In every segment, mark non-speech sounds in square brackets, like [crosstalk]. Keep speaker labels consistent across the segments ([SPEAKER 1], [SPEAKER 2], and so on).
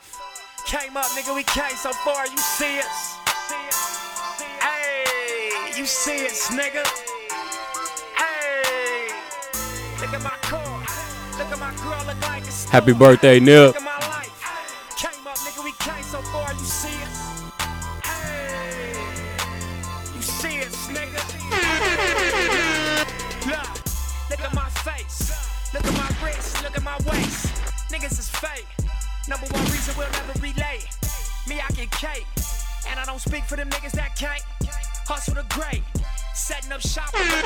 [SPEAKER 1] just came up, nigga. We came so far. You see us? Hey, you see us, nigga? Hey, look at my car. Look at my girl. Look like a star.
[SPEAKER 2] Happy birthday, Nip.
[SPEAKER 1] Look at my life. Came up, nigga. We came so far. You see us? Hey, you see us, nigga? Look, look at my face. Look at my wrist. Look at my waist. Niggas is fake. Number one reason we'll never relate. Me, I get cake. And I don't speak for them niggas that can't. Hustle the great. Setting up shop. Fuck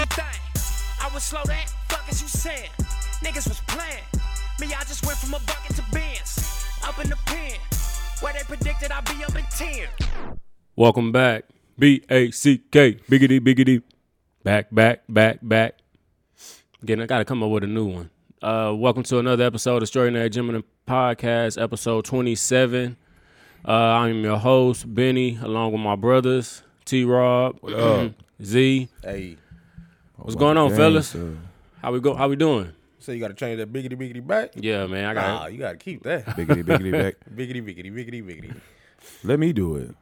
[SPEAKER 1] you think? I was slow that? Fuck as you saying. Niggas was playing. Me, I just went from a bucket to bins. Up in the pen. Where they predicted I'd be up in 10.
[SPEAKER 2] Welcome back. B A C K. Biggity biggity. Back, back, back, back. Again, I gotta come up with a new one. Uh welcome to another episode of Extraordinary Gemini Podcast, episode twenty seven. Uh I'm your host, Benny, along with my brothers, T Rob, Z.
[SPEAKER 3] Hey,
[SPEAKER 2] What's going on,
[SPEAKER 4] Dang,
[SPEAKER 2] fellas?
[SPEAKER 4] so-
[SPEAKER 2] How we go how we doing?
[SPEAKER 3] so you gotta change that biggity biggity back?
[SPEAKER 2] Yeah, man. I got
[SPEAKER 3] Nah, you gotta keep that
[SPEAKER 4] Biggity, biggity, back.
[SPEAKER 2] [laughs]
[SPEAKER 3] biggity biggity biggity biggity.
[SPEAKER 4] Let me do it.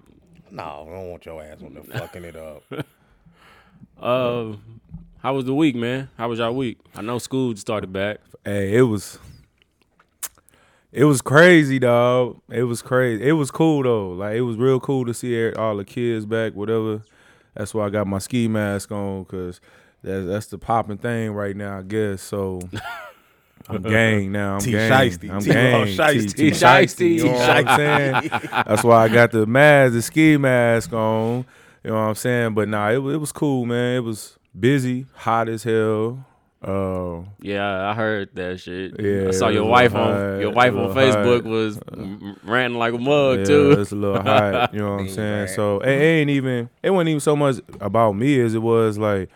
[SPEAKER 3] No, I don't want your ass
[SPEAKER 4] [laughs]
[SPEAKER 3] on the fucking it up.
[SPEAKER 2] uh how was the week, man? How was y'all week? I know school just started back.
[SPEAKER 4] Hey, it was, it was crazy, dog. It was crazy. It was cool though. Like it was real cool to see er- all the kids back, whatever. That's why I got my ski mask on, cause that's that's the popping thing right now, I guess.
[SPEAKER 3] [laughs]
[SPEAKER 4] So. I'm gang now. I'm
[SPEAKER 3] T.
[SPEAKER 4] gang.
[SPEAKER 3] Shiesty.
[SPEAKER 4] I'm
[SPEAKER 3] T. Raw
[SPEAKER 4] gang.
[SPEAKER 3] Shiesty.
[SPEAKER 4] T. Shiesty. You know what I'm saying?
[SPEAKER 3] [laughs]
[SPEAKER 4] That's why I got the mask, the ski mask on. You know what I'm saying? But nah, it, wa- it was cool, man. It was busy, hot as hell. Uh,
[SPEAKER 2] Yeah, I heard that shit.
[SPEAKER 4] Yeah,
[SPEAKER 2] I saw
[SPEAKER 4] it
[SPEAKER 2] your
[SPEAKER 4] was a
[SPEAKER 2] wife on
[SPEAKER 4] hot-
[SPEAKER 2] your wife
[SPEAKER 4] it
[SPEAKER 2] on
[SPEAKER 4] was a
[SPEAKER 2] Facebook
[SPEAKER 4] hot- uh,
[SPEAKER 2] was m- ranting like a mug
[SPEAKER 4] yeah,
[SPEAKER 2] too.
[SPEAKER 4] It's a
[SPEAKER 2] [laughs]
[SPEAKER 4] little hot. You know what I'm
[SPEAKER 3] Yeah,
[SPEAKER 4] saying?
[SPEAKER 3] right.
[SPEAKER 4] So it, it ain't even it wasn't even so much about me as it was like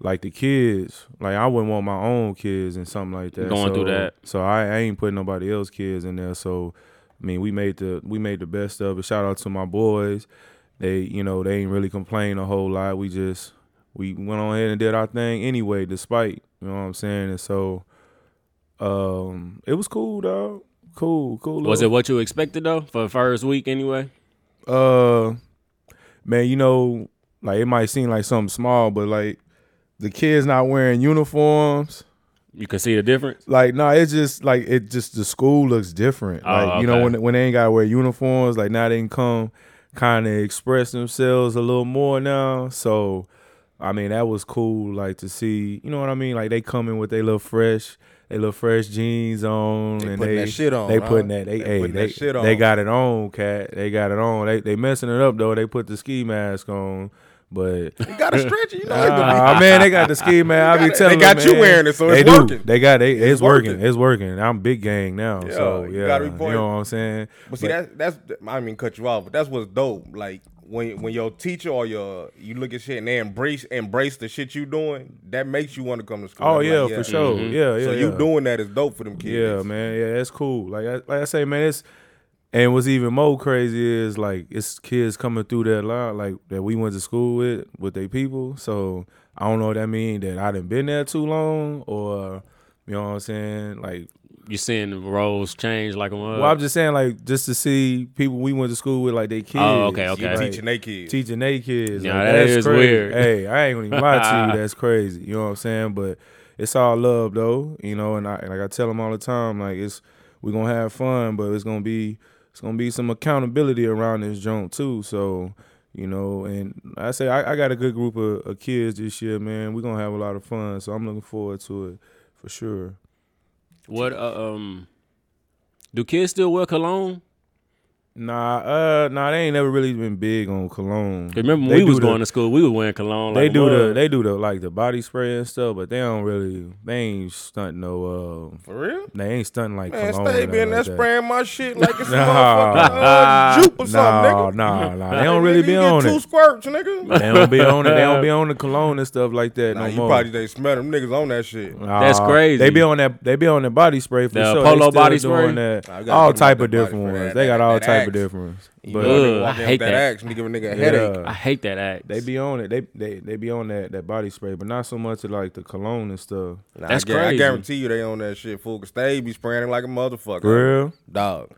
[SPEAKER 4] like the kids. Like I wouldn't want my own kids and something like that.
[SPEAKER 2] Going
[SPEAKER 4] so,
[SPEAKER 2] through that.
[SPEAKER 4] So I, I ain't putting nobody else kids in there. So I mean we made the we made the best of it. Shout out to my boys. They you know, they ain't really complain a whole lot. We just we went on ahead and did our thing anyway, despite you know what I'm saying? And so um it was cool dog. Cool, cool.
[SPEAKER 2] Was
[SPEAKER 4] little-
[SPEAKER 2] it what you expected though for the first week anyway?
[SPEAKER 4] uh man you know like it might seem like something small but like the kids not wearing uniforms
[SPEAKER 2] You can see the difference.
[SPEAKER 4] like no nah, it's just like it just the school looks different
[SPEAKER 2] Oh,
[SPEAKER 4] like you know
[SPEAKER 2] okay.
[SPEAKER 4] when when they ain't gotta wear uniforms like now they can come kind of express themselves a little more now so i mean that was cool like to see you know what i mean like they coming with their little fresh they little fresh jeans on
[SPEAKER 3] They
[SPEAKER 4] and
[SPEAKER 3] putting
[SPEAKER 4] they
[SPEAKER 3] that shit on,
[SPEAKER 4] they
[SPEAKER 3] huh?
[SPEAKER 4] putting that they,
[SPEAKER 3] They
[SPEAKER 4] hey,
[SPEAKER 3] putting
[SPEAKER 4] they,
[SPEAKER 3] that shit
[SPEAKER 4] they
[SPEAKER 3] on.
[SPEAKER 4] got it on cat they got it on they they messing it up though they put the ski mask on but
[SPEAKER 3] You gotta stretch it. You know they do. [laughs]
[SPEAKER 4] Ah [laughs] man, they got the ski man. I
[SPEAKER 3] They
[SPEAKER 4] be
[SPEAKER 3] got-
[SPEAKER 4] telling
[SPEAKER 3] they got
[SPEAKER 4] them,
[SPEAKER 3] you
[SPEAKER 4] man,
[SPEAKER 3] wearing it, so
[SPEAKER 4] they
[SPEAKER 3] it's
[SPEAKER 4] do.
[SPEAKER 3] working.
[SPEAKER 4] They got they. It's,
[SPEAKER 3] It's
[SPEAKER 4] working.
[SPEAKER 3] working.
[SPEAKER 4] It's working. I'm big gang now.
[SPEAKER 3] Yeah,
[SPEAKER 4] so
[SPEAKER 3] you
[SPEAKER 4] yeah,
[SPEAKER 3] gotta
[SPEAKER 4] you,
[SPEAKER 3] be pointing.
[SPEAKER 4] know what I'm saying.
[SPEAKER 3] But see, that's that's I mean, cut you off, but that's what's dope. Like when when your teacher or your you look at shit and they embrace embrace the shit you doing, that makes you want to come to school.
[SPEAKER 4] oh
[SPEAKER 3] I'm
[SPEAKER 4] yeah,
[SPEAKER 3] like,
[SPEAKER 4] for sure. Yeah, yeah.
[SPEAKER 3] so you
[SPEAKER 4] yeah.
[SPEAKER 3] doing that is dope for them kids.
[SPEAKER 4] Yeah, man. Yeah, that's cool. Like I, like I say, man, it's and what's even more crazy is like it's kids coming through that line like that we went to school with with their people. So I don't know what that mean that I didn't been there too long or you know what I'm saying like
[SPEAKER 2] You seeing the roles change like a mug.
[SPEAKER 4] Well, I'm just saying, like, just to see people we went to school with, like, they kids.
[SPEAKER 2] Oh, okay, okay.
[SPEAKER 3] You
[SPEAKER 4] like,
[SPEAKER 3] teaching their kids.
[SPEAKER 4] Teaching they kids.
[SPEAKER 2] Nah,
[SPEAKER 4] like,
[SPEAKER 2] that
[SPEAKER 4] that's
[SPEAKER 2] is
[SPEAKER 4] crazy.
[SPEAKER 2] weird.
[SPEAKER 4] Hey, I ain't gonna even lie
[SPEAKER 2] [laughs]
[SPEAKER 4] to you. That's crazy. You know what I'm saying? But it's all love, though. You know, and I and like I tell them all the time, like, it's we gonna have fun, but it's gonna be it's gonna be some accountability around this joint too. So. You know, and I say I, I got a good group of, of kids this year, man. We're gonna have a lot of fun, so I'm looking forward to it for sure.
[SPEAKER 2] what uh, um do kids still wear cologne?
[SPEAKER 4] Nah, uh, nah, they ain't never really been big on cologne.
[SPEAKER 2] 'Cause Remember when we
[SPEAKER 4] They
[SPEAKER 2] was
[SPEAKER 4] do the-
[SPEAKER 2] going to school, we were wearing cologne.
[SPEAKER 4] They
[SPEAKER 2] like a
[SPEAKER 4] do the
[SPEAKER 2] mug.
[SPEAKER 4] they do the like the body spray and stuff, but they don't really they ain't stunt no uh
[SPEAKER 3] for real.
[SPEAKER 4] they ain't stunting like
[SPEAKER 3] Man,
[SPEAKER 4] cologne.
[SPEAKER 3] stay
[SPEAKER 4] or
[SPEAKER 3] being
[SPEAKER 4] nothing
[SPEAKER 3] there
[SPEAKER 4] like
[SPEAKER 3] spraying my shit like
[SPEAKER 4] [laughs]
[SPEAKER 3] it's a
[SPEAKER 4] Nah.
[SPEAKER 3] motherfucking uh, jupe or something,
[SPEAKER 4] Nah,
[SPEAKER 3] nigga. [laughs]
[SPEAKER 4] nah, nah. They don't really
[SPEAKER 3] Nigga,
[SPEAKER 4] be
[SPEAKER 3] you
[SPEAKER 4] on
[SPEAKER 3] get two
[SPEAKER 4] it.
[SPEAKER 3] squirts, nigga.
[SPEAKER 4] They don't be on it. They
[SPEAKER 3] [laughs]
[SPEAKER 4] don't be on the cologne and stuff like that
[SPEAKER 3] Nah,
[SPEAKER 4] no
[SPEAKER 3] you
[SPEAKER 4] more.
[SPEAKER 3] probably they smell them niggas on that shit.
[SPEAKER 4] Nah,
[SPEAKER 2] That's crazy.
[SPEAKER 4] They be on that. They be on the body spray for
[SPEAKER 2] The
[SPEAKER 4] sure.
[SPEAKER 2] Polo
[SPEAKER 4] they still
[SPEAKER 2] body
[SPEAKER 4] doing
[SPEAKER 2] spray?
[SPEAKER 4] That.
[SPEAKER 3] Nah, you gotta
[SPEAKER 4] all
[SPEAKER 3] get them
[SPEAKER 4] type
[SPEAKER 3] with
[SPEAKER 4] of
[SPEAKER 3] the body
[SPEAKER 4] different
[SPEAKER 3] spray, that-
[SPEAKER 4] ones. They got
[SPEAKER 3] that-
[SPEAKER 4] all
[SPEAKER 3] that
[SPEAKER 4] type of
[SPEAKER 3] Axe.
[SPEAKER 4] different ones.
[SPEAKER 3] You
[SPEAKER 4] But
[SPEAKER 3] know, nigga
[SPEAKER 2] Ugh,
[SPEAKER 3] walking
[SPEAKER 2] I
[SPEAKER 3] with
[SPEAKER 2] hate
[SPEAKER 3] that
[SPEAKER 2] that.
[SPEAKER 3] axe, nigga, a nigga a headache.
[SPEAKER 4] Yeah.
[SPEAKER 2] I hate that act.
[SPEAKER 4] uh, They be on it. They they they be on that that body spray, but not so much of like the cologne and stuff.
[SPEAKER 3] Nah,
[SPEAKER 2] That's
[SPEAKER 3] I, guar- I
[SPEAKER 2] crazy.
[SPEAKER 3] guarantee you they on that shit, fool. Cause they be spraying it like a motherfucker.
[SPEAKER 4] For real?
[SPEAKER 3] Dog.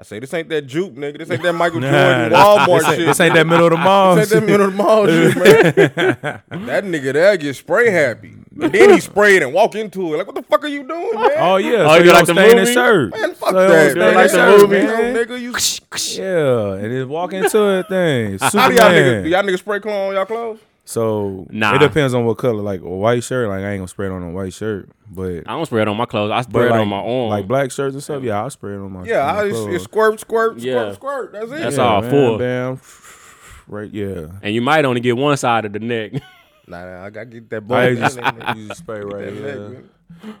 [SPEAKER 3] I say this ain't that juke, nigga. This ain't
[SPEAKER 4] [laughs]
[SPEAKER 3] that Michael
[SPEAKER 4] Nah,
[SPEAKER 3] Jordan
[SPEAKER 4] this-
[SPEAKER 3] Walmart
[SPEAKER 4] this, ain't-
[SPEAKER 3] shit.
[SPEAKER 4] this ain't that middle of the mall.
[SPEAKER 3] This ain't that
[SPEAKER 4] shit.
[SPEAKER 3] middle of the mall shit, man.
[SPEAKER 4] [laughs]
[SPEAKER 3] that nigga there get spray happy. And then he sprayed and walk into it. Like, what the fuck are you doing, man?
[SPEAKER 4] Oh yeah,
[SPEAKER 2] Oh,
[SPEAKER 4] so
[SPEAKER 2] you like
[SPEAKER 4] you like
[SPEAKER 2] the
[SPEAKER 4] stay in his
[SPEAKER 2] movie?
[SPEAKER 4] shirt.
[SPEAKER 3] Man, fuck
[SPEAKER 4] So you
[SPEAKER 3] that.
[SPEAKER 4] don't
[SPEAKER 3] Man,
[SPEAKER 4] stay in
[SPEAKER 3] like
[SPEAKER 4] his
[SPEAKER 3] the
[SPEAKER 4] shirt,
[SPEAKER 3] movie,
[SPEAKER 4] man.
[SPEAKER 3] yo,
[SPEAKER 4] [laughs]
[SPEAKER 3] nigga. You,
[SPEAKER 4] Yeah, and then walk into it thing.
[SPEAKER 3] [laughs] how do y'all niggas, do
[SPEAKER 4] Superman.
[SPEAKER 3] y'all niggas spray cologne on y'all clothes?
[SPEAKER 4] So
[SPEAKER 2] Nah.
[SPEAKER 4] it depends on what color. Like a white shirt, like I ain't gonna spray it on a white shirt, but
[SPEAKER 2] I don't spray it on my clothes. I
[SPEAKER 4] but
[SPEAKER 2] spray it
[SPEAKER 4] like,
[SPEAKER 2] on my arm.
[SPEAKER 4] like black shirts and stuff. Yeah, I'll spray it on my.
[SPEAKER 3] Yeah,
[SPEAKER 4] on my
[SPEAKER 3] I, it's,
[SPEAKER 4] clothes.
[SPEAKER 3] it's squirt, squirt,
[SPEAKER 2] Yeah.
[SPEAKER 3] squirt, squirt. That's it.
[SPEAKER 2] That's
[SPEAKER 4] Yeah,
[SPEAKER 2] all
[SPEAKER 4] man,
[SPEAKER 2] full.
[SPEAKER 4] Bam, [laughs] right? Yeah.
[SPEAKER 2] and you might only get one side of the
[SPEAKER 4] [laughs]
[SPEAKER 2] neck.
[SPEAKER 3] Nah, nah, I gotta get that
[SPEAKER 4] I
[SPEAKER 3] boy. [laughs]
[SPEAKER 4] just, [laughs]
[SPEAKER 3] That
[SPEAKER 4] you just spray right
[SPEAKER 3] nigga.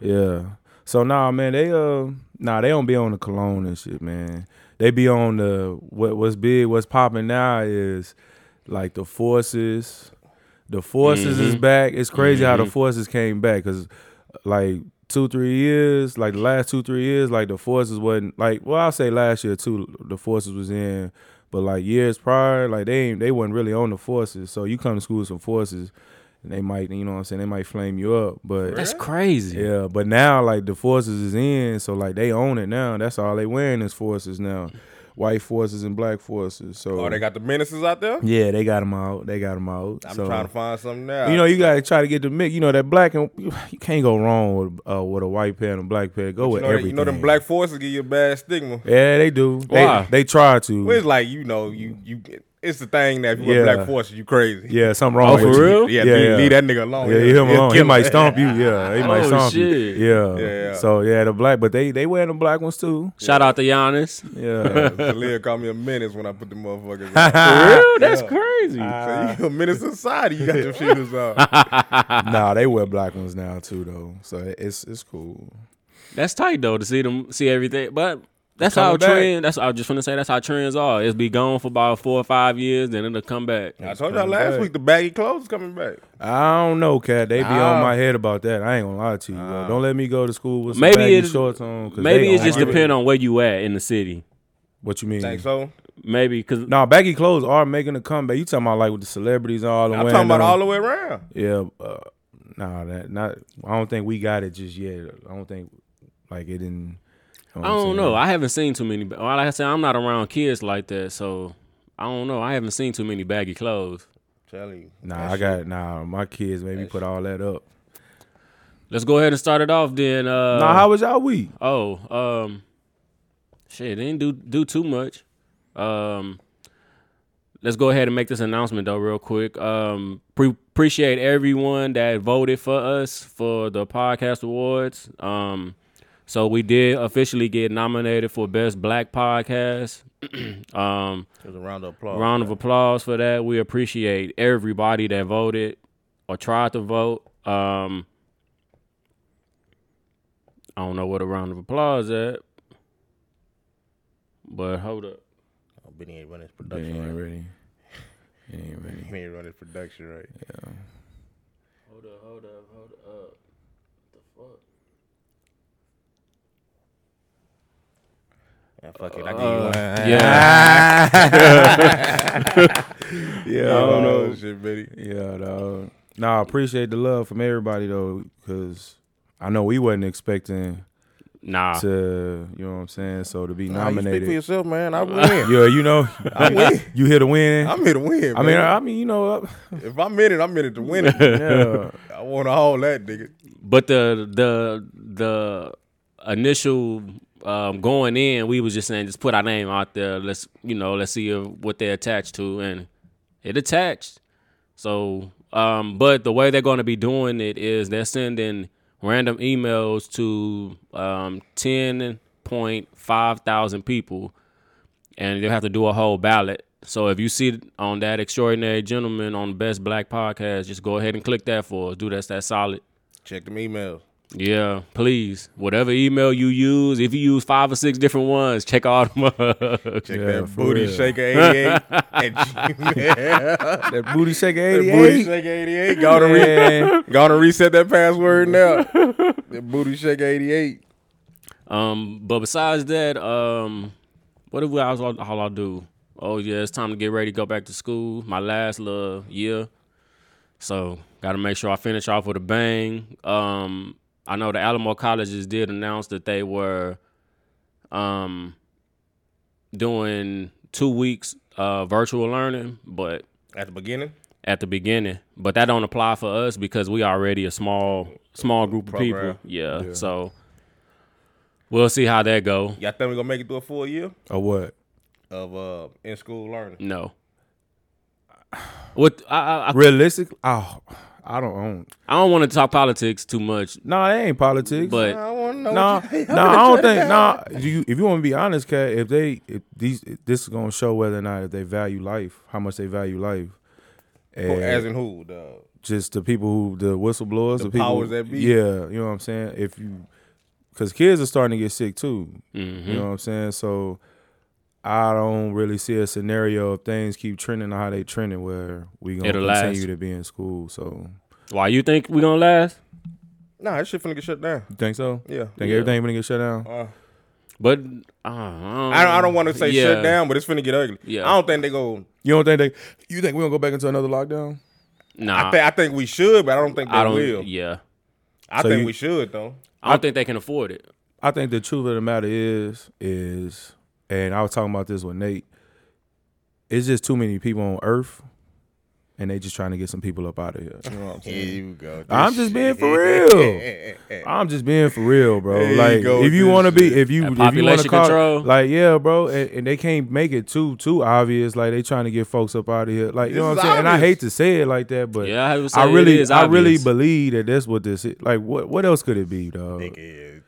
[SPEAKER 4] here. Yeah. So nah, man, they uh, nah, they don't be on the cologne and shit, man. They be on the what what's big, what's popping now is like the forces. The forces is back. It's crazy how the forces came back because like two three years, like the last two three years, like the forces wasn't like well I'll say last year too. The forces was in. But like years prior, like they ain't, they wasn't really on the forces. So you come to school with some forces, and they might, you know what I'm saying, they might flame you up. But
[SPEAKER 2] That's crazy.
[SPEAKER 4] yeah, but now like the forces is in, so like they own it now. That's all they wearing is forces now, white forces and black forces. So
[SPEAKER 3] Oh, they got the menaces out there?
[SPEAKER 4] yeah, they got them out. They got them out.
[SPEAKER 3] I'm
[SPEAKER 4] so,
[SPEAKER 3] trying to find something now.
[SPEAKER 4] you know, you gotta try to get the mix. You know that black and you can't go wrong with uh, with a white pair and a black pair. Go
[SPEAKER 3] you
[SPEAKER 4] with
[SPEAKER 3] know, that-
[SPEAKER 4] everything.
[SPEAKER 3] you know them black forces give you a bad stigma.
[SPEAKER 4] Yeah, they do.
[SPEAKER 2] Why?
[SPEAKER 4] They, they try to.
[SPEAKER 3] Well, It's like you know, you you. It's the thing that if you wear
[SPEAKER 4] Yeah.
[SPEAKER 3] black forces, you crazy.
[SPEAKER 4] yeah, something wrong.
[SPEAKER 2] Oh,
[SPEAKER 4] with
[SPEAKER 2] for
[SPEAKER 4] you.
[SPEAKER 2] real?
[SPEAKER 3] Yeah,
[SPEAKER 4] Yeah,
[SPEAKER 3] leave,
[SPEAKER 4] yeah.
[SPEAKER 3] leave that nigga alone.
[SPEAKER 4] Yeah, leave him
[SPEAKER 3] He'll
[SPEAKER 4] alone. He
[SPEAKER 3] kill
[SPEAKER 4] might
[SPEAKER 3] him. [laughs]
[SPEAKER 4] stomp you. Yeah, he might
[SPEAKER 2] Oh,
[SPEAKER 4] stomp
[SPEAKER 2] shit.
[SPEAKER 4] you. Yeah.
[SPEAKER 3] Yeah.
[SPEAKER 4] So yeah, the black, but they they wear the black ones too.
[SPEAKER 2] Shout out to Giannis.
[SPEAKER 3] [laughs]
[SPEAKER 4] [laughs] Yeah.
[SPEAKER 3] Khalil called me a menace when I put the
[SPEAKER 4] [laughs]
[SPEAKER 3] motherfuckers. on.
[SPEAKER 2] Real? That's crazy.
[SPEAKER 4] Ah.
[SPEAKER 3] So you a menace to society. You got your shooters
[SPEAKER 4] [laughs]
[SPEAKER 3] on.
[SPEAKER 4] nah, they wear black ones now too though. So it's it's cool.
[SPEAKER 2] That's tight though to see them see everything. But that's
[SPEAKER 4] Coming
[SPEAKER 2] how
[SPEAKER 4] back.
[SPEAKER 2] trend. That's I was just gonna say. That's how trends are. It's be gone for about four or five years, then it'll come back.
[SPEAKER 3] I told y'all last week the baggy clothes coming back.
[SPEAKER 4] I don't know, cat. They be
[SPEAKER 3] Ah.
[SPEAKER 4] on my head about that. I ain't gonna lie to you. bro. Don't let me go to school with some
[SPEAKER 2] Maybe
[SPEAKER 4] baggy
[SPEAKER 2] it's-
[SPEAKER 4] shorts on. 'cause
[SPEAKER 2] Maybe
[SPEAKER 4] they
[SPEAKER 2] it
[SPEAKER 4] on
[SPEAKER 2] just
[SPEAKER 4] my-
[SPEAKER 2] depend on where you at in the city.
[SPEAKER 4] What you mean?
[SPEAKER 3] Think so?
[SPEAKER 2] Maybe because
[SPEAKER 4] Nah, baggy clothes are making a comeback. You talking about like with the celebrities and all the
[SPEAKER 3] I'm talking about all the way around.
[SPEAKER 4] Yeah. Uh, nah, that not. I don't think we got it just yet. I don't think like it didn't.
[SPEAKER 2] I don't know. I haven't seen too many. Well, like I said, I'm not around kids like that, so I don't know. I haven't seen too many baggy clothes.
[SPEAKER 3] Tell you.
[SPEAKER 4] Nah, I got nah. My kids made me put all that up.
[SPEAKER 2] Let's go ahead and start it off then. Uh,
[SPEAKER 4] Nah, how was y'all week?
[SPEAKER 2] Oh, um, shit, they didn't do do too much. Um, let's go ahead and make this announcement though, real quick. Um, pre- appreciate everyone that voted for us for the podcast awards. Um, so we did officially get nominated for best black podcast. um,
[SPEAKER 3] There's a round of applause.
[SPEAKER 2] round of applause for that. We appreciate everybody that voted or tried to vote. Um, I don't know what a round of applause at, but hold up.
[SPEAKER 3] Oh, Benny ain't running his
[SPEAKER 4] It
[SPEAKER 3] production
[SPEAKER 4] ain't
[SPEAKER 3] right.
[SPEAKER 4] ready. It ain't ready.
[SPEAKER 3] [laughs] Benny ain't running his production right.
[SPEAKER 2] Hold up, hold up, hold up.
[SPEAKER 3] Yeah, fuck it. Uh, I give you one.
[SPEAKER 2] Yeah.
[SPEAKER 4] Yeah,
[SPEAKER 3] I
[SPEAKER 4] I don't know.
[SPEAKER 3] shit, Benny.
[SPEAKER 4] Yeah, dog. Nah, I appreciate the love from everybody though, because I know we wasn't expecting
[SPEAKER 2] Nah.
[SPEAKER 4] to, you know what I'm saying. So to be
[SPEAKER 3] Nah, you speak for
[SPEAKER 4] nominated,
[SPEAKER 3] yourself, man. I [laughs] win.
[SPEAKER 4] yeah, you know, I mean, you here to win. i
[SPEAKER 3] I'm here to win.
[SPEAKER 4] mean,
[SPEAKER 3] man.
[SPEAKER 4] I mean, you know, uh,
[SPEAKER 3] if I'm in it, I'm in it to win [laughs] it.
[SPEAKER 4] yeah,
[SPEAKER 3] I want to haul that nigga.
[SPEAKER 2] But the the the initial um, going in, we was just saying, just put our name out there. Let's you know, let's see if, what they're attached to, and it attached. So, um, but the way they're going to be doing it is they're sending random emails to um, ten point five thousand people, and they'll have to do a whole ballot. So if you see on that extraordinary gentleman on Best Black Podcast, just go ahead and click that for us. Do that's that solid.
[SPEAKER 3] Check them emails.
[SPEAKER 2] Yeah, please. Whatever email you use, if you use five or six different ones, check all them [laughs] up.
[SPEAKER 3] Check
[SPEAKER 4] Yeah,
[SPEAKER 3] that
[SPEAKER 4] for
[SPEAKER 3] booty
[SPEAKER 4] real.
[SPEAKER 3] shaker [laughs] 88 at Gmail.
[SPEAKER 4] that booty shake
[SPEAKER 3] booty
[SPEAKER 4] eighty-eight.
[SPEAKER 3] shaker [laughs] 88. Go to, re-
[SPEAKER 4] Man,
[SPEAKER 3] go to reset that password [laughs] now. that booty shaker 88.
[SPEAKER 2] Um, but besides that, um, what if we all, all I do? Oh yeah, it's time to get ready to go back to school. My last little year, so got to make sure I finish off with a bang. Um, I know the Alamo colleges did announce that they were, um, doing two weeks uh, virtual learning, but
[SPEAKER 3] at the beginning.
[SPEAKER 2] at the beginning. But that don't apply for us because we already a small small group of
[SPEAKER 3] Program.
[SPEAKER 2] people. Yeah, so we'll see how that go.
[SPEAKER 3] Y'all think we gonna make it through a full year
[SPEAKER 4] Or what?
[SPEAKER 3] of uh in school learning?
[SPEAKER 2] No. What I I, I-
[SPEAKER 4] Realistic? Oh, I don't own.
[SPEAKER 2] I don't want to talk politics too much,
[SPEAKER 4] No, that ain't politics.
[SPEAKER 2] but
[SPEAKER 3] I want to know.
[SPEAKER 4] no, no, I don't think. No, you, if you want to be honest, cat, if they, if these, this is gonna show whether or not if they value life, how much they value life, and
[SPEAKER 3] As in who? The,
[SPEAKER 4] just the people who the whistleblowers, the, people,
[SPEAKER 3] powers that be.
[SPEAKER 4] Yeah, you know what I'm saying. If you, because kids are starting to get sick too.
[SPEAKER 3] Mm-hmm.
[SPEAKER 4] You know what I'm saying. So I don't really see a scenario if things keep trending how they trending where we gonna
[SPEAKER 2] It'll last.
[SPEAKER 4] continue to be in school. So
[SPEAKER 2] why you think we gonna last?
[SPEAKER 3] nah, that shit finna get shut down.
[SPEAKER 4] you think so?
[SPEAKER 3] Yeah.
[SPEAKER 4] Think everything gonna get shut down?
[SPEAKER 2] But uh, I
[SPEAKER 3] I don't, I don't want to say
[SPEAKER 2] yeah.
[SPEAKER 3] shut down, but it's finna get ugly.
[SPEAKER 2] Yeah.
[SPEAKER 3] I don't think they go.
[SPEAKER 4] You don't think they? You think we gonna go back into another lockdown?
[SPEAKER 2] Nah,
[SPEAKER 3] I, thi- I think we should, but I don't think they
[SPEAKER 2] I don't.
[SPEAKER 3] will.
[SPEAKER 2] Yeah,
[SPEAKER 3] I
[SPEAKER 4] So
[SPEAKER 3] think
[SPEAKER 4] you-
[SPEAKER 3] we should though.
[SPEAKER 2] I don't think they can afford it.
[SPEAKER 4] I think the truth of the matter is, is, and I was talking about this with Nate. It's just too many people on Earth, and they just trying to get some people up out of here. You know what I'm saying?
[SPEAKER 3] you go.
[SPEAKER 4] I'm just being for real.
[SPEAKER 3] [laughs]
[SPEAKER 4] I'm just being for real, bro.
[SPEAKER 3] There you
[SPEAKER 4] like,
[SPEAKER 3] go
[SPEAKER 4] if
[SPEAKER 3] with
[SPEAKER 4] you
[SPEAKER 3] this
[SPEAKER 4] want to be,
[SPEAKER 3] shit.
[SPEAKER 4] if you,
[SPEAKER 2] And
[SPEAKER 4] if you want
[SPEAKER 2] population
[SPEAKER 4] to call,
[SPEAKER 2] control.
[SPEAKER 4] like, yeah, bro, and, and they can't make it too, too obvious. Like, they trying to get folks up out of here. Like, you
[SPEAKER 3] This
[SPEAKER 4] know what
[SPEAKER 3] is
[SPEAKER 4] I'm saying? And I
[SPEAKER 3] obvious.
[SPEAKER 4] hate to say it like that, but
[SPEAKER 2] Yeah, I would say
[SPEAKER 4] I
[SPEAKER 2] it
[SPEAKER 4] really,
[SPEAKER 2] is
[SPEAKER 4] I really
[SPEAKER 2] obvious.
[SPEAKER 4] believe that that's what this is. Like, what, what else could it be, dog?
[SPEAKER 3] Yeah,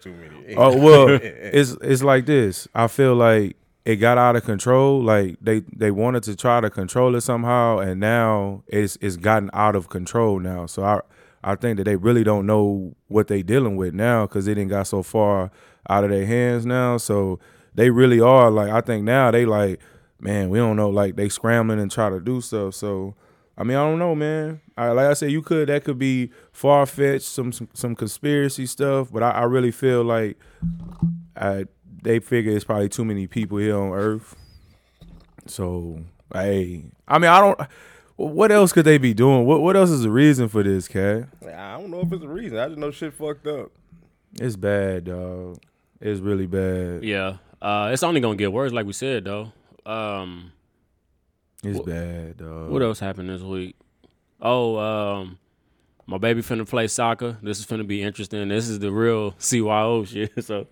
[SPEAKER 3] too many.
[SPEAKER 4] Oh well, it's it's like this. I feel like it got out of control. Like they they wanted to try to control it somehow, and now it's it's gotten out of control now. So I I think that they really don't know what they dealing with now because it didn't got so far out of their hands now. So they really are like I think now they like man we don't know like they scrambling and try to do stuff. So I mean, I don't know, man. I, like I said, you could that could be far fetched, some, some some conspiracy stuff, but I, I really feel like I, they figure it's probably too many people here on Earth. So, hey, I mean, I don't. What else could they be doing? What what else is the reason for this, cat?
[SPEAKER 3] I don't know if it's a reason. I just know shit fucked up.
[SPEAKER 4] It's bad, dog. It's really bad.
[SPEAKER 2] Yeah, uh, it's only gonna get worse, like we said though. Um,
[SPEAKER 4] It's bad, dog.
[SPEAKER 2] what else happened this week? Oh, um, my baby finna play soccer. This is finna be interesting. This is the real [laughs] CYO shit. So,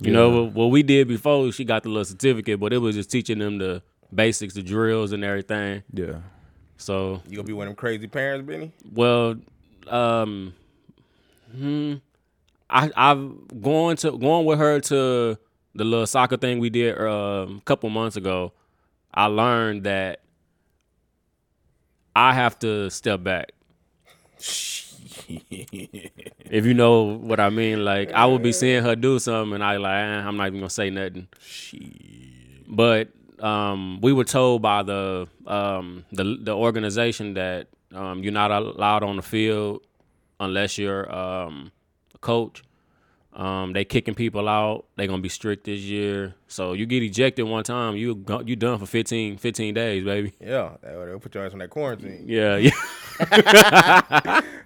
[SPEAKER 2] you know what, what we did before? She got the little certificate, but it was just teaching them the basics, the drills, and everything.
[SPEAKER 4] Yeah.
[SPEAKER 2] So,
[SPEAKER 3] You gonna be one of them crazy parents, Benny?
[SPEAKER 2] Well, um, hmm, I I've going to going with her to the little soccer thing we did um, a couple months ago. I learned that I have to step back. if you know what I mean, like I would be seeing her do something, and I like eh, I'm not even gonna say nothing. But um, we were told by the um, the the organization that um, you're not allowed on the field unless you're um, a coach. Um, they kicking people out. They gonna be strict this year. So you get ejected one time, you go, you done for 15, 15 days, baby. [laughs]
[SPEAKER 3] Yeah, they- they'll put your ass on that quarantine.
[SPEAKER 2] Yeah, yeah,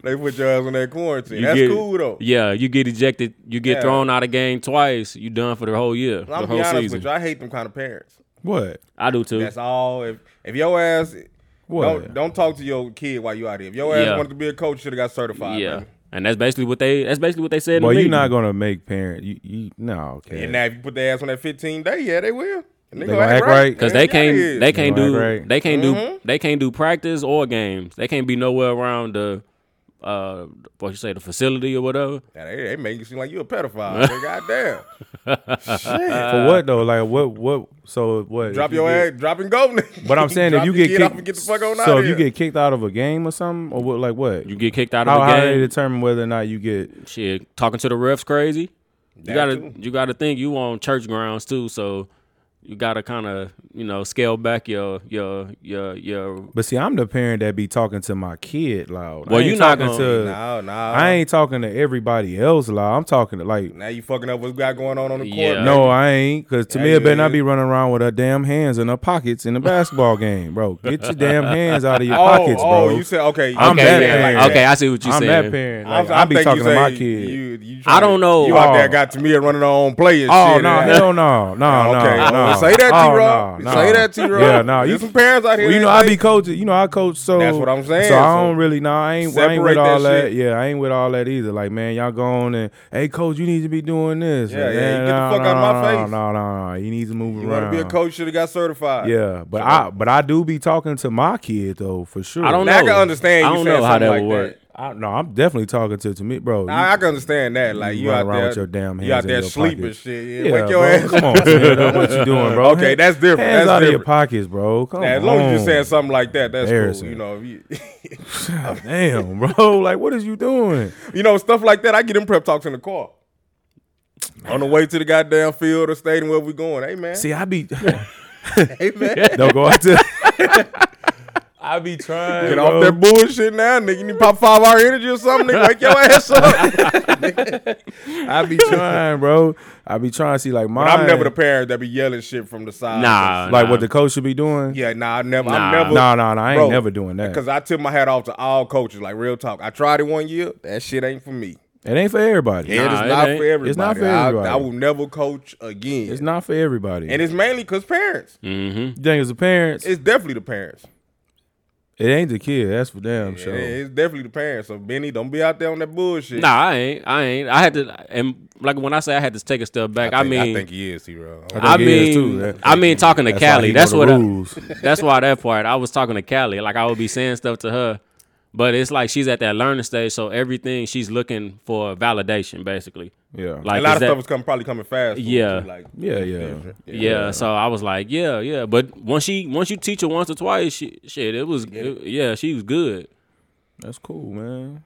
[SPEAKER 3] They put your ass on that quarantine.
[SPEAKER 2] You
[SPEAKER 3] That's
[SPEAKER 2] get-
[SPEAKER 3] cool though.
[SPEAKER 2] yeah. You get ejected. You get
[SPEAKER 3] Yeah.
[SPEAKER 2] thrown out of game twice. You done for the whole year,
[SPEAKER 3] I'm
[SPEAKER 2] the
[SPEAKER 3] gonna
[SPEAKER 2] whole
[SPEAKER 3] be honest
[SPEAKER 2] season.
[SPEAKER 3] with you. I hate them kind of parents.
[SPEAKER 4] What?
[SPEAKER 2] I do too.
[SPEAKER 3] That's all. If if your ass
[SPEAKER 4] What?
[SPEAKER 3] don't don't talk to your kid while you out here. If your ass
[SPEAKER 2] Yeah.
[SPEAKER 3] wanted to be a coach, should have got certified.
[SPEAKER 2] yeah,
[SPEAKER 3] baby.
[SPEAKER 2] and that's basically what they that's basically what they said. in the
[SPEAKER 4] Well, you're
[SPEAKER 2] meeting.
[SPEAKER 4] not gonna make parent. You you no. Okay.
[SPEAKER 3] And now if you put their ass on that 15 day, yeah, they will. And they,
[SPEAKER 4] gonna act right?
[SPEAKER 2] Cause
[SPEAKER 3] Yeah,
[SPEAKER 2] they
[SPEAKER 3] yeah,
[SPEAKER 2] can't,
[SPEAKER 3] yeah.
[SPEAKER 2] they can't
[SPEAKER 4] Right,
[SPEAKER 2] do,
[SPEAKER 4] right.
[SPEAKER 2] they can't
[SPEAKER 4] Mm-hmm.
[SPEAKER 2] do, they can't do practice or games. They can't be nowhere around the, uh, what you say, the facility or whatever.
[SPEAKER 3] Yeah, they, they make you seem like you
[SPEAKER 2] [laughs]
[SPEAKER 3] a pedophile. They goddamn.
[SPEAKER 2] Uh,
[SPEAKER 4] For what though? Like what? What? So what? if
[SPEAKER 3] Drop
[SPEAKER 4] you
[SPEAKER 3] your
[SPEAKER 4] get-
[SPEAKER 3] ass, drop and go. nigga.
[SPEAKER 4] [laughs] But I'm saying if
[SPEAKER 3] Drop
[SPEAKER 4] you
[SPEAKER 3] your
[SPEAKER 4] get
[SPEAKER 3] kid
[SPEAKER 4] kicked,
[SPEAKER 3] off and get the fuck on
[SPEAKER 4] so
[SPEAKER 3] out of
[SPEAKER 4] if you
[SPEAKER 3] here.
[SPEAKER 4] get kicked out of a game or something, or what? Like what?
[SPEAKER 2] You get kicked out
[SPEAKER 4] how
[SPEAKER 2] of the
[SPEAKER 4] how do they
[SPEAKER 2] game.
[SPEAKER 4] determine whether or not you get?
[SPEAKER 2] Shit, talking to the refs crazy. You
[SPEAKER 3] That
[SPEAKER 2] gotta,
[SPEAKER 3] too.
[SPEAKER 2] you gotta think you on church grounds too. So you gotta kind of, you know, scale back your, your, your, your.
[SPEAKER 4] But see, I'm the parent that be talking to my kid loud.
[SPEAKER 2] Well,
[SPEAKER 4] I ain't
[SPEAKER 2] you not
[SPEAKER 4] talking
[SPEAKER 2] gonna-
[SPEAKER 4] to.
[SPEAKER 3] No, no.
[SPEAKER 4] I ain't talking to everybody else loud. I'm talking to like.
[SPEAKER 3] Now you fucking up what we got going on on the court.
[SPEAKER 2] Yeah.
[SPEAKER 4] No, I ain't. Cause to
[SPEAKER 3] Yeah,
[SPEAKER 4] me, it better
[SPEAKER 3] yeah,
[SPEAKER 4] not be
[SPEAKER 3] yeah.
[SPEAKER 4] running around with her damn hands in her pockets in a basketball game, bro. Get your damn hands out of your
[SPEAKER 3] [laughs] Oh,
[SPEAKER 4] pockets,
[SPEAKER 3] oh,
[SPEAKER 4] bro.
[SPEAKER 3] you said okay.
[SPEAKER 4] I'm
[SPEAKER 2] Okay,
[SPEAKER 4] that
[SPEAKER 2] yeah,
[SPEAKER 4] parent.
[SPEAKER 2] like, okay, I see what you
[SPEAKER 4] I'm that
[SPEAKER 2] saying.
[SPEAKER 4] parent.
[SPEAKER 3] I'm-
[SPEAKER 4] Like, I,
[SPEAKER 3] I'm
[SPEAKER 4] be
[SPEAKER 3] thinking
[SPEAKER 4] talking
[SPEAKER 3] you
[SPEAKER 4] to my
[SPEAKER 3] say
[SPEAKER 4] kid.
[SPEAKER 3] You, you
[SPEAKER 2] I
[SPEAKER 3] trying
[SPEAKER 2] don't
[SPEAKER 3] to-
[SPEAKER 2] know.
[SPEAKER 3] You out
[SPEAKER 4] Oh.
[SPEAKER 3] there got to me and running on play and
[SPEAKER 4] oh
[SPEAKER 3] shit.
[SPEAKER 4] no,
[SPEAKER 3] and-
[SPEAKER 4] hell no, no, no,
[SPEAKER 3] Okay,
[SPEAKER 4] no, no.
[SPEAKER 3] Say that,
[SPEAKER 4] Oh,
[SPEAKER 3] T-Rob.
[SPEAKER 4] no, no.
[SPEAKER 3] Say that, T-Rob.
[SPEAKER 4] Yeah, no.
[SPEAKER 3] There's some parents out here
[SPEAKER 4] Well, you
[SPEAKER 3] that
[SPEAKER 4] know, I
[SPEAKER 3] say-
[SPEAKER 4] be coaching. You know, I coach. So
[SPEAKER 3] That's what I'm saying,
[SPEAKER 4] So I
[SPEAKER 3] so
[SPEAKER 4] don't really. No, I ain't. I ain't
[SPEAKER 3] separate
[SPEAKER 4] with
[SPEAKER 3] that
[SPEAKER 4] all that.
[SPEAKER 3] shit.
[SPEAKER 4] Yeah, I ain't with all that either. Like, man, y'all going and hey, coach, you need to be doing this.
[SPEAKER 3] Yeah,
[SPEAKER 4] Like,
[SPEAKER 3] yeah, you get the
[SPEAKER 4] nah,
[SPEAKER 3] fuck out of my
[SPEAKER 4] nah, nah,
[SPEAKER 3] face.
[SPEAKER 4] No, no, no. You need to move
[SPEAKER 3] You
[SPEAKER 4] around.
[SPEAKER 3] want to be a coach? Should have got certified.
[SPEAKER 4] Yeah, but I but I do be talking to my kid though for sure.
[SPEAKER 2] I don't
[SPEAKER 3] Now I
[SPEAKER 2] know.
[SPEAKER 3] can understand
[SPEAKER 2] I
[SPEAKER 3] you
[SPEAKER 2] don't
[SPEAKER 3] saying
[SPEAKER 2] know how
[SPEAKER 3] something
[SPEAKER 2] that
[SPEAKER 3] like
[SPEAKER 2] would
[SPEAKER 3] that.
[SPEAKER 2] work.
[SPEAKER 4] I, no, I'm definitely talking to to me, bro. you-
[SPEAKER 3] I, I can understand that. Like you,
[SPEAKER 4] run
[SPEAKER 3] out
[SPEAKER 4] around
[SPEAKER 3] there
[SPEAKER 4] with your damn
[SPEAKER 3] You out
[SPEAKER 4] hands in
[SPEAKER 3] there
[SPEAKER 4] your
[SPEAKER 3] sleeping
[SPEAKER 4] pockets.
[SPEAKER 3] shit. Yeah,
[SPEAKER 4] Yeah,
[SPEAKER 3] wake your
[SPEAKER 4] bro,
[SPEAKER 3] ass.
[SPEAKER 4] Come on, man. what you doing, bro?
[SPEAKER 3] Okay, that's different.
[SPEAKER 4] Hands
[SPEAKER 3] That's
[SPEAKER 4] out of your
[SPEAKER 3] different.
[SPEAKER 4] pockets, bro. Come
[SPEAKER 3] Now, as long as
[SPEAKER 4] on.
[SPEAKER 3] you're saying something like that, that's cool.
[SPEAKER 4] Embarrassing.
[SPEAKER 3] You know, if you,
[SPEAKER 4] Damn, bro. [laughs] Like, what is you doing?
[SPEAKER 3] you know stuff like that. I get them prep talks in the car on the way to the goddamn field or stadium where we going. Hey man,
[SPEAKER 4] See, I be [laughs]
[SPEAKER 3] hey man,
[SPEAKER 4] don't go out to. I be trying. [laughs]
[SPEAKER 3] get off that bullshit now, nigga. You need to pop five hour energy or something. Nigga, wake your ass up.
[SPEAKER 2] [laughs]
[SPEAKER 4] I be trying, bro. I be trying to see like mine.
[SPEAKER 3] But I'm never the parent that be yelling shit from the side.
[SPEAKER 2] Nah,
[SPEAKER 4] like
[SPEAKER 2] nah.
[SPEAKER 4] what the coach should be doing.
[SPEAKER 3] Yeah, nah, I never.
[SPEAKER 2] Nah.
[SPEAKER 3] I'm never.
[SPEAKER 4] No, no, no. I ain't
[SPEAKER 3] Bro,
[SPEAKER 4] never doing that.
[SPEAKER 3] Because I tip my hat off to all coaches. Like real talk, I tried it one year. That shit ain't for me.
[SPEAKER 4] It ain't for everybody.
[SPEAKER 3] it is
[SPEAKER 2] it
[SPEAKER 3] not
[SPEAKER 2] ain't.
[SPEAKER 3] for everybody.
[SPEAKER 4] It's not for
[SPEAKER 3] I-
[SPEAKER 4] everybody.
[SPEAKER 3] I, will never coach again.
[SPEAKER 4] It's not for everybody.
[SPEAKER 3] and
[SPEAKER 4] And
[SPEAKER 3] it's mainly because parents.
[SPEAKER 2] Mm. mm-hmm.
[SPEAKER 4] it's, thing is, the parents.
[SPEAKER 3] It's definitely the parents.
[SPEAKER 4] it ain't the kid. That's for damn
[SPEAKER 3] Yeah,
[SPEAKER 4] sure.
[SPEAKER 3] It's definitely the parents. So Benny, don't be out there on that bullshit.
[SPEAKER 2] Nah, I ain't. I ain't. I had to, and like when I say I had to take a step back, I,
[SPEAKER 3] think-
[SPEAKER 2] mean,
[SPEAKER 3] I think he is, hero.
[SPEAKER 2] I
[SPEAKER 4] think he is
[SPEAKER 2] mean,
[SPEAKER 4] too, man.
[SPEAKER 2] I mean, talking to
[SPEAKER 4] That's why
[SPEAKER 2] Callie.
[SPEAKER 4] he
[SPEAKER 2] That's
[SPEAKER 4] know
[SPEAKER 2] what.
[SPEAKER 4] the
[SPEAKER 2] I, [laughs]
[SPEAKER 4] rules.
[SPEAKER 2] that's why that part. I was talking to Callie. Like I would be saying stuff to her, but it's like she's at that learning stage, so everything she's looking for validation, basically.
[SPEAKER 4] Yeah.
[SPEAKER 2] Like
[SPEAKER 3] A lot
[SPEAKER 2] is
[SPEAKER 3] of
[SPEAKER 2] that-
[SPEAKER 3] stuff is coming probably coming fast. to him,
[SPEAKER 2] Yeah.
[SPEAKER 3] too, Like
[SPEAKER 4] Yeah, yeah.
[SPEAKER 2] Yeah, so I was like, yeah, yeah. But once she, once you teach her once or twice, she, shit, it was, it- yeah, she was good.
[SPEAKER 4] That's cool, man.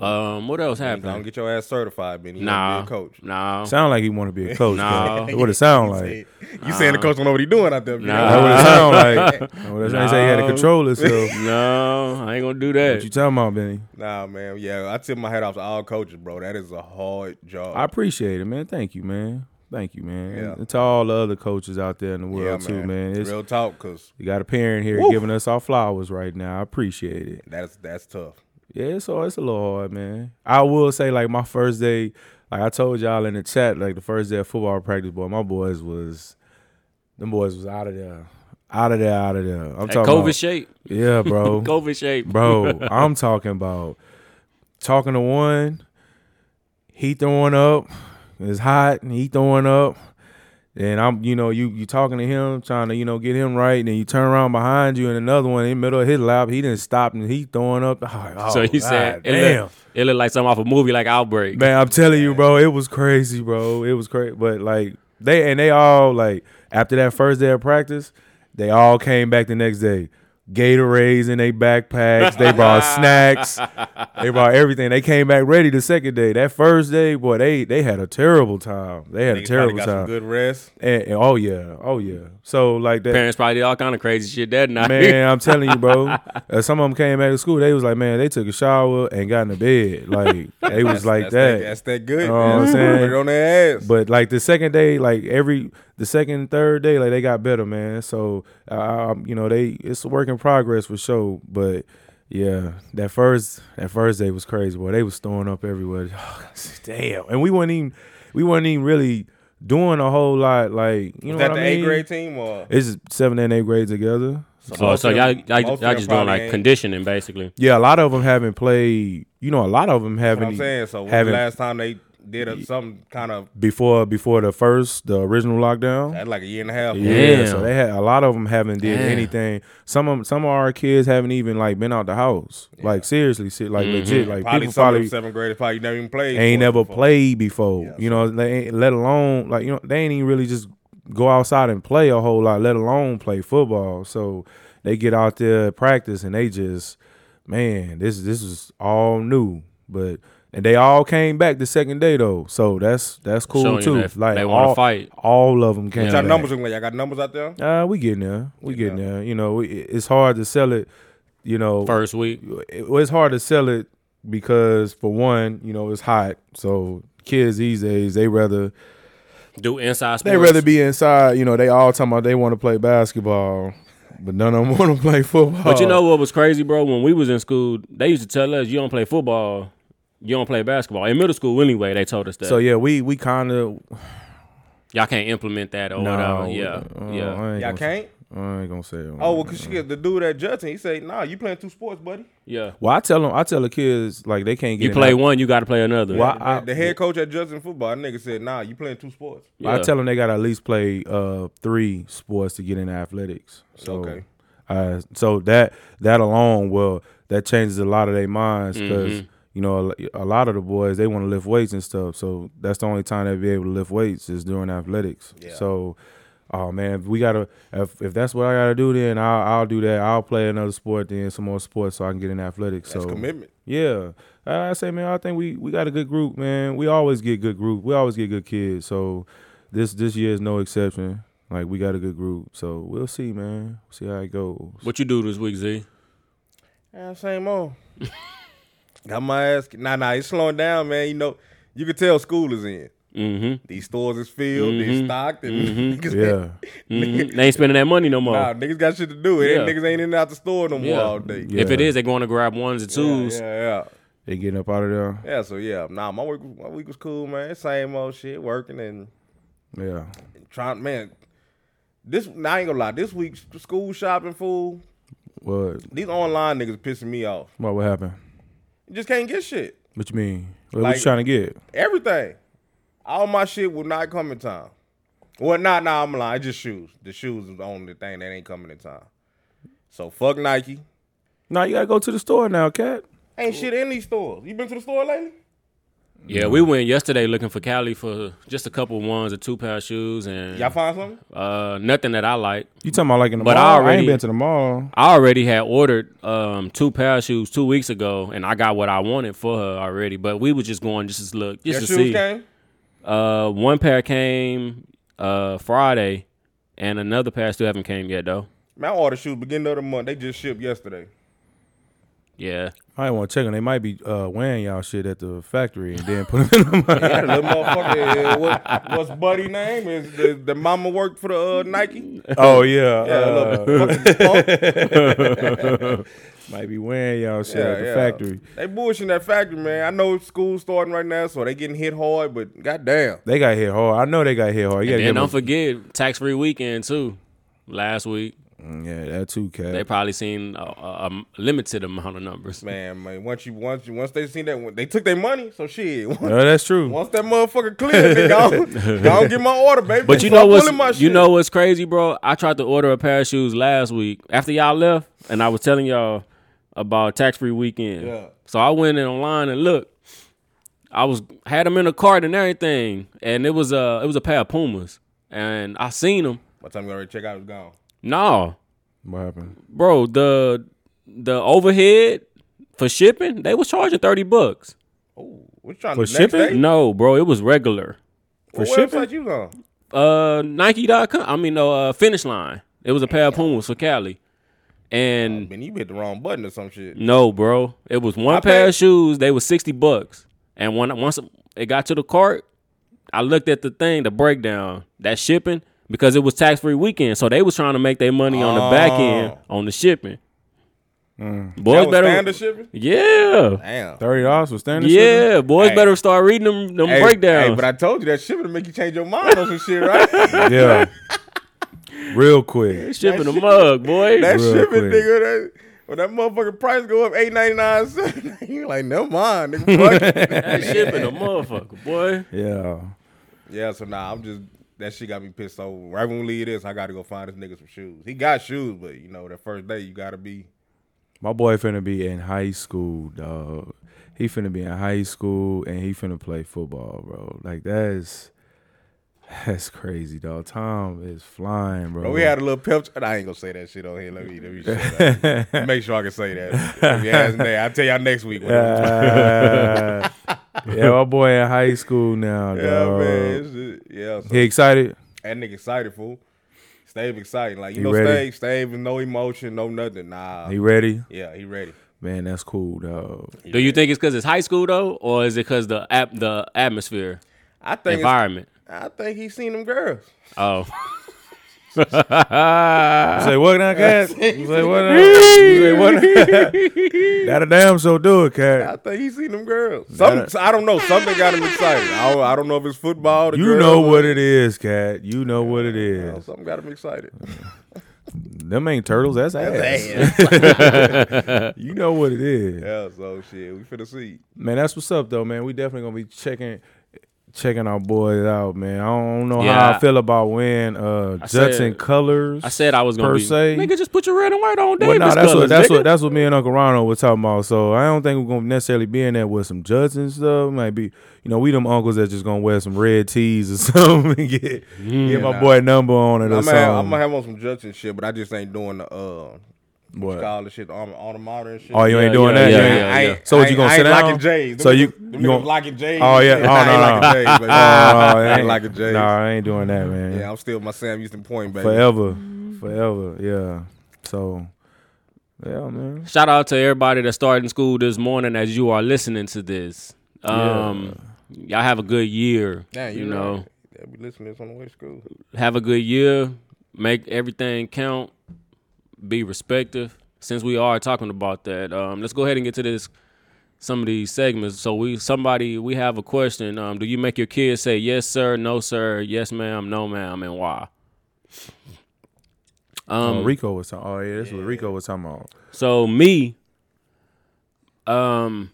[SPEAKER 2] Um, what else
[SPEAKER 3] don't
[SPEAKER 2] happened?
[SPEAKER 3] get your ass certified, Benny. You
[SPEAKER 2] Nah,
[SPEAKER 3] don't be a
[SPEAKER 4] [laughs]
[SPEAKER 3] coach.
[SPEAKER 2] nah.
[SPEAKER 4] Sound like he want
[SPEAKER 2] [laughs]
[SPEAKER 4] to be a coach.
[SPEAKER 2] No.
[SPEAKER 4] though. What
[SPEAKER 2] [laughs]
[SPEAKER 4] it sound like?
[SPEAKER 3] You saying the coach don't know what he doing out there? Benny.
[SPEAKER 2] Nah.
[SPEAKER 4] That what
[SPEAKER 2] [laughs]
[SPEAKER 4] it sound like? That what it sound- he say he had
[SPEAKER 2] No.
[SPEAKER 4] to
[SPEAKER 2] [laughs]
[SPEAKER 4] control himself.
[SPEAKER 2] no, I ain't gonna do
[SPEAKER 4] what you
[SPEAKER 2] that.
[SPEAKER 4] talking about, Benny?
[SPEAKER 3] Nah, man. Yeah, I tip my hat off to all coaches, bro. That is a hard job.
[SPEAKER 4] I appreciate it, man. Thank you, man. Thank you, man.
[SPEAKER 3] Yeah.
[SPEAKER 4] And to all the other coaches out there in the
[SPEAKER 3] yeah,
[SPEAKER 4] world too, man. It's,
[SPEAKER 3] Real talk, cause
[SPEAKER 4] you got a parent here
[SPEAKER 3] Woo.
[SPEAKER 4] giving us our flowers right now. I appreciate it.
[SPEAKER 3] that's that's tough.
[SPEAKER 4] Yeah, so it's a little hard, man. I will say, like my first day, like I told y'all in the chat, like the first day of football practice, boy, my boys was, them boys was out of there, out of there, out of there. I'm
[SPEAKER 2] That
[SPEAKER 4] talking
[SPEAKER 2] COVID
[SPEAKER 4] about,
[SPEAKER 2] shape,
[SPEAKER 4] yeah,
[SPEAKER 2] [laughs]
[SPEAKER 4] bro,
[SPEAKER 2] COVID shape, [laughs]
[SPEAKER 4] bro. I'm talking about talking to one, he throwing up, it's hot, and he throwing up. And I'm, you know, you you talking to him, trying to, you know, get him right, and then you turn around behind you, and another one in the middle of his lap, he didn't stop, and he throwing up. Oh,
[SPEAKER 2] so you
[SPEAKER 4] God,
[SPEAKER 2] said, it
[SPEAKER 4] damn.
[SPEAKER 2] looked it look like something off a movie like Outbreak.
[SPEAKER 4] Man, I'm telling you, bro, it was crazy, bro. It was crazy. But like they and they all like after that first day of practice, they all came back the next day. Gatorades in their backpacks. They
[SPEAKER 3] [laughs]
[SPEAKER 4] brought snacks. They brought everything. They came back ready the second day. That first day, boy, they they had a terrible time. They had a
[SPEAKER 3] Niggas probably
[SPEAKER 4] terrible
[SPEAKER 3] got
[SPEAKER 4] time.
[SPEAKER 3] some good rest.
[SPEAKER 4] and, and- oh yeah, oh yeah. So like that.
[SPEAKER 2] Parents probably did all kind of crazy shit that night.
[SPEAKER 4] Man, I'm telling you, bro.
[SPEAKER 3] [laughs]
[SPEAKER 4] Uh, some of them came back to school. They was like, man, they took a shower and got in the bed. Like they was like
[SPEAKER 3] That's
[SPEAKER 4] that.
[SPEAKER 3] that, that's that good.
[SPEAKER 4] You know what I'm
[SPEAKER 3] man.
[SPEAKER 4] saying?
[SPEAKER 3] Put it on their ass.
[SPEAKER 4] But like the second day, like every the second and third day, like they got better, man. So um, you know, they it's a work in progress for sure. But yeah, that first that first day was crazy, boy. They was throwing up everywhere. [sighs] Damn. And we weren't even we weren't even really doing a whole lot like you know
[SPEAKER 3] Is that
[SPEAKER 4] what
[SPEAKER 3] the
[SPEAKER 4] I
[SPEAKER 3] A
[SPEAKER 4] mean?
[SPEAKER 3] grade team or
[SPEAKER 4] It's just seven and eight grade together.
[SPEAKER 2] so, so y'all, y'all, y'all
[SPEAKER 3] Most of them
[SPEAKER 2] just doing
[SPEAKER 3] probably
[SPEAKER 2] like
[SPEAKER 3] ain't.
[SPEAKER 2] conditioning, basically.
[SPEAKER 4] Yeah, a lot of them haven't played. You know, a lot of them
[SPEAKER 3] That's what
[SPEAKER 4] haven't.
[SPEAKER 3] I'm saying. So when the
[SPEAKER 4] haven't
[SPEAKER 3] last time they did a, some kind of
[SPEAKER 4] before before the first the original lockdown.
[SPEAKER 3] had like a year and a half.
[SPEAKER 4] Yeah,
[SPEAKER 2] Damn.
[SPEAKER 4] so they had a lot of them haven't did anything. Some of 'em- some of our kids haven't even like been out the house. Like seriously, shit,
[SPEAKER 2] Mm-hmm.
[SPEAKER 4] like legit. Like
[SPEAKER 3] Probably
[SPEAKER 4] people
[SPEAKER 3] some of
[SPEAKER 4] probably
[SPEAKER 3] them seventh graders probably never even played.
[SPEAKER 4] ain't
[SPEAKER 3] for it
[SPEAKER 4] never
[SPEAKER 3] before.
[SPEAKER 4] played before. you know, they ain't, let alone like you know they ain't even really just go outside and play a whole lot. Let alone play football. So they get out there practice and they just man, this this is all new. But and they all came back the second day though. So that's that's cool
[SPEAKER 2] Showing you
[SPEAKER 4] too.
[SPEAKER 2] that they wanna
[SPEAKER 4] all,
[SPEAKER 2] fight.
[SPEAKER 4] All of them came.
[SPEAKER 3] Y'all
[SPEAKER 4] back.
[SPEAKER 3] numbers look like y'all got numbers out there.
[SPEAKER 4] Uh, we getting there. We getting there. You know, we, it's hard to sell it. You know,
[SPEAKER 2] First week,
[SPEAKER 4] it, it's hard to sell it because for one, you know, it's hot. So kids these days, they rather
[SPEAKER 2] do inside sports.
[SPEAKER 4] they rather be inside. You know, they all talking about they want to play basketball, but none of them [laughs] want to play football.
[SPEAKER 2] But you know what was crazy, bro? When we was in school, they used to tell us you don't play football, you don't play basketball. In middle school, anyway, they told us that.
[SPEAKER 4] So yeah, we we kind of
[SPEAKER 2] Y'all can't implement that or
[SPEAKER 4] Nah,
[SPEAKER 2] whatever. Yeah, yeah,
[SPEAKER 4] uh, I ain't
[SPEAKER 3] Y'all
[SPEAKER 4] gonna say-
[SPEAKER 3] can't.
[SPEAKER 4] I ain't gonna say it.
[SPEAKER 3] Oh, well, cause shit, the dude at Judson, he say, "Nah, you playing two sports, buddy."
[SPEAKER 2] yeah.
[SPEAKER 4] Well, I tell them, I tell the kids like they can't get.
[SPEAKER 2] You
[SPEAKER 4] in
[SPEAKER 2] play
[SPEAKER 4] that-
[SPEAKER 2] one, you got to play another.
[SPEAKER 4] Well, I,
[SPEAKER 3] the head coach at Judson football, that nigga said, "Nah, you playing two sports."
[SPEAKER 4] I
[SPEAKER 2] Yeah.
[SPEAKER 4] tell them they gotta at least play uh three sports to get into athletics. So,
[SPEAKER 3] Okay.
[SPEAKER 4] uh, so that that alone, well, that changes a lot of their minds
[SPEAKER 3] Mm-hmm.
[SPEAKER 4] because you know a, a lot of the boys they want to lift weights and stuff. So that's the only time they be able to lift weights is during athletics. So. Oh man, if we gotta if, if that's what I gotta do, then I'll I'll do that. I'll play another sport, then some more sports, so I can get in athletics.
[SPEAKER 3] That's
[SPEAKER 4] so
[SPEAKER 3] commitment.
[SPEAKER 4] yeah, I I say, man, I think we we got a good group, man. We always get good group. We always get good kids. So this this year is no exception. Like we got a good group. So we'll see, man. See how it goes.
[SPEAKER 2] What you do this week, Z?
[SPEAKER 3] Yeah, same old. [laughs] Got my ass. ki- Nah, nah, it's slowing down, man. You know, you can tell school is in.
[SPEAKER 4] [laughs]
[SPEAKER 2] Mm-hmm.
[SPEAKER 3] These stores is filled. These stocked. And [laughs] niggas,
[SPEAKER 4] Mm-hmm. Yeah,
[SPEAKER 2] mm-hmm. They ain't spending that money no more.
[SPEAKER 3] Nah, niggas got shit to do. It ain't
[SPEAKER 2] Yeah.
[SPEAKER 3] Niggas ain't in and out the store no more
[SPEAKER 2] Yeah.
[SPEAKER 3] all day.
[SPEAKER 4] Yeah.
[SPEAKER 2] If it is, they're going to grab ones and
[SPEAKER 3] Yeah,
[SPEAKER 2] twos.
[SPEAKER 3] yeah, yeah.
[SPEAKER 4] [laughs] they getting up out of there.
[SPEAKER 3] Yeah, so yeah, nah, my week, my week was cool, man. Same old shit, working and
[SPEAKER 4] Yeah,
[SPEAKER 3] trying, man. This, nah, I ain't gonna lie, this week's school shopping, fool.
[SPEAKER 4] what?
[SPEAKER 3] These online niggas pissing me off.
[SPEAKER 4] What? What happened?
[SPEAKER 3] You just can't get shit.
[SPEAKER 4] What you mean? What,
[SPEAKER 3] Like-
[SPEAKER 4] you trying to get?
[SPEAKER 3] Everything. All my shit will not come in time. Well, nah, nah, I'm lying. It's just shoes. The shoes is the only thing that ain't coming in time. So fuck Nike.
[SPEAKER 4] Nah, you gotta go to the store now, cat.
[SPEAKER 3] Ain't shit in these stores. You been to the store lately?
[SPEAKER 2] Yeah, we went yesterday looking for Cali for just a couple ones or two pair of shoes and
[SPEAKER 3] Y'all find something?
[SPEAKER 2] uh, nothing that I like.
[SPEAKER 4] You talking about like in the
[SPEAKER 2] But I
[SPEAKER 4] mall? I,
[SPEAKER 2] already-
[SPEAKER 4] ain't been to the mall.
[SPEAKER 2] I already had ordered um, two pair of shoes two weeks ago, and I got what I wanted for her already. But we was just going just to look,
[SPEAKER 3] Your
[SPEAKER 2] just to
[SPEAKER 3] shoes
[SPEAKER 2] see.
[SPEAKER 3] came?
[SPEAKER 2] Uh, one pair came uh, Friday, and another pair still haven't came yet though.
[SPEAKER 3] Man, I ordered shoes beginning of the month. They just shipped yesterday.
[SPEAKER 2] [laughs] Yeah,
[SPEAKER 4] I ain't want to check them. They might be uh, wearing y'all shit at the factory and then put them in the
[SPEAKER 3] That little motherfucker. uh, what, what's buddy name? Is the, the mama work for the uh, Nike?
[SPEAKER 4] [laughs] Oh yeah,
[SPEAKER 3] Yeah,
[SPEAKER 4] uh,
[SPEAKER 3] little fucking [laughs] punk.
[SPEAKER 4] might be wearing y'all shit
[SPEAKER 3] Yeah,
[SPEAKER 4] at the
[SPEAKER 3] yeah.
[SPEAKER 4] factory.
[SPEAKER 3] They bullshitting that factory, man. I know school's starting right now, so they getting hit hard, but goddamn.
[SPEAKER 4] They got hit hard. I know they got hit hard. You gotta
[SPEAKER 2] and
[SPEAKER 4] give
[SPEAKER 2] don't
[SPEAKER 4] them,
[SPEAKER 2] forget tax free weekend too. Last week
[SPEAKER 4] yeah, that too,
[SPEAKER 2] they
[SPEAKER 4] cat.
[SPEAKER 2] probably seen a, a, a limited amount of numbers.
[SPEAKER 3] Man, man, once you once you once they seen that when- they took their money, so shit. [laughs] Once,
[SPEAKER 4] No, that's true.
[SPEAKER 3] once that motherfucker cleared, they gone, gone get my order, baby.
[SPEAKER 2] But you
[SPEAKER 3] So
[SPEAKER 2] know
[SPEAKER 3] I'm pulling my
[SPEAKER 2] what's you
[SPEAKER 3] shit.
[SPEAKER 2] know what's crazy, bro? I tried to order a pair of shoes last week after y'all left, and I was telling y'all about tax free weekend.
[SPEAKER 3] Yeah.
[SPEAKER 2] So I went in online and looked. I was had them in a cart and everything, and it was a it was a pair of Pumas, and I seen them.
[SPEAKER 3] By the time you already check out, it's gone.
[SPEAKER 2] No,
[SPEAKER 4] What happened?
[SPEAKER 2] bro, the the overhead for shipping they was charging thirty bucks.
[SPEAKER 3] Oh, what you trying
[SPEAKER 4] For
[SPEAKER 3] to do next
[SPEAKER 4] shipping?
[SPEAKER 3] day?
[SPEAKER 2] No, bro, it was regular.
[SPEAKER 3] What
[SPEAKER 4] For shipping?
[SPEAKER 3] website you on?
[SPEAKER 2] uh Nike.com. I mean, no, uh, Finish Line. It was a pair of Pumas for Cali, and
[SPEAKER 3] Man, you hit the wrong button or some shit.
[SPEAKER 2] no, bro, it was one
[SPEAKER 3] I
[SPEAKER 2] pair
[SPEAKER 3] paid-
[SPEAKER 2] of shoes. They were sixty bucks, and when once it got to the cart, I looked at the thing, the breakdown, that shipping because it was tax free weekend, so they was trying to make their money on the back end on the shipping.
[SPEAKER 3] Oh. Mm. That
[SPEAKER 2] Boys
[SPEAKER 3] was
[SPEAKER 2] better,
[SPEAKER 3] standard shipping?
[SPEAKER 2] yeah,
[SPEAKER 3] Damn.
[SPEAKER 4] Thirty dollars for standard? shipping?
[SPEAKER 2] yeah. Boys
[SPEAKER 3] Hey.
[SPEAKER 2] better start reading them them
[SPEAKER 3] Hey,
[SPEAKER 2] breakdowns.
[SPEAKER 3] hey, but I told you that shipping to make you change your mind on some shit, right? that
[SPEAKER 4] yeah. Real quick.
[SPEAKER 2] shipping the mug, boy.
[SPEAKER 4] Real
[SPEAKER 3] shipping,
[SPEAKER 4] quick.
[SPEAKER 3] nigga. That, when that motherfucking price go up eight ninety nine, [laughs] you like never mind, nigga. Fuck it.
[SPEAKER 4] [laughs]
[SPEAKER 2] That shipping the motherfucker, boy.
[SPEAKER 4] Yeah.
[SPEAKER 3] Yeah, so nah, I'm just that shit got me pissed off. Right when we leave this, I gotta go find this nigga some shoes. He got shoes, but you know, that first day you gotta be
[SPEAKER 4] My boy finna be in high school, dog. He finna be in high school and he finna play football, bro. Like that's that's crazy, dog. Time is flying, bro.
[SPEAKER 3] Bro, we had a little pep. and I ain't gonna say that shit on here. Let me let me shut
[SPEAKER 4] [laughs]
[SPEAKER 3] up. make sure I can say that. If you ask me, I'll tell y'all next week. What it was.
[SPEAKER 4] Uh, [laughs] yeah, my boy in high school
[SPEAKER 3] [laughs]
[SPEAKER 4] now,
[SPEAKER 3] yeah,
[SPEAKER 4] dog.
[SPEAKER 3] man. it's just- yeah, so
[SPEAKER 4] He excited?
[SPEAKER 3] that nigga excited, fool. Stave excited. Like you
[SPEAKER 4] He
[SPEAKER 3] know,
[SPEAKER 4] ready.
[SPEAKER 3] Stave, Stave with no emotion, no nothing. Nah.
[SPEAKER 4] He ready?
[SPEAKER 3] yeah, he ready.
[SPEAKER 4] Man, that's cool, dog.
[SPEAKER 2] Do you think it's because it's high school though, or is it because the ap- the atmosphere,
[SPEAKER 3] I think it's-
[SPEAKER 2] environment?
[SPEAKER 4] [laughs]
[SPEAKER 3] I think he seen them girls.
[SPEAKER 2] Oh,
[SPEAKER 4] Say what now, cat? Say what now? Say what? [laughs] That a damn so do it,
[SPEAKER 3] I
[SPEAKER 4] cat.
[SPEAKER 3] think he seen them girls. Some, I don't know. Something got him excited. I don't, I don't know if it's football. The
[SPEAKER 4] You
[SPEAKER 3] girls,
[SPEAKER 4] know
[SPEAKER 3] or-
[SPEAKER 4] what it is, cat. You know what it
[SPEAKER 3] I don't know,
[SPEAKER 4] is.
[SPEAKER 3] Something got him excited.
[SPEAKER 4] Them ain't turtles. That's ass. [laughs]
[SPEAKER 3] Damn.
[SPEAKER 4] You know what it is.
[SPEAKER 3] yeah. So shit, we finna see.
[SPEAKER 4] Man, that's what's up though, man. We definitely gonna be checking checking our boys out, man. I don't know
[SPEAKER 2] Yeah,
[SPEAKER 4] how
[SPEAKER 2] I-
[SPEAKER 4] I feel about wearing uh
[SPEAKER 2] said-
[SPEAKER 4] Judson colors.
[SPEAKER 2] I said I was gonna
[SPEAKER 4] per
[SPEAKER 2] be
[SPEAKER 4] se.
[SPEAKER 2] nigga. Just put your red and white on.
[SPEAKER 4] well,
[SPEAKER 2] Davis
[SPEAKER 4] no, that's
[SPEAKER 2] colors,
[SPEAKER 4] what that's
[SPEAKER 2] nigga.
[SPEAKER 4] what that's what me and Uncle Ronald were talking about. So I don't think we're gonna necessarily be in there with some Judson stuff. Might be, you know, we them uncles that just gonna wear some red tees or [laughs] something and get
[SPEAKER 2] Mm.
[SPEAKER 4] get my boy a number on it or
[SPEAKER 3] I'm gonna,
[SPEAKER 4] something.
[SPEAKER 3] have, I'm gonna have on some Judson shit, but I just ain't doing the uh,
[SPEAKER 4] What?
[SPEAKER 3] scholar shit, all, all the modern shit.
[SPEAKER 4] Oh, you
[SPEAKER 2] Yeah,
[SPEAKER 4] ain't doing
[SPEAKER 2] yeah,
[SPEAKER 4] that.
[SPEAKER 2] yeah,
[SPEAKER 4] you
[SPEAKER 3] [laughs]
[SPEAKER 4] ain't-
[SPEAKER 2] yeah,
[SPEAKER 3] I
[SPEAKER 2] yeah.
[SPEAKER 3] ain't-
[SPEAKER 4] So what
[SPEAKER 3] I
[SPEAKER 4] you gonna
[SPEAKER 3] ain't-
[SPEAKER 4] sit
[SPEAKER 3] I ain't
[SPEAKER 4] down?
[SPEAKER 3] locking J's. Them
[SPEAKER 4] So you
[SPEAKER 3] niggas- them
[SPEAKER 4] you
[SPEAKER 3] niggas
[SPEAKER 4] gonna
[SPEAKER 3] locking J's?
[SPEAKER 4] Oh, yeah.
[SPEAKER 3] [laughs]
[SPEAKER 4] Oh,
[SPEAKER 3] I ain't
[SPEAKER 4] no,
[SPEAKER 3] locking
[SPEAKER 4] no.
[SPEAKER 3] J's, baby.
[SPEAKER 4] Oh,
[SPEAKER 3] I ain't
[SPEAKER 4] ain't-
[SPEAKER 3] locking J's.
[SPEAKER 4] Nah, I ain't doing that, man.
[SPEAKER 3] Yeah, I'm still my Sam Houston point, baby.
[SPEAKER 4] forever, forever. Yeah. So, yeah, man.
[SPEAKER 2] Shout out to everybody that's starting school this morning as you are listening to this. Um, Y'all have a good year.
[SPEAKER 3] Damn,
[SPEAKER 2] you
[SPEAKER 3] you
[SPEAKER 2] know,
[SPEAKER 3] know. They be listening to this on the way to school.
[SPEAKER 2] have a good year. Make everything count. Be respective. Since we are talking about that, um, let's go ahead and get to this. Some of these segments. So we somebody we have a question. Um, do you make your kids say yes sir, no sir, yes ma'am, no ma'am, and why? Um,
[SPEAKER 4] oh, Rico was talking. Oh, yeah, this is what Rico was talking about.
[SPEAKER 2] So me, um,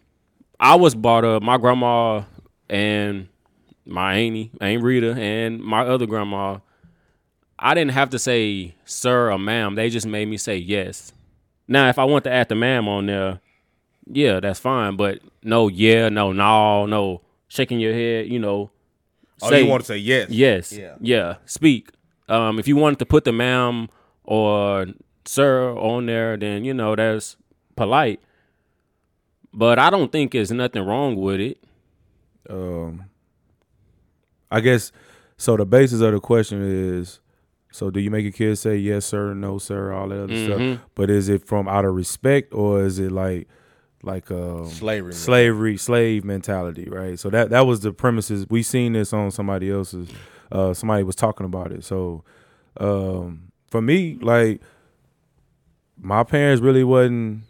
[SPEAKER 2] I was brought up. My grandma and my auntie, Aunt Rita, and my other grandma. I didn't have to say sir or ma'am. They just made me say yes. Now, if I want to add the ma'am on there, yeah, that's fine. But no, yeah, no, no, no, shaking your head, you know.
[SPEAKER 3] Oh,
[SPEAKER 2] say-
[SPEAKER 3] you want to say yes?
[SPEAKER 2] Yes. Yeah.
[SPEAKER 3] Yeah.
[SPEAKER 2] Speak. Um, if you wanted to put the ma'am or sir on there, then you know that's polite. But I don't think there's nothing wrong with it.
[SPEAKER 4] Um, I guess so. The basis of the question is so, do you make your kids say yes, sir, no, sir, all that other stuff? But is it from out of respect or is it like, like, um,
[SPEAKER 3] Slavery. man.
[SPEAKER 4] slavery, slave mentality, right? So that that was the premises. We seen this on somebody else's. Uh, somebody was talking about it. So um, for me, like my parents really wasn't.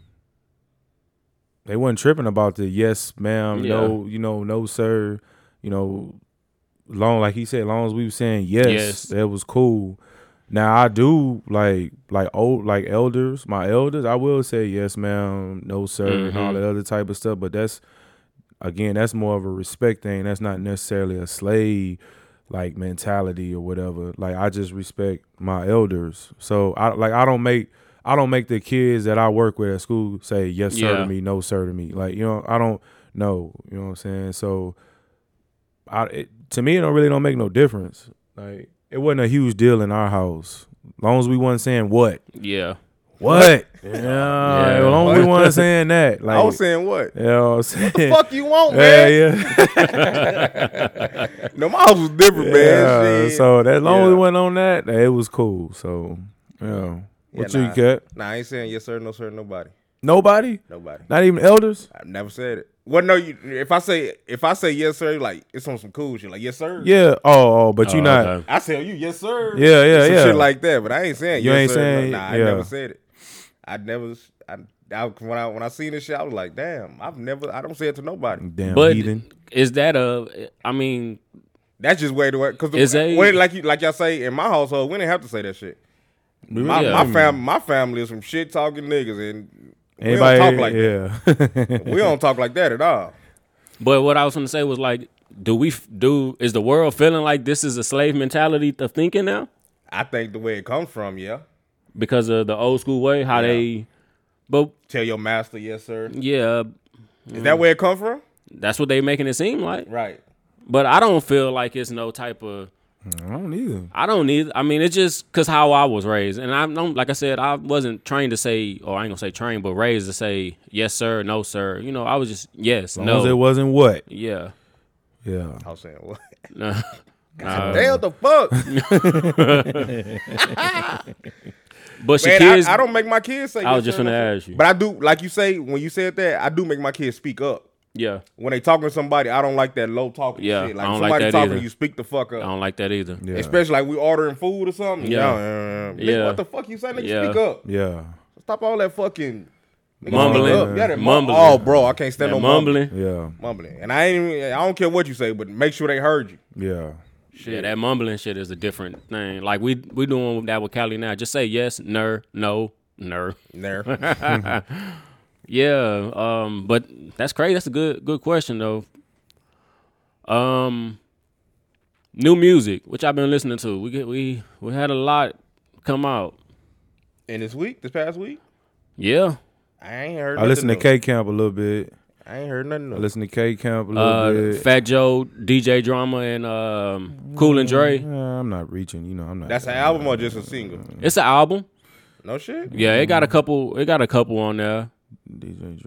[SPEAKER 4] They wasn't tripping about the yes, ma'am, no, you know, no, sir, you know, long like he said, long as we were saying yes,
[SPEAKER 2] Yes.
[SPEAKER 4] that was cool. Now I do like like old like elders, my elders. I will say yes, ma'am, no, sir, and all that other type of stuff. But that's again, that's more of a respect thing. That's not necessarily a slave like mentality or whatever. Like I just respect my elders. So I like I don't make I don't make the kids that I work with at school say yes sir
[SPEAKER 2] Yeah.
[SPEAKER 4] to me, no sir to me. Like you know, I don't know. You know what I'm saying? So I it, to me it don't really don't make no difference. Like it wasn't a huge deal in our house. long as we wasn't saying what.
[SPEAKER 2] Yeah.
[SPEAKER 3] [laughs]
[SPEAKER 4] What? Yeah. yeah. long as we wasn't saying that. Like
[SPEAKER 3] I was saying what?
[SPEAKER 4] you know what I'm saying?
[SPEAKER 3] Fuck you want,
[SPEAKER 4] [laughs] yeah,
[SPEAKER 3] man.
[SPEAKER 4] yeah.
[SPEAKER 3] No, my house was different, [laughs] man.
[SPEAKER 4] Yeah,
[SPEAKER 3] Shit.
[SPEAKER 4] so that long as we
[SPEAKER 3] Yeah.
[SPEAKER 4] went on that, it was cool. So yeah, what
[SPEAKER 3] Yeah,
[SPEAKER 4] you
[SPEAKER 3] nah.
[SPEAKER 4] got?
[SPEAKER 3] Nah, I ain't saying yes sir, no sir, nobody,
[SPEAKER 4] Nobody,
[SPEAKER 3] nobody.
[SPEAKER 4] not even elders.
[SPEAKER 3] I've never said it. Well, no, you, if I say if I say yes sir, like it's on some cool shit, like yes sir.
[SPEAKER 4] Yeah. Oh, oh but you
[SPEAKER 2] Oh,
[SPEAKER 4] not.
[SPEAKER 2] okay.
[SPEAKER 3] I tell you yes sir.
[SPEAKER 4] Yeah, yeah,
[SPEAKER 3] some
[SPEAKER 4] yeah.
[SPEAKER 3] Shit like that, but I ain't saying
[SPEAKER 4] You
[SPEAKER 3] yes
[SPEAKER 4] ain't
[SPEAKER 3] sir.
[SPEAKER 4] saying-
[SPEAKER 3] nah, I
[SPEAKER 4] yeah.
[SPEAKER 3] never said it. I never. I, I when I when I seen this shit, I was like, damn, I've never. I don't say it to nobody.
[SPEAKER 4] Damn
[SPEAKER 2] But
[SPEAKER 4] heathen.
[SPEAKER 2] is that a? I mean,
[SPEAKER 3] That's just way to way because
[SPEAKER 2] Is that-
[SPEAKER 3] when like you like y'all say in my household, we didn't have to say that shit. My
[SPEAKER 2] yeah.
[SPEAKER 3] my fam my family is some shit talking niggas and
[SPEAKER 4] Anybody?
[SPEAKER 3] we don't talk like that.
[SPEAKER 4] yeah.
[SPEAKER 3] We don't talk like that at all.
[SPEAKER 2] but what I was gonna say was like, do we f- do? Is the world feeling like this is a slave mentality of thinking now
[SPEAKER 3] I think the way it comes from, yeah.
[SPEAKER 2] because of the old school way how they? But
[SPEAKER 3] Tell your master yes sir. Is
[SPEAKER 2] yeah, Mm.
[SPEAKER 3] that where it come from?
[SPEAKER 2] that's what they making it seem like.
[SPEAKER 3] Right.
[SPEAKER 2] But I don't feel like it's no type of.
[SPEAKER 4] [laughs] I don't either.
[SPEAKER 2] I don't need. I mean, it's just because how I was raised, and I don't. Like I said, I wasn't trained to say, or I ain't gonna say trained, but raised to say yes sir, no sir. You know, I was just yes,
[SPEAKER 4] Long as it
[SPEAKER 2] no,
[SPEAKER 4] wasn't what.
[SPEAKER 2] yeah. [laughs]
[SPEAKER 4] Yeah.
[SPEAKER 3] I was saying what?
[SPEAKER 2] Nah.
[SPEAKER 3] Damn the
[SPEAKER 2] [laughs]
[SPEAKER 3] fuck, man!
[SPEAKER 2] But your kids,
[SPEAKER 3] I, I don't make my kids say.
[SPEAKER 2] I was
[SPEAKER 3] yes,
[SPEAKER 2] just
[SPEAKER 3] sir,
[SPEAKER 2] gonna
[SPEAKER 3] no, sir.
[SPEAKER 2] ask you.
[SPEAKER 3] but I do. Like you say, when you said that, I do make my kids speak up.
[SPEAKER 2] Yeah,
[SPEAKER 3] When they talking to somebody, I don't like that low talking
[SPEAKER 2] Yeah,
[SPEAKER 3] shit.
[SPEAKER 2] I don't like
[SPEAKER 3] somebody
[SPEAKER 2] that
[SPEAKER 3] talking
[SPEAKER 2] either.
[SPEAKER 3] to you, speak the fuck up.
[SPEAKER 2] I don't like that either.
[SPEAKER 4] Yeah.
[SPEAKER 3] Especially like we ordering food or something.
[SPEAKER 2] Yeah.
[SPEAKER 3] yeah, Nigga,
[SPEAKER 2] Yeah.
[SPEAKER 3] What the fuck you saying? Nigga,
[SPEAKER 2] Yeah.
[SPEAKER 3] speak up.
[SPEAKER 4] Yeah.
[SPEAKER 3] Stop all that fucking nigga,
[SPEAKER 2] Mumbling.
[SPEAKER 3] speak up. Yeah, that mum-
[SPEAKER 2] Mumbling.
[SPEAKER 3] Oh, bro, I can't stand
[SPEAKER 2] That
[SPEAKER 3] no mumbling.
[SPEAKER 2] mumbling,
[SPEAKER 4] Yeah.
[SPEAKER 3] Mumbling. And I ain't. Even, I don't care what you say, but make sure they heard you.
[SPEAKER 4] Yeah.
[SPEAKER 2] yeah, that mumbling shit is a different thing. Like we we doing that with Cali now. Just say yes, ner, no, ner.
[SPEAKER 3] There.
[SPEAKER 2] [laughs] Yeah, um, but that's crazy. That's a good good question though. Um, new music, which I've been listening to. We get we we had a lot come out.
[SPEAKER 3] and this week, this past week,
[SPEAKER 2] Yeah,
[SPEAKER 3] I ain't heard.
[SPEAKER 4] I
[SPEAKER 3] nothing
[SPEAKER 4] listened to
[SPEAKER 3] new.
[SPEAKER 4] K Camp a little bit.
[SPEAKER 3] I ain't heard nothing.
[SPEAKER 4] I
[SPEAKER 3] new.
[SPEAKER 4] listened to K Camp a little
[SPEAKER 2] uh,
[SPEAKER 4] bit.
[SPEAKER 2] Fat Joe, DJ Drama, and um, Cool and Dre.
[SPEAKER 4] Uh, I'm not reaching. You know, I'm not.
[SPEAKER 3] That's an album or just a single?
[SPEAKER 2] It's an album.
[SPEAKER 3] No shit.
[SPEAKER 2] Yeah, it got a couple. It got a couple on there.
[SPEAKER 4] DJ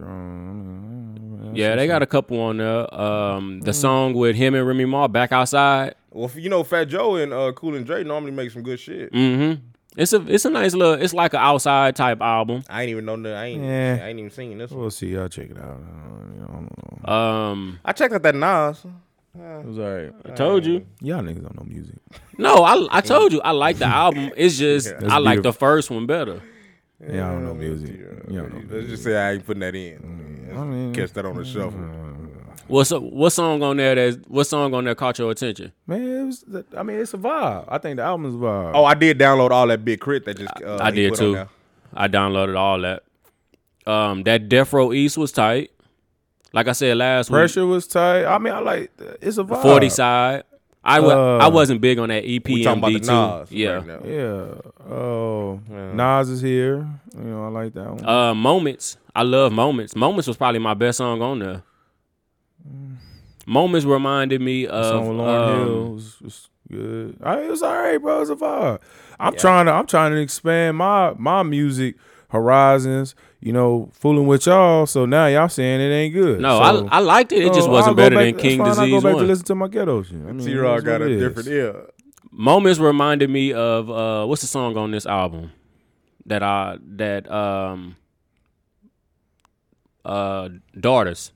[SPEAKER 4] Drum.
[SPEAKER 2] Yeah, they got a couple on there. Um, the song with him and Remy Ma, "Back Outside."
[SPEAKER 3] Well, f- you know, Fat Joe and uh, Cool and Dre normally make some good shit.
[SPEAKER 2] Mm-hmm. It's a it's a nice little. It's like an outside type album.
[SPEAKER 3] I ain't even know that. I ain't.
[SPEAKER 4] Yeah.
[SPEAKER 3] I ain't even seen this one.
[SPEAKER 4] We'll see. I'll check it out. I don't, you know, I don't know.
[SPEAKER 2] Um,
[SPEAKER 3] I checked out that Nas.
[SPEAKER 2] Uh,
[SPEAKER 4] It was all right.
[SPEAKER 2] I told you.
[SPEAKER 4] Y'all niggas don't know music.
[SPEAKER 2] No, I I told you I like the album. It's just
[SPEAKER 4] That's
[SPEAKER 2] I like the
[SPEAKER 4] beautiful.
[SPEAKER 2] first one better.
[SPEAKER 4] Y'all don't know music. Y'all don't know
[SPEAKER 3] Let's
[SPEAKER 4] music.
[SPEAKER 3] just say I ain't putting that in.
[SPEAKER 4] I mean,
[SPEAKER 3] Catch that on the shuffle.
[SPEAKER 2] What's what song on there that what song on there caught your attention?
[SPEAKER 4] man, it was. The, I mean, it's a vibe. I think the album's a vibe.
[SPEAKER 3] Oh, I did download all that big crit that just uh,
[SPEAKER 2] I
[SPEAKER 3] he
[SPEAKER 2] did
[SPEAKER 3] put on
[SPEAKER 2] too.
[SPEAKER 3] there.
[SPEAKER 2] I downloaded all that. Um, that Death Row East was tight. Like I said last
[SPEAKER 4] pressure was tight. I mean, I like. It's a
[SPEAKER 2] week,
[SPEAKER 4] vibe.
[SPEAKER 2] forty side. I wa-
[SPEAKER 4] Uh,
[SPEAKER 2] I wasn't big on that E EPMD
[SPEAKER 3] We talking about the Nas.
[SPEAKER 2] E too. Yeah.
[SPEAKER 3] Right now.
[SPEAKER 4] Yeah. Oh, Nas is here. You know, I like that one.
[SPEAKER 2] Uh, moments. I love moments. Moments was probably my best song on there. Moments reminded me of
[SPEAKER 4] song with Lauren
[SPEAKER 2] um,
[SPEAKER 4] Hill was, was good. I, it was all right, bro. It was a vibe. I'm trying to I'm trying to expand my my music horizons. You know, fooling with y'all. So now y'all saying it ain't good.
[SPEAKER 2] No,
[SPEAKER 4] so,
[SPEAKER 2] I I liked it. It just
[SPEAKER 4] so Oh, I'll
[SPEAKER 2] wasn't
[SPEAKER 4] go
[SPEAKER 2] better
[SPEAKER 4] back-
[SPEAKER 2] than
[SPEAKER 4] that's
[SPEAKER 2] King
[SPEAKER 4] fine,
[SPEAKER 2] Disease
[SPEAKER 4] I go back
[SPEAKER 2] One.
[SPEAKER 4] to listen to my ghetto shit. I mean,
[SPEAKER 3] T Raw
[SPEAKER 4] that's
[SPEAKER 3] got
[SPEAKER 4] what
[SPEAKER 3] a
[SPEAKER 4] it is.
[SPEAKER 3] different ear.
[SPEAKER 2] Moments reminded me of uh, what's the song on this album that I that um uh daughters.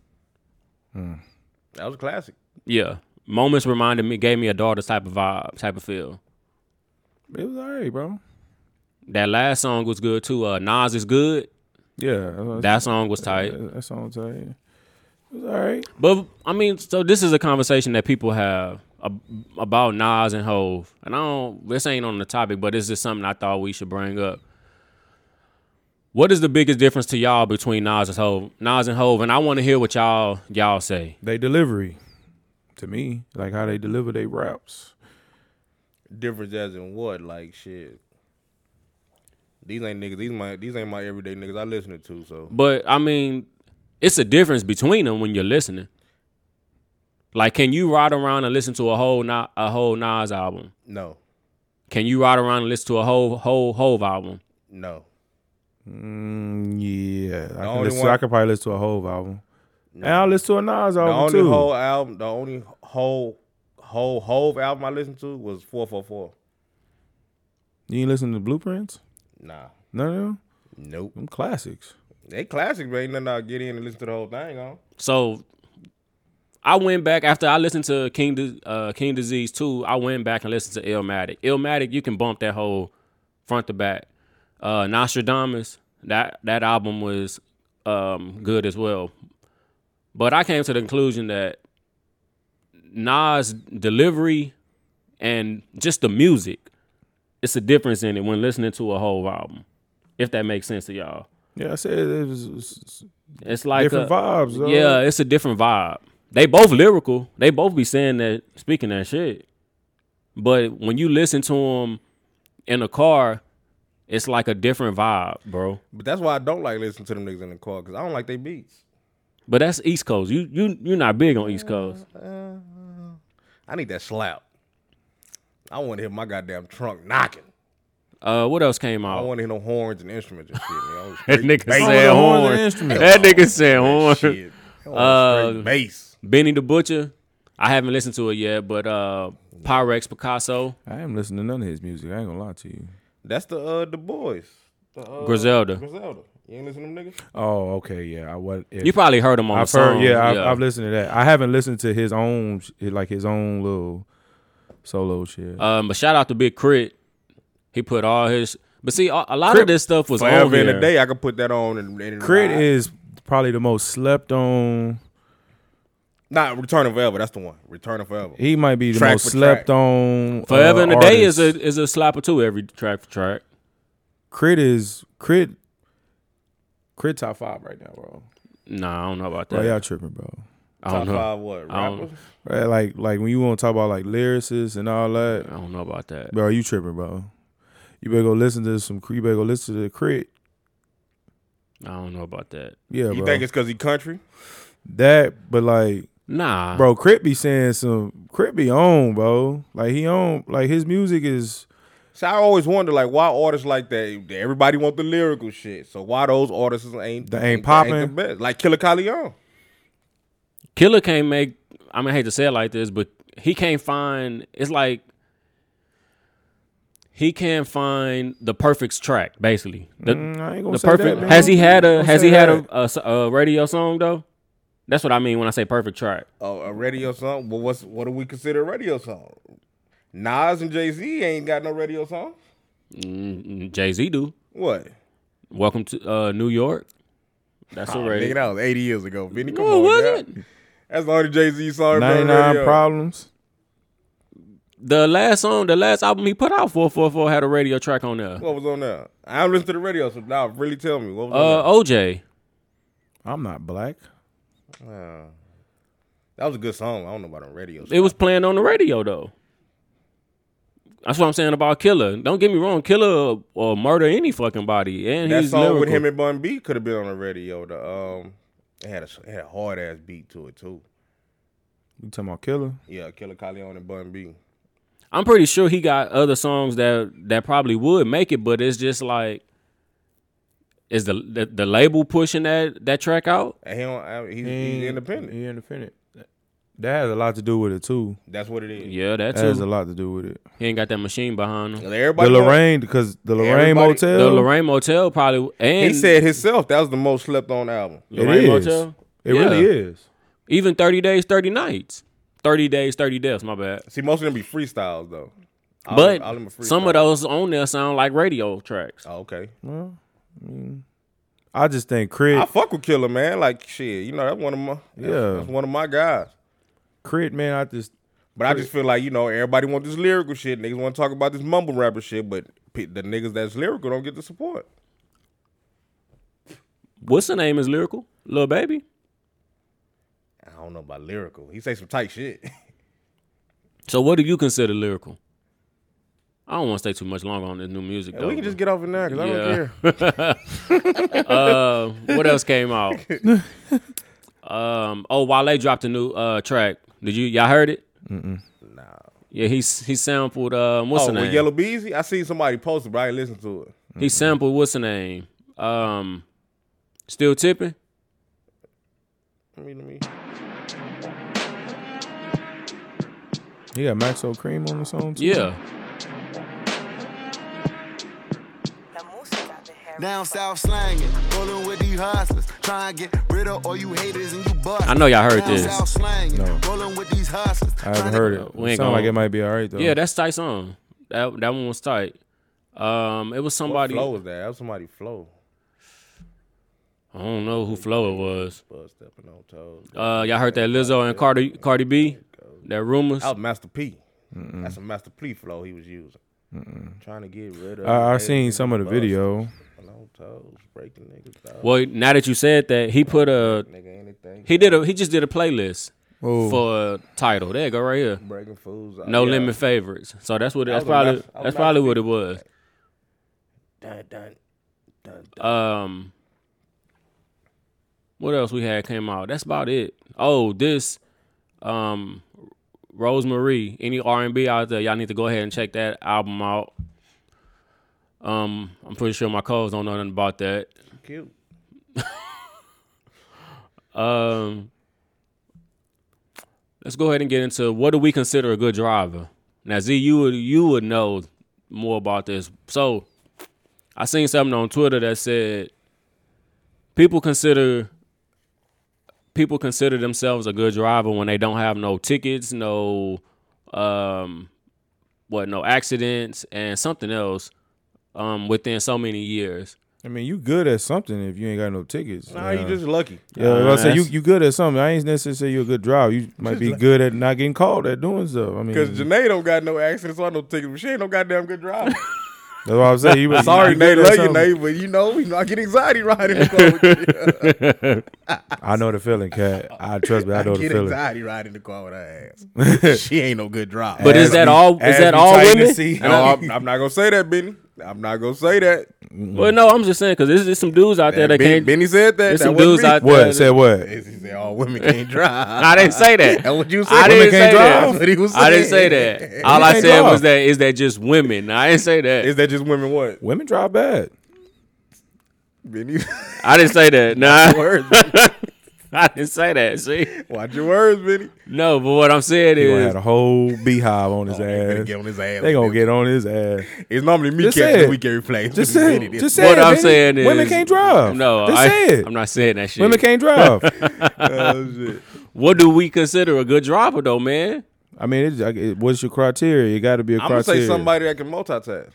[SPEAKER 3] That was a classic.
[SPEAKER 2] Yeah, moments reminded me gave me a daughters type of vibe type of feel.
[SPEAKER 4] It was all right, bro.
[SPEAKER 2] That last song was good too. Uh, Nas is good.
[SPEAKER 4] Yeah, that's,
[SPEAKER 2] That song was tight.
[SPEAKER 4] that, that song tight. It was all right.
[SPEAKER 2] But I mean, so this is a conversation that people have ab- about Nas and Hove, and I don't. This ain't on the topic, but it's just something I thought we should bring up. What is the biggest difference to y'all between Nas and Hove? Nas and Hove, and I want to hear what y'all y'all say.
[SPEAKER 4] They delivery to me, like how they deliver they raps.
[SPEAKER 3] Difference as in what? Like shit. These ain't niggas. These my these ain't my everyday niggas I listen to. So
[SPEAKER 2] But I mean, it's a difference between them when you're listening. Like, can you ride around and listen to a whole Na- a whole Nas album?
[SPEAKER 3] no,
[SPEAKER 2] Can you ride around and listen to a whole whole Hove album?
[SPEAKER 3] no.
[SPEAKER 4] Mm, yeah, I can,
[SPEAKER 3] only
[SPEAKER 4] listen,
[SPEAKER 3] one-
[SPEAKER 4] I could probably listen to a Hove album. And I'll listen to a Nas
[SPEAKER 3] The
[SPEAKER 4] album
[SPEAKER 3] only
[SPEAKER 4] too.
[SPEAKER 3] whole album, the only whole whole whole album I listened to was four four four.
[SPEAKER 4] you ain't listen to Blueprints?
[SPEAKER 3] Nah,
[SPEAKER 4] None of them?
[SPEAKER 3] nope.
[SPEAKER 4] Them classics.
[SPEAKER 3] They classic, but ain't nothing I get in and listen to the whole thing on.
[SPEAKER 2] So I went back after I listened to King Dis- uh, King Disease 2, I went back and listened to Illmatic. Illmatic, you can bump that whole front to back. Uh Nostradamus, that that album was um good as well. But I came to the conclusion that Nas delivery and just the music, it's a difference in it when listening to a whole album. If that makes sense to y'all.
[SPEAKER 4] Yeah, I said it was, it was
[SPEAKER 2] It's like
[SPEAKER 4] different
[SPEAKER 2] a-
[SPEAKER 4] vibes. Though.
[SPEAKER 2] yeah, it's a different vibe. They both lyrical. They both be saying that, speaking that shit. But when you listen to them in a car, it's like a different vibe, bro.
[SPEAKER 3] But that's why I don't like listening to them niggas in the car because I don't like they beats.
[SPEAKER 2] But that's East Coast. You you you're not big on East Coast.
[SPEAKER 3] I need that slap. I want to hear my goddamn trunk knocking.
[SPEAKER 2] Uh, what else came
[SPEAKER 3] I don't
[SPEAKER 2] out?
[SPEAKER 3] want to hear no horns and instruments and shit. nigga.
[SPEAKER 2] [laughs] That nigga
[SPEAKER 3] I was straight bass.
[SPEAKER 2] said
[SPEAKER 4] Oh, horns and
[SPEAKER 2] horn.
[SPEAKER 4] instruments.
[SPEAKER 2] That nigga said horn.
[SPEAKER 3] Shit. I want straight
[SPEAKER 2] Uh,
[SPEAKER 3] bass.
[SPEAKER 2] Benny the Butcher. I haven't listened to it yet, but uh, Pyrex Picasso,
[SPEAKER 4] I am listening to none of his music. I ain't gonna lie to you.
[SPEAKER 3] That's the uh the boys. The, uh,
[SPEAKER 2] Griselda.
[SPEAKER 3] Griselda. You ain't listen to them niggas?
[SPEAKER 4] Oh, okay, yeah. I was. If,
[SPEAKER 2] You probably heard him on
[SPEAKER 4] I've
[SPEAKER 2] the
[SPEAKER 4] heard,
[SPEAKER 2] song.
[SPEAKER 4] yeah, I've, I've listened to that. I haven't listened to his own, sh- like his own little solo shit.
[SPEAKER 2] Um, but shout out to Big Crit. He put all his. But see, a, a lot of
[SPEAKER 4] Crit
[SPEAKER 2] this stuff was on
[SPEAKER 3] Forever in
[SPEAKER 2] here.
[SPEAKER 3] the day, I could put that on. And, and uh,
[SPEAKER 4] Crit
[SPEAKER 2] uh,
[SPEAKER 3] I-
[SPEAKER 4] is probably the most slept on.
[SPEAKER 3] not Return of Forever. That's the one. Return of Forever.
[SPEAKER 4] He might be the
[SPEAKER 3] Track
[SPEAKER 4] most
[SPEAKER 3] for
[SPEAKER 4] slept
[SPEAKER 3] track.
[SPEAKER 4] on.
[SPEAKER 2] Forever
[SPEAKER 4] uh,
[SPEAKER 2] in the day is
[SPEAKER 4] artist.
[SPEAKER 2] a is a slap or two every track for track.
[SPEAKER 4] Crit is Crit. Crit top five right now, bro.
[SPEAKER 2] Nah, I don't know about that.
[SPEAKER 4] Bro, y'all tripping, bro.
[SPEAKER 2] I
[SPEAKER 3] Top
[SPEAKER 2] don't know.
[SPEAKER 3] five what?
[SPEAKER 2] I don't-
[SPEAKER 3] Rappers?
[SPEAKER 4] Right, like like when you want to talk about like lyricists and all that,
[SPEAKER 2] I don't know about that.
[SPEAKER 4] bro, you tripping, bro. You better go listen to some. You better go listen to the Crit.
[SPEAKER 2] I don't know about that.
[SPEAKER 4] Yeah,
[SPEAKER 3] You
[SPEAKER 4] bro.
[SPEAKER 3] think it's because he country?
[SPEAKER 4] that, but like,
[SPEAKER 2] Nah,
[SPEAKER 4] bro, Crit be saying some. Crit be on, bro. Like he on. Like his music is.
[SPEAKER 3] So I always wonder, like, why artists like that? Everybody want the lyrical shit. So why those artists ain't
[SPEAKER 4] They ain't popping.
[SPEAKER 3] the best? Like Killer Calion.
[SPEAKER 2] Killer can't make. I mean, I hate to say it like this, but he can't find. It's like he can't find the perfect track. Basically, the,
[SPEAKER 4] Mm, I ain't gonna
[SPEAKER 2] the
[SPEAKER 4] say that,
[SPEAKER 2] perfect.
[SPEAKER 4] man.
[SPEAKER 2] has he had a?
[SPEAKER 4] Don't
[SPEAKER 2] Has
[SPEAKER 4] say
[SPEAKER 2] he had
[SPEAKER 4] that.
[SPEAKER 2] a, a s- a radio song though? That's what I mean when I say perfect track.
[SPEAKER 3] Oh, a radio song. Well, what's what do we consider a radio song? Nas and Jay Z ain't got no radio song.
[SPEAKER 2] Jay Z do.
[SPEAKER 3] What?
[SPEAKER 2] Welcome to uh, New York. That's a
[SPEAKER 3] Nigga,
[SPEAKER 2] radio.
[SPEAKER 3] that was eighty years ago. Vinny, come
[SPEAKER 2] Oh,
[SPEAKER 3] on,
[SPEAKER 2] was
[SPEAKER 3] now.
[SPEAKER 2] it?
[SPEAKER 3] That's the only Jay Z song. ever
[SPEAKER 4] Ninety
[SPEAKER 3] on the
[SPEAKER 4] nine
[SPEAKER 3] radio.
[SPEAKER 4] problems.
[SPEAKER 2] The last song, the last album he put out, four four four, had a radio track on there.
[SPEAKER 3] What was on there? I don't listen to the radio, so now really tell me what was
[SPEAKER 2] Uh,
[SPEAKER 3] on
[SPEAKER 2] OJ.
[SPEAKER 4] I'm not black.
[SPEAKER 3] there. Uh, that was a good song. I don't know about on radio.
[SPEAKER 2] It was playing on the radio though. That's what I'm saying about Killer. Don't get me wrong, Killer will murder any fucking body, and
[SPEAKER 3] That
[SPEAKER 2] he's
[SPEAKER 3] song
[SPEAKER 2] lyrical.
[SPEAKER 3] with him and Bun B could have been on the radio. The um, it had a it had a hard ass beat to it too.
[SPEAKER 4] You talking about killer?
[SPEAKER 3] Yeah, Killer Calion and Bun B.
[SPEAKER 2] I'm pretty sure he got other songs that that probably would make it, but it's just like, is the the, the label pushing that that track out?
[SPEAKER 3] And he don't, I, he's, he's
[SPEAKER 2] Mm-hmm.
[SPEAKER 4] He-
[SPEAKER 3] independent.
[SPEAKER 4] He independent. That has a lot to do with it too.
[SPEAKER 3] That's what it is.
[SPEAKER 2] Yeah, that
[SPEAKER 4] That has a
[SPEAKER 2] too.
[SPEAKER 4] lot to do with it.
[SPEAKER 2] He ain't got that machine behind him.
[SPEAKER 3] Everybody
[SPEAKER 4] the
[SPEAKER 3] know-
[SPEAKER 4] Lorraine, because the Lorraine
[SPEAKER 3] Everybody-
[SPEAKER 4] Motel.
[SPEAKER 2] The Lorraine Motel probably and
[SPEAKER 3] He said himself that was the most slept on album.
[SPEAKER 4] it
[SPEAKER 2] Lorraine
[SPEAKER 4] is.
[SPEAKER 2] Motel?
[SPEAKER 4] It
[SPEAKER 2] Yeah.
[SPEAKER 4] really is.
[SPEAKER 2] even thirty days, thirty nights, thirty days, thirty deaths. My bad.
[SPEAKER 3] See, most of them be freestyles though. All
[SPEAKER 2] But
[SPEAKER 3] them- all them are freestyles.
[SPEAKER 2] some of those on there sound like radio tracks.
[SPEAKER 3] Oh, okay.
[SPEAKER 4] I just think Crit
[SPEAKER 3] I fuck with Killer man. Like shit, you know that's one of my yeah,
[SPEAKER 4] Yeah.
[SPEAKER 3] that's, that's one of my guys.
[SPEAKER 4] Crit, man, I just
[SPEAKER 3] But I just feel like you know everybody want this lyrical shit. Niggas want to talk about this mumble rapper shit, but pe- the niggas that's lyrical don't get the support.
[SPEAKER 2] What's the name is lyrical? Lil Baby.
[SPEAKER 3] I don't know about lyrical. He say some tight shit. [laughs]
[SPEAKER 2] So what do you consider lyrical? I don't want to stay too much longer on this new music. Though,
[SPEAKER 3] we can just get off it now because I don't
[SPEAKER 2] Yeah. [laughs]
[SPEAKER 3] care.
[SPEAKER 2] uh, what else came
[SPEAKER 3] [laughs]
[SPEAKER 2] out? um, oh, Wale dropped a new uh, track. Did you y'all heard it? Mm-mm. Nah. Yeah, he s- he sampled um, what's
[SPEAKER 3] Oh,
[SPEAKER 2] the
[SPEAKER 3] with
[SPEAKER 2] name?
[SPEAKER 3] Yellow Beezy, I seen somebody post it, but I ain't listen to it.
[SPEAKER 2] He sampled what's the name? Um, still tipping.
[SPEAKER 3] Let me, let me.
[SPEAKER 4] he got Maxo Cream on the song too.
[SPEAKER 2] Yeah.
[SPEAKER 5] Down south slanging, rolling with these hustlers, trying to get rid of all you haters and you bust.
[SPEAKER 2] I know y'all heard
[SPEAKER 5] Down
[SPEAKER 2] this.
[SPEAKER 5] South slanging,
[SPEAKER 4] No.
[SPEAKER 5] rolling with these hustlers.
[SPEAKER 4] I haven't heard it.
[SPEAKER 2] We ain't
[SPEAKER 4] it sound like
[SPEAKER 2] gonna-
[SPEAKER 4] it might be all right though.
[SPEAKER 2] Yeah, that's tight song. That that one was tight. Um, it was
[SPEAKER 3] What
[SPEAKER 2] somebody.
[SPEAKER 3] flow was that? That was somebody flow.
[SPEAKER 2] I don't know who flow it was.
[SPEAKER 3] Buzz stepping on toes.
[SPEAKER 2] Uh, y'all heard that Lizzo and Cardi Cardi B, that rumors.
[SPEAKER 3] That was Master P. That's a Master P flow he was using. Trying to get rid of.
[SPEAKER 4] I, I
[SPEAKER 3] haters
[SPEAKER 4] seen
[SPEAKER 3] and
[SPEAKER 4] some of the
[SPEAKER 3] bust
[SPEAKER 4] video.
[SPEAKER 3] stepping on toes, breaking niggas down,
[SPEAKER 2] Well, now that you said that, he put a
[SPEAKER 3] nigga, anything.
[SPEAKER 2] he did a he just did a playlist
[SPEAKER 4] Oh,
[SPEAKER 2] for a title. There you go right here.
[SPEAKER 3] breaking fools. out.
[SPEAKER 2] No
[SPEAKER 3] Yeah.
[SPEAKER 2] limit favorites. So that's what it, that's
[SPEAKER 3] was gonna
[SPEAKER 2] probably
[SPEAKER 3] ask- I was
[SPEAKER 2] that's
[SPEAKER 3] gonna
[SPEAKER 2] probably
[SPEAKER 3] ask
[SPEAKER 2] what it was.
[SPEAKER 3] Dun, dun, dun, dun.
[SPEAKER 2] Um, what else we had came out? That's about it. Oh, this, um, Rosemarie. Any R and B out there? Y'all need to go ahead and check that album out. Um, I'm pretty sure my codes don't know nothing about that.
[SPEAKER 3] Cute.
[SPEAKER 2] Um, let's go ahead and get into what do we consider a good driver. Now, Z, you would you would know more about this. So, I seen something on Twitter that said people consider people consider themselves a good driver when they don't have no tickets, no um what, no accidents and something else um within so many years.
[SPEAKER 4] I mean, you good at something if you ain't got no tickets.
[SPEAKER 3] Nah,
[SPEAKER 4] Yeah.
[SPEAKER 3] you just lucky.
[SPEAKER 4] Yeah, I was gonna say you
[SPEAKER 2] that's-
[SPEAKER 4] you good at something. I ain't necessarily say you're a good
[SPEAKER 3] [laughs]
[SPEAKER 4] driver. You might be good at not getting called at doing stuff. I mean,
[SPEAKER 3] Because
[SPEAKER 4] that's
[SPEAKER 3] Janae don't got no accidents on no tickets, but she ain't no goddamn good
[SPEAKER 4] [laughs]
[SPEAKER 3] driver.
[SPEAKER 4] what I'm saying.
[SPEAKER 3] [laughs]
[SPEAKER 4] You, you
[SPEAKER 3] Sorry,
[SPEAKER 4] you
[SPEAKER 3] Nate,
[SPEAKER 4] good at
[SPEAKER 3] love you,
[SPEAKER 4] something.
[SPEAKER 3] Nate, but you know, you know, I get anxiety riding
[SPEAKER 4] [laughs]
[SPEAKER 3] the car with you.
[SPEAKER 4] I know the feeling, cat. I trust me. I know the
[SPEAKER 3] get
[SPEAKER 4] feeling.
[SPEAKER 3] anxiety riding the car with her
[SPEAKER 4] [laughs]
[SPEAKER 3] ass. she ain't no good driver.
[SPEAKER 2] But is
[SPEAKER 4] Ass
[SPEAKER 2] that
[SPEAKER 4] be-
[SPEAKER 2] all- is
[SPEAKER 4] ass
[SPEAKER 2] that
[SPEAKER 4] be
[SPEAKER 2] all
[SPEAKER 4] tight in the
[SPEAKER 2] women?
[SPEAKER 3] [laughs]
[SPEAKER 4] seat.
[SPEAKER 3] no, I'm, I'm not gonna say that, Benny. I'm not gonna say that.
[SPEAKER 2] Well, no, I'm just saying because there's, there's some dudes out there that
[SPEAKER 3] Ben-
[SPEAKER 2] can't.
[SPEAKER 3] Benny said that.
[SPEAKER 2] There's
[SPEAKER 3] that
[SPEAKER 2] some
[SPEAKER 3] wasn't
[SPEAKER 2] dudes
[SPEAKER 3] me.
[SPEAKER 2] out there.
[SPEAKER 4] [laughs] What? Say what?
[SPEAKER 3] He said all women can't drive.
[SPEAKER 2] I didn't say that.
[SPEAKER 3] That's what you said.
[SPEAKER 2] I
[SPEAKER 3] Women
[SPEAKER 2] didn't say
[SPEAKER 3] can't
[SPEAKER 2] that.
[SPEAKER 3] drive. That's what he was
[SPEAKER 2] I didn't say
[SPEAKER 3] saying.
[SPEAKER 4] [laughs]
[SPEAKER 2] that. All I
[SPEAKER 4] can't
[SPEAKER 2] said
[SPEAKER 4] drive.
[SPEAKER 2] was that is that just women. I didn't say that.
[SPEAKER 3] Is that just women? What?
[SPEAKER 4] Women drive bad.
[SPEAKER 3] Benny, [laughs]
[SPEAKER 2] I didn't say
[SPEAKER 4] [laughs]
[SPEAKER 2] that. Nah,
[SPEAKER 3] words. Benny.
[SPEAKER 2] [laughs] I didn't say that. See,
[SPEAKER 3] Watch your words, Benny.
[SPEAKER 2] no, but what I'm saying
[SPEAKER 4] He gonna have
[SPEAKER 2] is,
[SPEAKER 4] a whole beehive on his
[SPEAKER 3] Oh, They gonna
[SPEAKER 4] ass.
[SPEAKER 3] get on his ass.
[SPEAKER 4] They gonna get on his ass.
[SPEAKER 3] It's normally me
[SPEAKER 4] Just
[SPEAKER 3] catching
[SPEAKER 4] say
[SPEAKER 3] the
[SPEAKER 4] it.
[SPEAKER 3] weak reflex.
[SPEAKER 4] Just
[SPEAKER 3] Benny
[SPEAKER 4] say,
[SPEAKER 3] said
[SPEAKER 4] it.
[SPEAKER 3] it.
[SPEAKER 4] just say
[SPEAKER 2] what
[SPEAKER 4] it,
[SPEAKER 2] I'm
[SPEAKER 4] baby.
[SPEAKER 2] saying is,
[SPEAKER 4] women can't drive.
[SPEAKER 2] No,
[SPEAKER 4] just
[SPEAKER 2] I,
[SPEAKER 4] say it.
[SPEAKER 2] I'm not saying that shit.
[SPEAKER 4] women can't
[SPEAKER 2] [laughs]
[SPEAKER 4] drive.
[SPEAKER 3] Oh, shit.
[SPEAKER 2] what do we consider a good driver though, man?
[SPEAKER 4] I mean, it's, like, it, what's your criteria? It got to be a
[SPEAKER 3] I'm gonna say
[SPEAKER 4] criteria.
[SPEAKER 3] somebody that can multitask.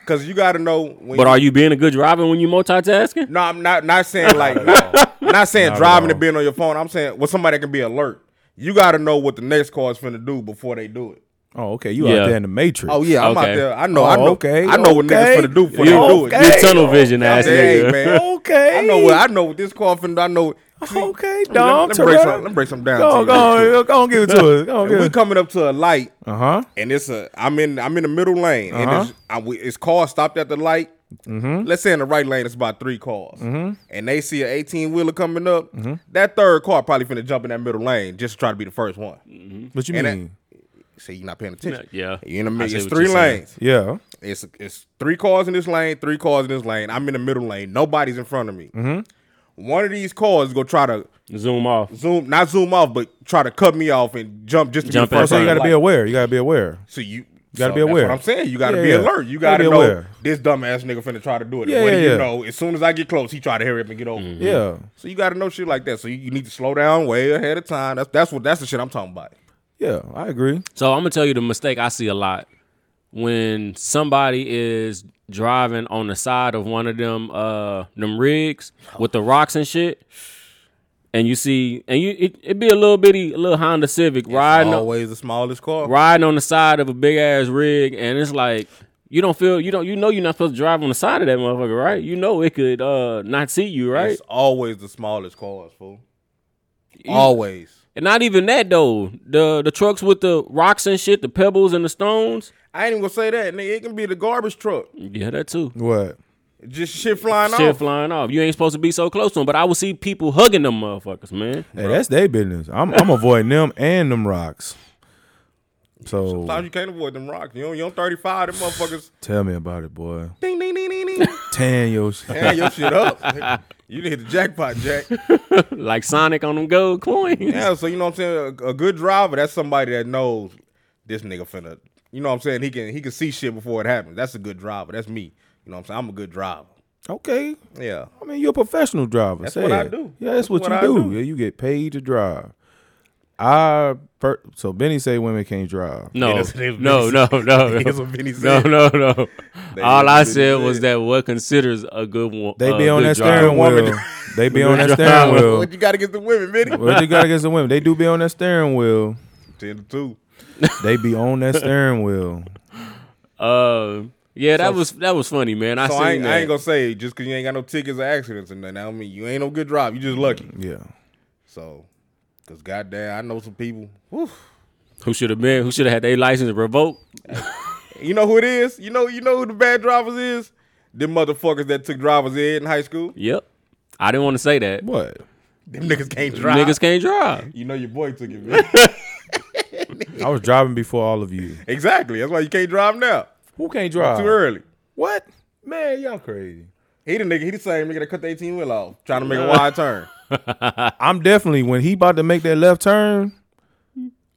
[SPEAKER 3] Because you got to know. When
[SPEAKER 2] But are you being a good driver when you multitasking?
[SPEAKER 3] No, I'm not not saying like not, not saying
[SPEAKER 4] at
[SPEAKER 3] driving
[SPEAKER 4] all.
[SPEAKER 3] and being on your phone. I'm saying well, somebody that can be alert. You got to know what the next car is finna do before they do it.
[SPEAKER 4] Oh, okay. You
[SPEAKER 2] Yeah.
[SPEAKER 4] out there in the matrix?
[SPEAKER 3] Oh yeah, I'm
[SPEAKER 2] Okay.
[SPEAKER 3] out there. I know.
[SPEAKER 4] Oh,
[SPEAKER 3] I know.
[SPEAKER 4] okay,
[SPEAKER 3] I know what niggas
[SPEAKER 4] okay.
[SPEAKER 3] finna do before
[SPEAKER 2] You,
[SPEAKER 3] they do it.
[SPEAKER 4] Okay.
[SPEAKER 2] you tunnel vision ass
[SPEAKER 3] Hey,
[SPEAKER 2] nigga.
[SPEAKER 3] man.
[SPEAKER 4] Okay.
[SPEAKER 3] I know what I know what this car finna. do. I know. See,
[SPEAKER 4] Okay,
[SPEAKER 3] let me-
[SPEAKER 4] dog.
[SPEAKER 3] Let, me break
[SPEAKER 4] Terrell.
[SPEAKER 3] some. Let me break some down.
[SPEAKER 4] Go on,
[SPEAKER 3] to
[SPEAKER 4] go
[SPEAKER 3] you.
[SPEAKER 4] on, go
[SPEAKER 3] [laughs]
[SPEAKER 4] on, give it to us. Go on,
[SPEAKER 3] If we
[SPEAKER 4] give it.
[SPEAKER 3] coming up to a light,
[SPEAKER 4] Uh huh.
[SPEAKER 3] and it's a I'm in I'm in the middle lane, and
[SPEAKER 4] Uh-huh. Mm-hmm.
[SPEAKER 3] it's, I, we- it's car stopped at the light. Let's say in the right lane, it's about three cars, and they see an eighteen wheeler coming up.
[SPEAKER 4] Mm-hmm.
[SPEAKER 3] That third car probably finna jump in that middle lane just to try to be the first one.
[SPEAKER 4] What you
[SPEAKER 3] And
[SPEAKER 4] mean?
[SPEAKER 3] See, you're not paying attention.
[SPEAKER 2] Yeah.
[SPEAKER 3] you in the
[SPEAKER 2] I
[SPEAKER 3] middle.
[SPEAKER 2] see
[SPEAKER 3] It's
[SPEAKER 2] what
[SPEAKER 3] three
[SPEAKER 2] you're saying.
[SPEAKER 3] lanes.
[SPEAKER 4] Yeah. Oh,
[SPEAKER 3] It's it's three cars in this lane, three cars in this lane. I'm in the middle lane. Nobody's in front of me.
[SPEAKER 4] Mm-hmm.
[SPEAKER 3] One of these cars is gonna try to
[SPEAKER 2] Zoom off.
[SPEAKER 3] zoom, not zoom off, but try to cut me off and jump just to
[SPEAKER 2] Jump in
[SPEAKER 3] be the
[SPEAKER 4] Oh,
[SPEAKER 3] first.
[SPEAKER 4] so
[SPEAKER 3] one.
[SPEAKER 4] you got to be
[SPEAKER 3] Like,
[SPEAKER 4] aware. You got to be aware.
[SPEAKER 3] So you
[SPEAKER 4] Gotta
[SPEAKER 3] so
[SPEAKER 4] be
[SPEAKER 3] that's
[SPEAKER 4] aware.
[SPEAKER 3] what I'm saying. You gotta
[SPEAKER 4] Yeah,
[SPEAKER 3] be
[SPEAKER 4] yeah.
[SPEAKER 3] alert. You gotta,
[SPEAKER 4] Gotta be
[SPEAKER 3] know
[SPEAKER 4] aware.
[SPEAKER 3] this dumbass nigga finna try to do it.
[SPEAKER 4] Yeah,
[SPEAKER 3] Yeah, what do
[SPEAKER 4] yeah,
[SPEAKER 3] you
[SPEAKER 4] yeah. Mm-hmm.
[SPEAKER 3] know? As soon as I get close, he try to hurry up and get over.
[SPEAKER 4] Yeah.
[SPEAKER 3] So you gotta know shit like that. So you, you need to slow down way ahead of time. That's that's what that's the shit I'm talking about.
[SPEAKER 4] Yeah. I agree.
[SPEAKER 2] So I'm gonna tell you the mistake I see a lot when somebody is driving on the side of one of them uh them rigs with the rocks and shit. And you see, and you it, it be a little bitty, a little Honda Civic riding on,
[SPEAKER 3] Always the smallest car.
[SPEAKER 2] riding on the side of a big ass rig, and it's like you don't feel you don't you know you're not supposed to drive on the side of that motherfucker, right? You know it could uh not see you, right?
[SPEAKER 3] It's always the smallest cars, fool.
[SPEAKER 4] E
[SPEAKER 2] You-
[SPEAKER 3] Always.
[SPEAKER 2] and not even that though. The the trucks with the rocks and shit, the pebbles and the stones.
[SPEAKER 3] I ain't even gonna say that, nigga. It can be the garbage truck.
[SPEAKER 2] Yeah, that too.
[SPEAKER 4] What?
[SPEAKER 3] Just shit flying
[SPEAKER 2] shit
[SPEAKER 3] off.
[SPEAKER 2] flying off. You ain't supposed to be so close to them, but I would see people hugging them motherfuckers, man.
[SPEAKER 4] Hey, that's their business. I'm I'm avoiding them and them rocks.
[SPEAKER 3] Sometimes
[SPEAKER 4] So
[SPEAKER 3] you can't avoid them rocks. You know, you on 35, them motherfuckers.
[SPEAKER 4] tell me about it, boy.
[SPEAKER 3] ding, ding, ding, ding, ding.
[SPEAKER 4] Tan your shit.
[SPEAKER 3] Tearing your shit up. You need the jackpot, Jack.
[SPEAKER 2] Like Sonic on them gold coins.
[SPEAKER 3] Yeah, so you know what I'm saying. A, a good driver, that's somebody that knows this nigga finna. You know what I'm saying. He can he can see shit before it happens. That's a good driver. That's me. You know what I'm saying. I'm a good driver.
[SPEAKER 4] Okay.
[SPEAKER 3] Yeah.
[SPEAKER 4] I mean, you're a professional driver.
[SPEAKER 3] That's
[SPEAKER 4] say
[SPEAKER 3] what I
[SPEAKER 4] it.
[SPEAKER 3] do.
[SPEAKER 4] Yeah, that's,
[SPEAKER 3] That's
[SPEAKER 4] what,
[SPEAKER 3] what
[SPEAKER 4] you
[SPEAKER 3] I
[SPEAKER 4] do.
[SPEAKER 3] do.
[SPEAKER 4] Yeah, you get paid to drive. I per- so Benny say women can't drive.
[SPEAKER 2] [laughs] No,
[SPEAKER 3] that's what they-
[SPEAKER 2] no, no, no,
[SPEAKER 4] [laughs]
[SPEAKER 2] no,
[SPEAKER 3] That's what Vinny
[SPEAKER 2] no,
[SPEAKER 3] said.
[SPEAKER 2] no, no. All
[SPEAKER 3] what
[SPEAKER 2] I
[SPEAKER 3] Vinny
[SPEAKER 2] said was
[SPEAKER 3] said.
[SPEAKER 2] that what considers a good one.
[SPEAKER 4] They
[SPEAKER 2] a
[SPEAKER 4] be on
[SPEAKER 2] good
[SPEAKER 4] that
[SPEAKER 2] driver.
[SPEAKER 4] steering
[SPEAKER 3] Woman-
[SPEAKER 4] wheel. They be on that
[SPEAKER 2] Good
[SPEAKER 4] steering
[SPEAKER 2] driver.
[SPEAKER 4] wheel.
[SPEAKER 3] What you got to get the women, Vinny?
[SPEAKER 4] What you got against the women? They do be on that steering wheel.
[SPEAKER 3] Ten to two.
[SPEAKER 4] They be on that steering wheel.
[SPEAKER 2] Uh, yeah, that was that was funny, man. I
[SPEAKER 3] So
[SPEAKER 2] seen
[SPEAKER 3] I ain't,
[SPEAKER 2] that.
[SPEAKER 3] I ain't gonna say just because you ain't got no tickets or accidents and nothing. I don't mean, you ain't no good driver. You just lucky.
[SPEAKER 4] Yeah.
[SPEAKER 3] So, cause goddamn, I know some people. Whew.
[SPEAKER 2] who should have been? Who should have had their license revoked?
[SPEAKER 3] You know who it is? You know you know who the bad drivers is? Them motherfuckers that took driver's ed in high school.
[SPEAKER 2] Yep. I didn't want to say that.
[SPEAKER 4] What?
[SPEAKER 3] Them niggas can't drive.
[SPEAKER 2] Niggas can't
[SPEAKER 4] [laughs]
[SPEAKER 2] drive.
[SPEAKER 3] You know your boy took it, man. [laughs]
[SPEAKER 4] I was driving before all of you.
[SPEAKER 3] exactly. That's why you can't drive now.
[SPEAKER 4] Who can't
[SPEAKER 2] Uh-huh.
[SPEAKER 4] drive?
[SPEAKER 3] Too early.
[SPEAKER 4] What? Man, y'all crazy.
[SPEAKER 3] He the nigga. He the same nigga that cut the eighteen wheel off, trying to make a wide turn.
[SPEAKER 4] I'm definitely when he about to make that left turn,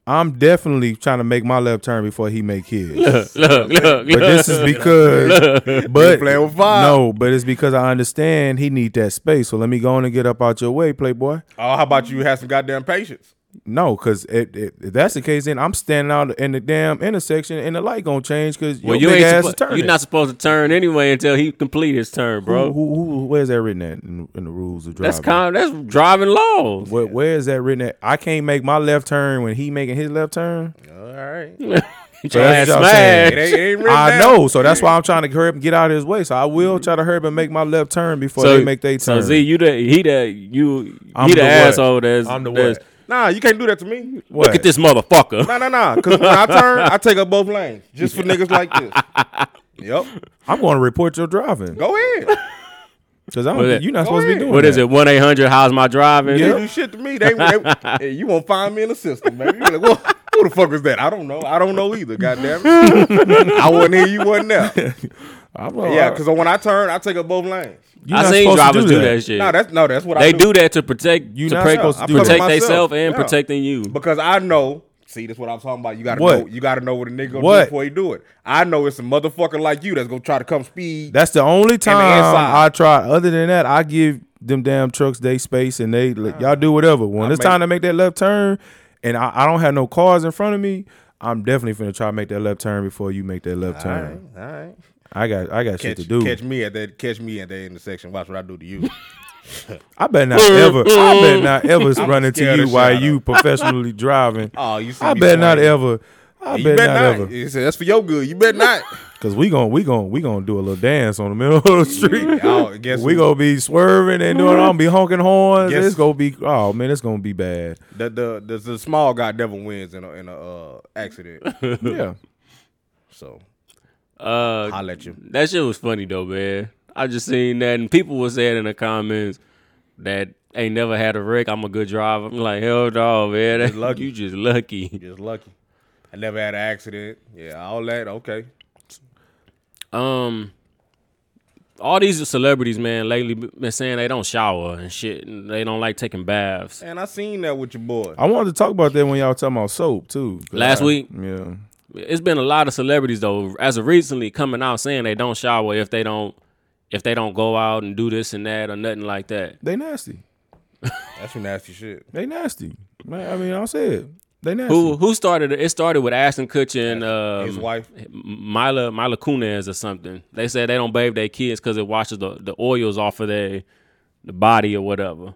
[SPEAKER 4] I'm definitely trying to make my left turn before he make his.
[SPEAKER 3] [laughs]
[SPEAKER 2] Look, look, look.
[SPEAKER 4] But this is because, but
[SPEAKER 3] playing with fire.
[SPEAKER 4] no, but it's because I understand he need that space. So let me go on and get up out your way, playboy.
[SPEAKER 3] Oh, how about you have some goddamn patience?
[SPEAKER 4] No, because it, it, if that's the case, then I'm standing out in the damn intersection and the light gonna change because
[SPEAKER 2] well,
[SPEAKER 4] your
[SPEAKER 2] you
[SPEAKER 4] big
[SPEAKER 2] ain't
[SPEAKER 4] ass
[SPEAKER 2] suppo-
[SPEAKER 4] is turning.
[SPEAKER 2] you're not supposed to turn anyway until he complete his turn,
[SPEAKER 4] who,
[SPEAKER 2] bro.
[SPEAKER 4] who, who- where's that written at in, in the rules of driving?
[SPEAKER 2] that's kind. That's driving laws.
[SPEAKER 4] Where, where is that written at? I can't make my left turn when he making his left turn.
[SPEAKER 3] All right.
[SPEAKER 2] Get
[SPEAKER 4] So
[SPEAKER 2] your ass
[SPEAKER 4] that's what y'all
[SPEAKER 2] smashed.
[SPEAKER 4] saying.
[SPEAKER 3] It ain't, it ain't written
[SPEAKER 4] I
[SPEAKER 3] down.
[SPEAKER 4] know, so that's why I'm trying to hurry up and get out of his way. So I will try to hurry up and make my left turn before they make their
[SPEAKER 2] so
[SPEAKER 4] turn.
[SPEAKER 2] Z, you the he the you
[SPEAKER 4] I'm
[SPEAKER 2] he the,
[SPEAKER 4] the what?
[SPEAKER 2] asshole. That's that's-
[SPEAKER 3] Nah, you can't do that to me.
[SPEAKER 4] What?
[SPEAKER 2] Look at this motherfucker.
[SPEAKER 3] Nah, nah, nah. Because when I turn, I take up both lanes just
[SPEAKER 2] [laughs]
[SPEAKER 3] for niggas like this. Yep.
[SPEAKER 4] I'm going to report your driving
[SPEAKER 3] Go ahead.
[SPEAKER 4] because I don't.
[SPEAKER 2] What
[SPEAKER 4] think-
[SPEAKER 2] is-
[SPEAKER 4] You're not
[SPEAKER 3] Go
[SPEAKER 4] supposed to be
[SPEAKER 3] ahead.
[SPEAKER 4] doing
[SPEAKER 2] What is
[SPEAKER 4] that.
[SPEAKER 2] it? One eight hundred. How's my driving?
[SPEAKER 3] They do shit to me. They,
[SPEAKER 4] [laughs]
[SPEAKER 3] they hey, you won't find me in the system, man. You like, well, who the fuck is that? I don't know. I don't know either. Goddamn it.
[SPEAKER 4] [laughs]
[SPEAKER 3] I wasn't here. You wasn't there.
[SPEAKER 4] I'm uh,
[SPEAKER 3] Yeah, because when I turn, I take up both lanes.
[SPEAKER 2] I seen drivers do that, shit.
[SPEAKER 3] No, that's no, that's what I
[SPEAKER 2] they
[SPEAKER 3] do.
[SPEAKER 2] do that to protect
[SPEAKER 4] You
[SPEAKER 2] to
[SPEAKER 4] not
[SPEAKER 2] pre-
[SPEAKER 4] supposed to do that.
[SPEAKER 2] protect
[SPEAKER 3] I fuck with myself.
[SPEAKER 2] themselves and
[SPEAKER 3] Yeah.
[SPEAKER 2] protecting you.
[SPEAKER 3] because I know. See, that's what I'm talking about. You gotta
[SPEAKER 4] What?
[SPEAKER 3] know. You gotta know what a nigga gonna
[SPEAKER 4] What?
[SPEAKER 3] do before he do it. I know it's a motherfucker like you that's gonna try to come speed.
[SPEAKER 4] That's the only time
[SPEAKER 3] inside.
[SPEAKER 4] I try. Other than that, I give them damn trucks they space and they let y'all do whatever. When it's
[SPEAKER 3] make-
[SPEAKER 4] time to make that left turn, and I, I don't have no cars in front of me, I'm definitely finna try to make that left turn before you make that left
[SPEAKER 3] all
[SPEAKER 4] turn.
[SPEAKER 3] right, all right.
[SPEAKER 4] I got I got shit
[SPEAKER 3] Catch,
[SPEAKER 4] to do.
[SPEAKER 3] catch me at that. Catch me at that intersection. Watch what I do to you.
[SPEAKER 4] I better not ever. I better not ever run into
[SPEAKER 3] scared
[SPEAKER 4] you
[SPEAKER 3] of
[SPEAKER 4] while
[SPEAKER 3] Shadow. [laughs]
[SPEAKER 4] you professionally driving.
[SPEAKER 3] Oh, you see
[SPEAKER 4] I
[SPEAKER 3] me
[SPEAKER 4] better not
[SPEAKER 3] swinging.
[SPEAKER 4] ever. [laughs] I
[SPEAKER 3] you
[SPEAKER 4] better
[SPEAKER 3] bet
[SPEAKER 4] not,
[SPEAKER 3] not.
[SPEAKER 4] ever.
[SPEAKER 3] He said, that's for your good. You bet not.
[SPEAKER 4] Cause we gon' we gon' we gon' do a little dance on the middle of the street.
[SPEAKER 3] oh, guess
[SPEAKER 4] we
[SPEAKER 3] we
[SPEAKER 4] gonna be swerving and doing. I'm gonna be honking horns.
[SPEAKER 3] Yes.
[SPEAKER 4] It's gonna be. Oh man, it's gonna be bad.
[SPEAKER 3] the, the the the small guy never wins in a in a uh,
[SPEAKER 4] [laughs]
[SPEAKER 3] accident.
[SPEAKER 4] Yeah.
[SPEAKER 3] So
[SPEAKER 2] Uh,
[SPEAKER 3] I'll let you.
[SPEAKER 2] That shit was funny though, man. I just seen that, and people were saying in the comments that ain't never had a wreck. I'm a good driver. I'm like, hell no, man. That, [laughs]
[SPEAKER 3] lucky.
[SPEAKER 2] You just lucky.
[SPEAKER 3] Just lucky. I never had an accident. Yeah, all that. Okay.
[SPEAKER 2] Um, all these celebrities, man, lately been saying they don't shower and shit. And they don't like taking baths.
[SPEAKER 3] And I seen that with your boy.
[SPEAKER 4] I wanted to talk about that when y'all talking about soap too. 'Cause
[SPEAKER 2] Last
[SPEAKER 4] I-
[SPEAKER 2] week?
[SPEAKER 4] Yeah.
[SPEAKER 2] It's been a lot of celebrities though, as of recently, coming out saying they don't shower if they don't if they don't go out and do this and that or nothing like that.
[SPEAKER 4] They nasty.
[SPEAKER 3] That's some nasty shit.
[SPEAKER 4] They nasty. Man, I mean, I'll say it. They nasty.
[SPEAKER 2] Who who started it? It started with Ashton Kutcher and um,
[SPEAKER 3] His wife.
[SPEAKER 2] Mila Mila Kunis or something. They said they don't bathe their kids because it washes the, the oils off of their the body or whatever.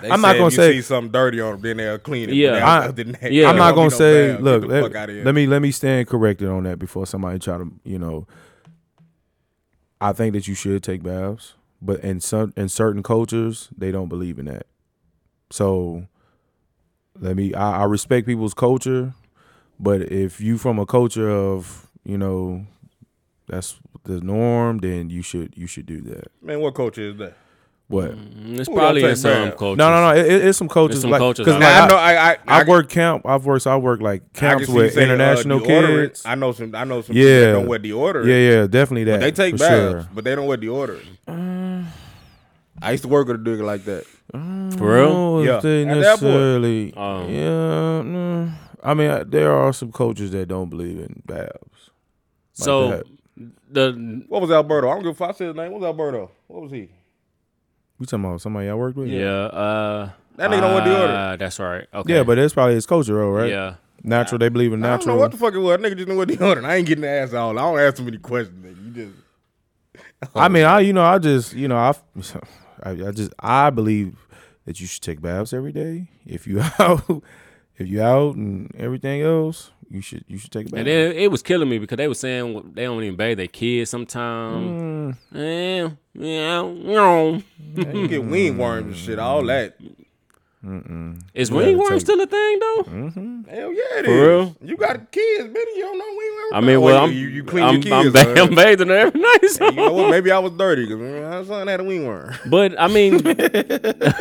[SPEAKER 3] They
[SPEAKER 4] I'm not
[SPEAKER 3] said
[SPEAKER 4] gonna
[SPEAKER 3] if you
[SPEAKER 4] say-
[SPEAKER 3] see something dirty on them, then they'll clean it.
[SPEAKER 2] Yeah.
[SPEAKER 3] But
[SPEAKER 4] I-
[SPEAKER 3] other than that,
[SPEAKER 2] yeah.
[SPEAKER 4] I'm
[SPEAKER 2] There
[SPEAKER 4] not
[SPEAKER 3] don't
[SPEAKER 4] gonna
[SPEAKER 3] be no
[SPEAKER 4] say.
[SPEAKER 3] bad. Get
[SPEAKER 4] Look,
[SPEAKER 3] the
[SPEAKER 4] let,
[SPEAKER 3] fuck outta here.
[SPEAKER 4] let me let me stand corrected on that before somebody try to you know. I think that you should take baths, but in some in certain cultures they don't believe in that. So, let me. I, I respect people's culture, but if you from a culture of you know that's the norm, then you should you should do that.
[SPEAKER 3] Man, what culture is that?
[SPEAKER 4] What?
[SPEAKER 2] Mm, It's
[SPEAKER 3] Who
[SPEAKER 2] probably
[SPEAKER 3] don't
[SPEAKER 2] in
[SPEAKER 3] take
[SPEAKER 2] some
[SPEAKER 3] baths?
[SPEAKER 2] cultures.
[SPEAKER 4] No, no, no. It, it- it's some cultures.
[SPEAKER 2] some
[SPEAKER 4] like,
[SPEAKER 2] cultures
[SPEAKER 4] 'cause
[SPEAKER 2] out
[SPEAKER 4] now
[SPEAKER 2] there.
[SPEAKER 3] Now,
[SPEAKER 4] I,
[SPEAKER 3] I know. I I,
[SPEAKER 4] I
[SPEAKER 3] can-
[SPEAKER 4] work camp. I've worked. I work like
[SPEAKER 3] I can
[SPEAKER 4] camps
[SPEAKER 3] see you
[SPEAKER 4] with
[SPEAKER 3] say, uh,
[SPEAKER 4] international
[SPEAKER 3] deodorant.
[SPEAKER 4] kids.
[SPEAKER 3] I know some. I know some.
[SPEAKER 4] Yeah.
[SPEAKER 3] Yeah. That don't wear deodorant.
[SPEAKER 4] Yeah, yeah, definitely that.
[SPEAKER 3] They take
[SPEAKER 4] for
[SPEAKER 3] baths,
[SPEAKER 4] sure. Um,
[SPEAKER 3] but they don't wear deodorant. I used to work with a nigga like that.
[SPEAKER 2] For real?
[SPEAKER 4] No, if
[SPEAKER 3] Yeah.
[SPEAKER 4] they
[SPEAKER 3] At that point.
[SPEAKER 4] necessarily.
[SPEAKER 2] Um,
[SPEAKER 4] yeah, no. I mean, I- there are some cultures that don't believe in baths.
[SPEAKER 2] so
[SPEAKER 4] that.
[SPEAKER 2] the
[SPEAKER 3] What was Alberto? I don't give a fuck. I said his name. What was Alberto? What was he?
[SPEAKER 4] You talking about somebody I worked with?
[SPEAKER 2] yeah, uh
[SPEAKER 3] That nigga don't want
[SPEAKER 2] the
[SPEAKER 3] deodorant.
[SPEAKER 2] order. That's right. Okay.
[SPEAKER 4] Yeah, but that's probably his culture, though, right?
[SPEAKER 2] yeah.
[SPEAKER 4] Natural. They believe in
[SPEAKER 3] I don't know
[SPEAKER 4] natural.
[SPEAKER 3] what the fuck it was. That nigga just didn't wear deodorant. I ain't getting the ass all. I don't ask too many questions. Nigga. You just
[SPEAKER 4] I mean, I you know, I just you know, I, [laughs] I I just I believe that you should take baths every day. If you [laughs] out, if you out and everything else, you should you should take a bath.
[SPEAKER 2] And then it was killing me because they were saying they don't even bathe their kids
[SPEAKER 4] Mm.
[SPEAKER 2] sometimes. Eh, yeah, yeah.
[SPEAKER 3] man, you
[SPEAKER 2] Hmm.
[SPEAKER 3] get wing worms and shit. All that.
[SPEAKER 2] Is
[SPEAKER 4] gotta
[SPEAKER 2] ringworm
[SPEAKER 4] take- Mm.
[SPEAKER 2] still a thing though?
[SPEAKER 3] Hell yeah, it is.
[SPEAKER 2] For real?
[SPEAKER 3] You got kids, man. You don't know wing worms.
[SPEAKER 2] I mean,
[SPEAKER 3] Or
[SPEAKER 2] well, I'm,
[SPEAKER 3] you, you, you clean
[SPEAKER 2] I'm,
[SPEAKER 3] your kids.
[SPEAKER 2] I'm, ba- [laughs]
[SPEAKER 3] huh?
[SPEAKER 2] I'm bathing her every night. so-
[SPEAKER 3] [laughs] you know what? Maybe I was dirty because my son had a wing worm.
[SPEAKER 2] But I
[SPEAKER 3] [laughs]
[SPEAKER 2] mean, [laughs]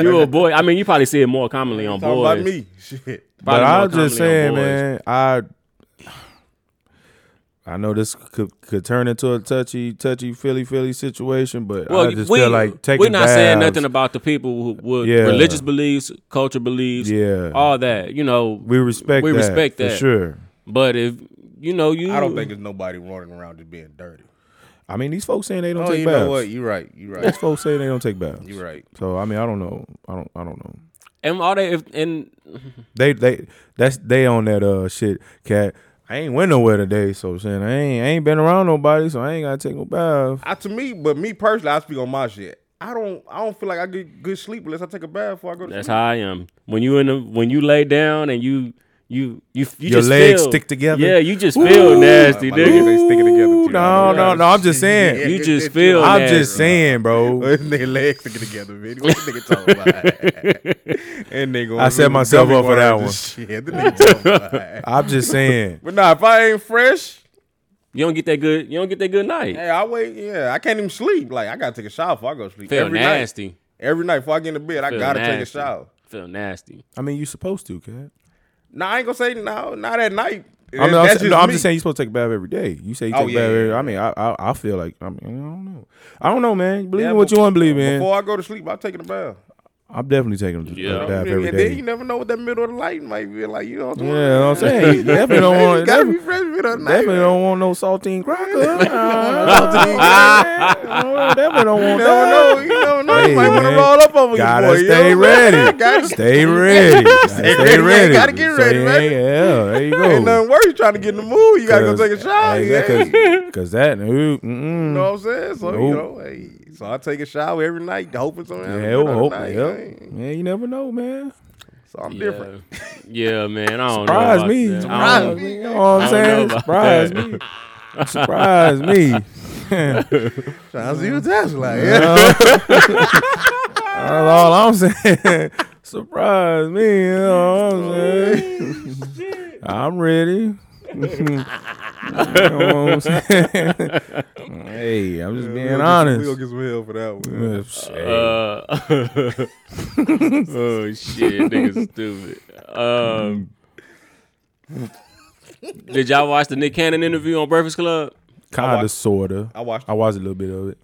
[SPEAKER 2] you a boy. I mean, you probably see it more commonly on
[SPEAKER 3] Talking
[SPEAKER 2] boys.
[SPEAKER 3] about me. [laughs] Shit.
[SPEAKER 4] but
[SPEAKER 2] Probably more
[SPEAKER 4] I'm just
[SPEAKER 2] commonly on
[SPEAKER 4] saying,
[SPEAKER 2] boys.
[SPEAKER 4] man, I I know this could could turn into a touchy, touchy, Philly, Philly situation, but
[SPEAKER 2] Well,
[SPEAKER 4] I just
[SPEAKER 2] we,
[SPEAKER 4] feel like taking
[SPEAKER 2] we're not saying
[SPEAKER 4] baths-
[SPEAKER 2] nothing about the people who would
[SPEAKER 4] Yeah.
[SPEAKER 2] religious beliefs, culture beliefs,
[SPEAKER 4] Yeah.
[SPEAKER 2] all that. You know,
[SPEAKER 4] We respect.
[SPEAKER 2] we
[SPEAKER 4] that,
[SPEAKER 2] respect that.
[SPEAKER 4] for sure.
[SPEAKER 2] But if you know you,
[SPEAKER 3] I don't think it's nobody running around just being dirty.
[SPEAKER 4] I mean, these folks saying they don't
[SPEAKER 3] Oh,
[SPEAKER 4] take
[SPEAKER 3] you
[SPEAKER 4] baths.
[SPEAKER 3] know what? You're right. You're right.
[SPEAKER 4] [laughs] These folks say they don't take baths.
[SPEAKER 3] You're right.
[SPEAKER 4] So I mean, I don't know. I don't. I don't know.
[SPEAKER 2] and all that. If, and
[SPEAKER 4] They they that's they on that uh shit cat. I ain't went nowhere today, so saying I ain't I ain't been around nobody, so I ain't gotta take no bath.
[SPEAKER 3] I, to me, but me personally, I speak on my shit. I don't. I don't feel like I get good sleep unless I take a bath before I go to
[SPEAKER 2] that's
[SPEAKER 3] sleep.
[SPEAKER 2] how I am. When you in the when you lay down and you you you you
[SPEAKER 4] Your
[SPEAKER 2] just
[SPEAKER 4] legs
[SPEAKER 2] feel-
[SPEAKER 4] stick together?
[SPEAKER 2] Yeah, you just feel
[SPEAKER 4] Ooh.
[SPEAKER 2] nasty,
[SPEAKER 3] My legs
[SPEAKER 2] nigga.
[SPEAKER 3] ain't sticking together.
[SPEAKER 4] Ooh,
[SPEAKER 3] Q.
[SPEAKER 4] no, no, no. I'm just
[SPEAKER 3] Yeah,
[SPEAKER 4] saying.
[SPEAKER 2] You
[SPEAKER 3] it-
[SPEAKER 2] just
[SPEAKER 3] it-
[SPEAKER 2] feel
[SPEAKER 4] I'm
[SPEAKER 2] nasty.
[SPEAKER 4] just saying, bro.
[SPEAKER 3] Their legs sticking together, man. What the nigga talking
[SPEAKER 4] [laughs]
[SPEAKER 3] about? and they going
[SPEAKER 4] I set myself up for that one.
[SPEAKER 3] Shit, the nigga talking about.
[SPEAKER 4] I'm just saying.
[SPEAKER 3] But nah, if I ain't fresh,
[SPEAKER 2] You don't get that good. You don't get that good night.
[SPEAKER 3] hey, I wait. Yeah, I can't even sleep. Like I gotta take a shower before I go to sleep.
[SPEAKER 2] feel
[SPEAKER 3] Every
[SPEAKER 2] nasty.
[SPEAKER 3] night, every night before I get into bed, I
[SPEAKER 2] Feel
[SPEAKER 3] gotta take a
[SPEAKER 2] nasty.
[SPEAKER 3] shower.
[SPEAKER 2] Feel nasty.
[SPEAKER 4] I mean, you supposed to, cat.
[SPEAKER 3] Nah, I ain't gonna say no. Not at night.
[SPEAKER 4] I mean,
[SPEAKER 3] That-
[SPEAKER 4] I'm,
[SPEAKER 3] that's
[SPEAKER 4] just, no, I'm
[SPEAKER 3] me.
[SPEAKER 4] just saying you're supposed to take a bath every day. You say you
[SPEAKER 3] Oh,
[SPEAKER 4] take a
[SPEAKER 3] yeah,
[SPEAKER 4] bath
[SPEAKER 3] yeah,
[SPEAKER 4] every
[SPEAKER 3] yeah.
[SPEAKER 4] I mean, I, I I feel like I mean, I don't know. I don't know, man. Believe
[SPEAKER 3] Yeah,
[SPEAKER 4] in what
[SPEAKER 3] but-
[SPEAKER 4] you want to believe in.
[SPEAKER 3] Before I go to sleep, I'm taking a bath.
[SPEAKER 4] I'm definitely taking a
[SPEAKER 2] Yeah.
[SPEAKER 4] bath
[SPEAKER 3] and
[SPEAKER 4] every
[SPEAKER 3] then
[SPEAKER 4] day.
[SPEAKER 3] you never know what that middle of the night might be like. You know what I'm
[SPEAKER 4] Yeah,
[SPEAKER 3] saying? [laughs]
[SPEAKER 4] I'm saying you definitely don't
[SPEAKER 3] You
[SPEAKER 4] want
[SPEAKER 3] gotta
[SPEAKER 4] definitely,
[SPEAKER 3] be fresh middle of the night.
[SPEAKER 4] definitely
[SPEAKER 3] man.
[SPEAKER 4] don't want no saltine
[SPEAKER 3] [laughs]
[SPEAKER 4] cracker. Uh, definitely don't
[SPEAKER 3] You never
[SPEAKER 4] want that.
[SPEAKER 3] know.
[SPEAKER 4] [laughs]
[SPEAKER 3] You never know.
[SPEAKER 4] Hey,
[SPEAKER 3] you might want to
[SPEAKER 4] man.
[SPEAKER 3] roll up over
[SPEAKER 4] Gotta
[SPEAKER 3] your boy.
[SPEAKER 4] stay
[SPEAKER 3] you know what I'm saying? [laughs]
[SPEAKER 4] ready.
[SPEAKER 3] Gotta
[SPEAKER 4] Stay ready. Gotta stay
[SPEAKER 3] ready.
[SPEAKER 4] ready.
[SPEAKER 3] Gotta get
[SPEAKER 4] So,
[SPEAKER 3] ready, man.
[SPEAKER 4] Yeah, yeah,
[SPEAKER 3] [laughs]
[SPEAKER 4] there you go.
[SPEAKER 3] Ain't nothing worse. You trying to get in the mood. You gotta go
[SPEAKER 4] 'Cause-
[SPEAKER 3] take a shower.
[SPEAKER 4] hey, that-
[SPEAKER 3] [laughs] yeah.
[SPEAKER 4] Cause, Cause that, ooh, mm-mm.
[SPEAKER 3] You know what I'm saying? So you
[SPEAKER 4] Nope.
[SPEAKER 3] know, hey, so I take a shower every night, hoping something. happens
[SPEAKER 4] yeah,
[SPEAKER 3] middle of the
[SPEAKER 4] hope,
[SPEAKER 3] night,
[SPEAKER 4] yeah.
[SPEAKER 3] man.
[SPEAKER 4] Man, you never know, man.
[SPEAKER 3] So I'm
[SPEAKER 2] Yeah.
[SPEAKER 3] different.
[SPEAKER 2] Yeah, man. I don't know.
[SPEAKER 4] Surprise
[SPEAKER 2] about
[SPEAKER 4] me.
[SPEAKER 2] that. I
[SPEAKER 4] Surprise
[SPEAKER 2] don't-
[SPEAKER 4] me. You know
[SPEAKER 2] I don't
[SPEAKER 4] what I'm
[SPEAKER 2] know
[SPEAKER 4] saying?
[SPEAKER 2] about
[SPEAKER 4] Surprise
[SPEAKER 2] that.
[SPEAKER 4] me.
[SPEAKER 2] [laughs]
[SPEAKER 4] Surprise me.
[SPEAKER 3] Trying to see
[SPEAKER 4] Mm-hmm.
[SPEAKER 3] what that's [laughs] like.
[SPEAKER 4] That's all I'm saying. [laughs] Surprise me. You know what I'm saying?
[SPEAKER 2] [laughs]
[SPEAKER 4] I'm ready. you know what I'm saying? [laughs] hey, I'm just being
[SPEAKER 3] We gonna
[SPEAKER 4] honest.
[SPEAKER 3] get some hell for that one.
[SPEAKER 4] Uh, shit.
[SPEAKER 2] Uh, [laughs] oh shit, niggas stupid. Um, did y'all watch the Nick Cannon interview on Breakfast Club?
[SPEAKER 4] Kinda, sorta.
[SPEAKER 3] I watched.
[SPEAKER 4] I watched a little bit of it.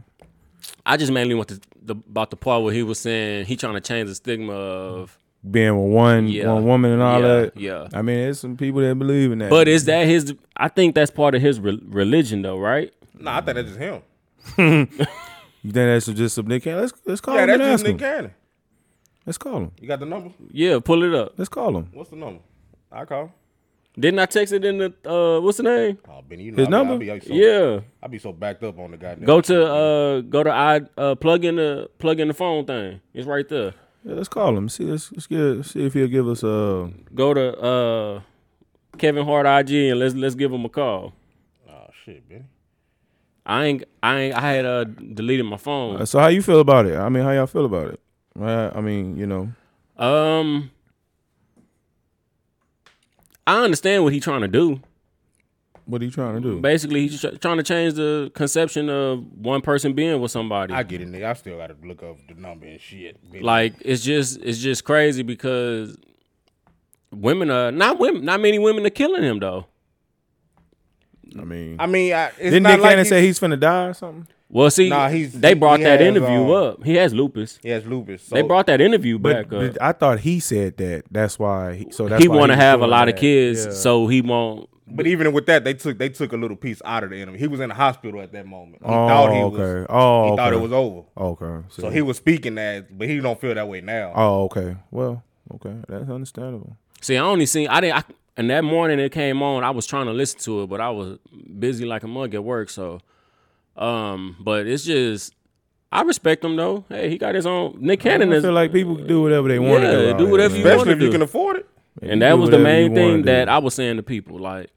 [SPEAKER 2] I just mainly want to the, about the part where he was saying he trying to change the stigma of.
[SPEAKER 4] Being with one
[SPEAKER 2] Yeah.
[SPEAKER 4] one woman and all
[SPEAKER 2] Yeah,
[SPEAKER 4] that.
[SPEAKER 2] yeah.
[SPEAKER 4] I mean, there's some people that believe in that.
[SPEAKER 2] But is that his? I think that's part of his re- religion, though, right?
[SPEAKER 3] Nah, I think that's just him.
[SPEAKER 4] you think that's just some Nick Cannon? Let's let's call
[SPEAKER 3] Yeah,
[SPEAKER 4] him and
[SPEAKER 3] that's
[SPEAKER 4] ask
[SPEAKER 3] just Nick
[SPEAKER 4] him.
[SPEAKER 3] Cannon.
[SPEAKER 4] Let's call him.
[SPEAKER 3] You got the number?
[SPEAKER 2] Yeah, pull it up.
[SPEAKER 4] Let's call him.
[SPEAKER 3] What's the number? I call.
[SPEAKER 2] Didn't I text it in the uh what's the name?
[SPEAKER 3] Oh, Benny, you know
[SPEAKER 4] His
[SPEAKER 3] I be-
[SPEAKER 4] number?
[SPEAKER 3] I be, I be so,
[SPEAKER 2] Yeah.
[SPEAKER 3] I be so backed up on the goddamn.
[SPEAKER 2] Go to uh go to I uh plug in the plug in the phone thing. It's right there.
[SPEAKER 4] Yeah, let's call him. See let's, let's get, see if he'll give us a.
[SPEAKER 2] Go to uh Kevin Hart IG and let's let's give him a call.
[SPEAKER 3] Oh shit, Benny.
[SPEAKER 2] I ain't I ain't I had uh deleted my phone.
[SPEAKER 4] So how you feel about it? I mean, how y'all feel about it? I, I mean, you know,
[SPEAKER 2] Um I understand what he's trying to do.
[SPEAKER 4] what are you trying to do?
[SPEAKER 2] Basically, he's tr- trying to change the conception of one person being with somebody.
[SPEAKER 3] I get it, nigga. I still gotta look up the number and shit. Benny.
[SPEAKER 2] like it's just it's just crazy because women are not women not many women are killing him though
[SPEAKER 4] I mean,
[SPEAKER 3] I mean, I, it's
[SPEAKER 4] didn't
[SPEAKER 3] not
[SPEAKER 4] Nick
[SPEAKER 3] like
[SPEAKER 4] Cannon
[SPEAKER 3] he-
[SPEAKER 4] say he's finna die or something?
[SPEAKER 2] well see
[SPEAKER 3] Nah, he's-
[SPEAKER 2] they brought
[SPEAKER 3] he
[SPEAKER 2] that
[SPEAKER 3] has,
[SPEAKER 2] interview
[SPEAKER 3] um,
[SPEAKER 2] up he has lupus
[SPEAKER 3] he has lupus. So
[SPEAKER 2] they brought that interview back
[SPEAKER 4] But,
[SPEAKER 2] up
[SPEAKER 4] but I thought he said that. That's why. He, so that's
[SPEAKER 2] he
[SPEAKER 4] why
[SPEAKER 2] want to
[SPEAKER 4] was
[SPEAKER 2] have a
[SPEAKER 4] doing
[SPEAKER 2] lot of
[SPEAKER 4] that.
[SPEAKER 2] kids
[SPEAKER 4] Yeah.
[SPEAKER 2] so he won't
[SPEAKER 3] But even with that, they took they took a little piece out of the enemy. He was in the hospital at that moment. He
[SPEAKER 4] Oh,
[SPEAKER 3] thought he was.
[SPEAKER 4] okay. Oh,
[SPEAKER 3] he thought
[SPEAKER 4] okay.
[SPEAKER 3] it was over.
[SPEAKER 4] Okay.
[SPEAKER 3] So he was speaking that, but he don't feel that way now.
[SPEAKER 4] Oh, okay. Well, okay. That's understandable.
[SPEAKER 2] see i only seen i didn't I, and that morning it came on i was trying to listen to it but i was busy like a mug at work so um but it's just i respect him though hey he got his own nick cannon
[SPEAKER 4] I
[SPEAKER 2] is
[SPEAKER 4] feel like people can do whatever they want to
[SPEAKER 2] Yeah,
[SPEAKER 4] do. out
[SPEAKER 2] do
[SPEAKER 4] here,
[SPEAKER 2] whatever
[SPEAKER 4] man.
[SPEAKER 2] you
[SPEAKER 3] Especially
[SPEAKER 2] wanna
[SPEAKER 3] if you
[SPEAKER 2] do.
[SPEAKER 3] can afford it.
[SPEAKER 2] And
[SPEAKER 4] do
[SPEAKER 2] that was the
[SPEAKER 4] whatever you
[SPEAKER 2] main
[SPEAKER 4] wanna
[SPEAKER 2] thing
[SPEAKER 4] do.
[SPEAKER 2] that I was saying to people. Like,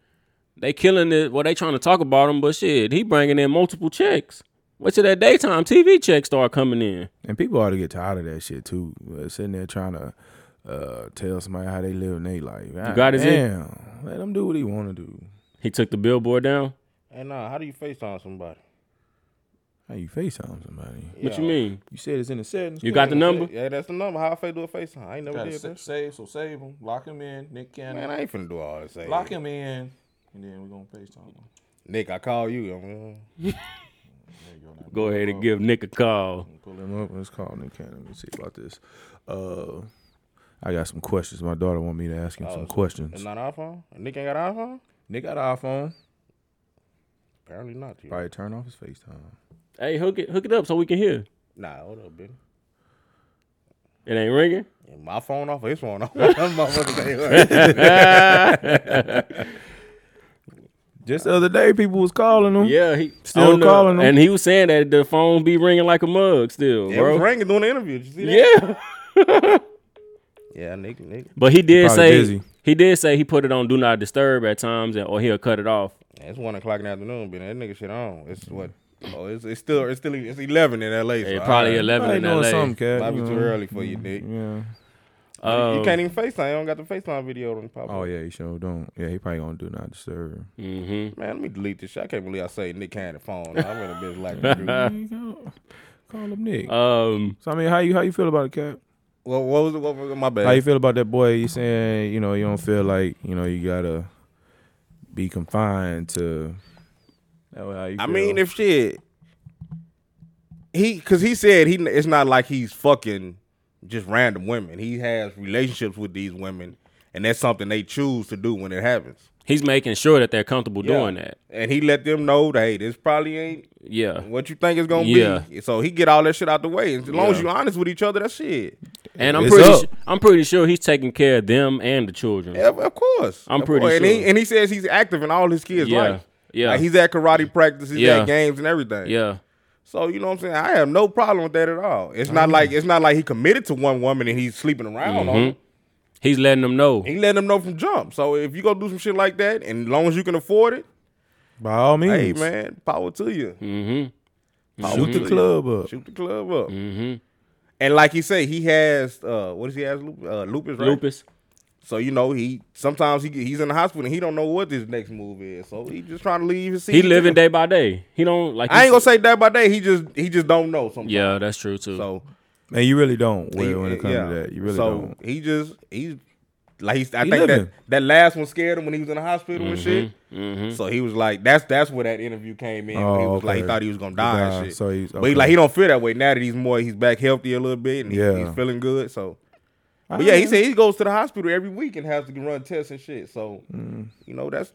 [SPEAKER 2] they killing it. Well, they trying to talk about him, but shit, he bringing in multiple checks. Wait till that daytime TV check start coming in.
[SPEAKER 4] And people ought to get tired of that shit too. Uh, sitting there trying to uh, tell somebody how they live in their life. You
[SPEAKER 2] got his ear?
[SPEAKER 4] damn. Let him do what he want to do.
[SPEAKER 2] He took the billboard down.
[SPEAKER 3] And uh, how do you FaceTime somebody?
[SPEAKER 4] How you face on somebody?
[SPEAKER 2] What you mean?
[SPEAKER 4] You said it's in the settings.
[SPEAKER 2] You got the number?
[SPEAKER 3] Yeah, that's the number. How I fa- do a FaceTime? I ain't never did that.
[SPEAKER 4] save, so save him. Lock him in. Nick Cannon.
[SPEAKER 3] Man, I ain't finna do all this. eh?
[SPEAKER 4] him in. and then we're gonna FaceTime. him.
[SPEAKER 3] Nick, I call you. I'm, uh,
[SPEAKER 2] Go ahead and give Nick a call.
[SPEAKER 4] Pull him up. Let's call Nick Cannon. Let me see about this. Uh, I got some questions. My daughter want me to ask
[SPEAKER 2] Oh,
[SPEAKER 4] him some
[SPEAKER 3] It's
[SPEAKER 4] questions.
[SPEAKER 3] not an iPhone. Nick ain't got an iPhone.
[SPEAKER 4] Nick got an iPhone.
[SPEAKER 3] Apparently not. You.
[SPEAKER 4] Probably turn off his FaceTime.
[SPEAKER 2] Hey, hook it hook it up so we can hear.
[SPEAKER 3] Nah, hold up, Benny.
[SPEAKER 2] It ain't ringing.
[SPEAKER 3] And my phone off, or his phone off. [laughs]
[SPEAKER 4] [laughs]
[SPEAKER 3] Motherfucker say,
[SPEAKER 4] Just the other day, people was calling him.
[SPEAKER 2] Yeah, he
[SPEAKER 4] Still
[SPEAKER 2] on the-
[SPEAKER 4] calling him.
[SPEAKER 2] and he was saying that the phone be ringing like a mug still,
[SPEAKER 3] It was
[SPEAKER 2] bro.
[SPEAKER 3] ringing during the interview. Did you see that?
[SPEAKER 2] Yeah,
[SPEAKER 3] Yeah, Nick, Nick.
[SPEAKER 2] but he did
[SPEAKER 4] Probably
[SPEAKER 2] say
[SPEAKER 4] busy.
[SPEAKER 2] he did say he put it on do not disturb at times, and, or he'll cut it off.
[SPEAKER 3] It's one o'clock in the afternoon, Benny. That nigga shit on. It's what? Oh, it's, it's still it's still it's eleven in L.A. So
[SPEAKER 2] It probably
[SPEAKER 3] alright.
[SPEAKER 2] eleven
[SPEAKER 4] Probably
[SPEAKER 2] in
[SPEAKER 4] doing
[SPEAKER 2] LA.
[SPEAKER 4] something, cat.
[SPEAKER 3] Might be
[SPEAKER 4] you
[SPEAKER 3] too
[SPEAKER 4] know.
[SPEAKER 3] early for you, Nick.
[SPEAKER 4] Yeah.
[SPEAKER 2] Um,
[SPEAKER 3] you can't even FaceTime. You don't got the FaceTime video on the pop.
[SPEAKER 4] Oh yeah, he sure don't. Yeah, he probably gonna do not disturb.
[SPEAKER 2] Mm-hmm.
[SPEAKER 3] Man, let me delete this shit. I can't believe I say Nick Cannon
[SPEAKER 4] [laughs]
[SPEAKER 3] phone. I'm in a bitch like that.
[SPEAKER 4] There you go. Call him Nick.
[SPEAKER 2] Um,
[SPEAKER 4] so I mean, how you how you feel about it, Cap?
[SPEAKER 3] Well, what was it? What was it? My bad.
[SPEAKER 4] How you feel about that boy? You saying you know you don't feel like you know you gotta be confined to. That way how you
[SPEAKER 3] I
[SPEAKER 4] feel.
[SPEAKER 3] mean, if shit, he because he said he it's not like he's fucking just random women. He has relationships with these women, and that's something they choose to do when it happens.
[SPEAKER 2] he's making sure that they're comfortable doing
[SPEAKER 3] Yeah.
[SPEAKER 2] that.
[SPEAKER 3] and he let them know that hey, this probably ain't
[SPEAKER 2] Yeah,
[SPEAKER 3] what you think it's gonna
[SPEAKER 2] Yeah.
[SPEAKER 3] be. So he get all that shit out the way. As long as
[SPEAKER 2] Yeah.
[SPEAKER 3] you honest with each other, that's shit.
[SPEAKER 2] and I'm
[SPEAKER 4] It's
[SPEAKER 2] pretty
[SPEAKER 4] up.
[SPEAKER 2] su- I'm pretty sure he's taking care of them and the children.
[SPEAKER 3] Yeah, of course.
[SPEAKER 2] I'm
[SPEAKER 3] Of
[SPEAKER 2] pretty
[SPEAKER 3] course. And he,
[SPEAKER 2] sure.
[SPEAKER 3] and he says he's active in all his kids'
[SPEAKER 2] Yeah.
[SPEAKER 3] life.
[SPEAKER 2] Yeah.
[SPEAKER 3] Like he's at karate practice, he's
[SPEAKER 2] Yeah.
[SPEAKER 3] at games and everything.
[SPEAKER 2] Yeah.
[SPEAKER 3] So you know what I'm saying? I have no problem with that at all. It's
[SPEAKER 2] Mm-hmm.
[SPEAKER 3] not like it's not like he committed to one woman and he's sleeping around on her.
[SPEAKER 2] He's letting them know.
[SPEAKER 3] He letting them know from jump. So if you go do some shit like that, and as long as you can afford it,
[SPEAKER 4] by all means,
[SPEAKER 3] hey man, power to you.
[SPEAKER 2] Mm-hmm.
[SPEAKER 4] shoot the club up.
[SPEAKER 3] Shoot the club up. And like he said, he has uh, what does he has? Lupus, uh, lupus, right?
[SPEAKER 2] Lupus.
[SPEAKER 3] So you know he sometimes he he's in the hospital and he don't know what this next move is. So he just trying to leave his seat.
[SPEAKER 2] He living day by day. He don't like.
[SPEAKER 3] I
[SPEAKER 2] he
[SPEAKER 3] ain't gonna say day by day. He just he just don't know sometimes.
[SPEAKER 2] Yeah, that's true too.
[SPEAKER 3] So
[SPEAKER 4] And you really don't
[SPEAKER 3] he-
[SPEAKER 4] well, when it comes
[SPEAKER 3] yeah.
[SPEAKER 4] to that. You really
[SPEAKER 3] so
[SPEAKER 4] don't.
[SPEAKER 3] he just he's like he's, I
[SPEAKER 4] He
[SPEAKER 3] think
[SPEAKER 4] living.
[SPEAKER 3] that that last one scared him when he was in the hospital and shit.
[SPEAKER 2] Mm-hmm.
[SPEAKER 3] So he was like, that's that's where that interview came in. when he
[SPEAKER 4] Oh,
[SPEAKER 3] was like he
[SPEAKER 4] okay.
[SPEAKER 3] thought he was gonna die
[SPEAKER 4] Nah,
[SPEAKER 3] and shit.
[SPEAKER 4] so he's-
[SPEAKER 3] But
[SPEAKER 4] okay.
[SPEAKER 3] he like he don't feel that way now that he's more he's back healthy a little bit and he-
[SPEAKER 4] Yeah.
[SPEAKER 3] he's feeling good. So But yeah, he said he goes to the hospital every week and has to run tests and shit. So you know that's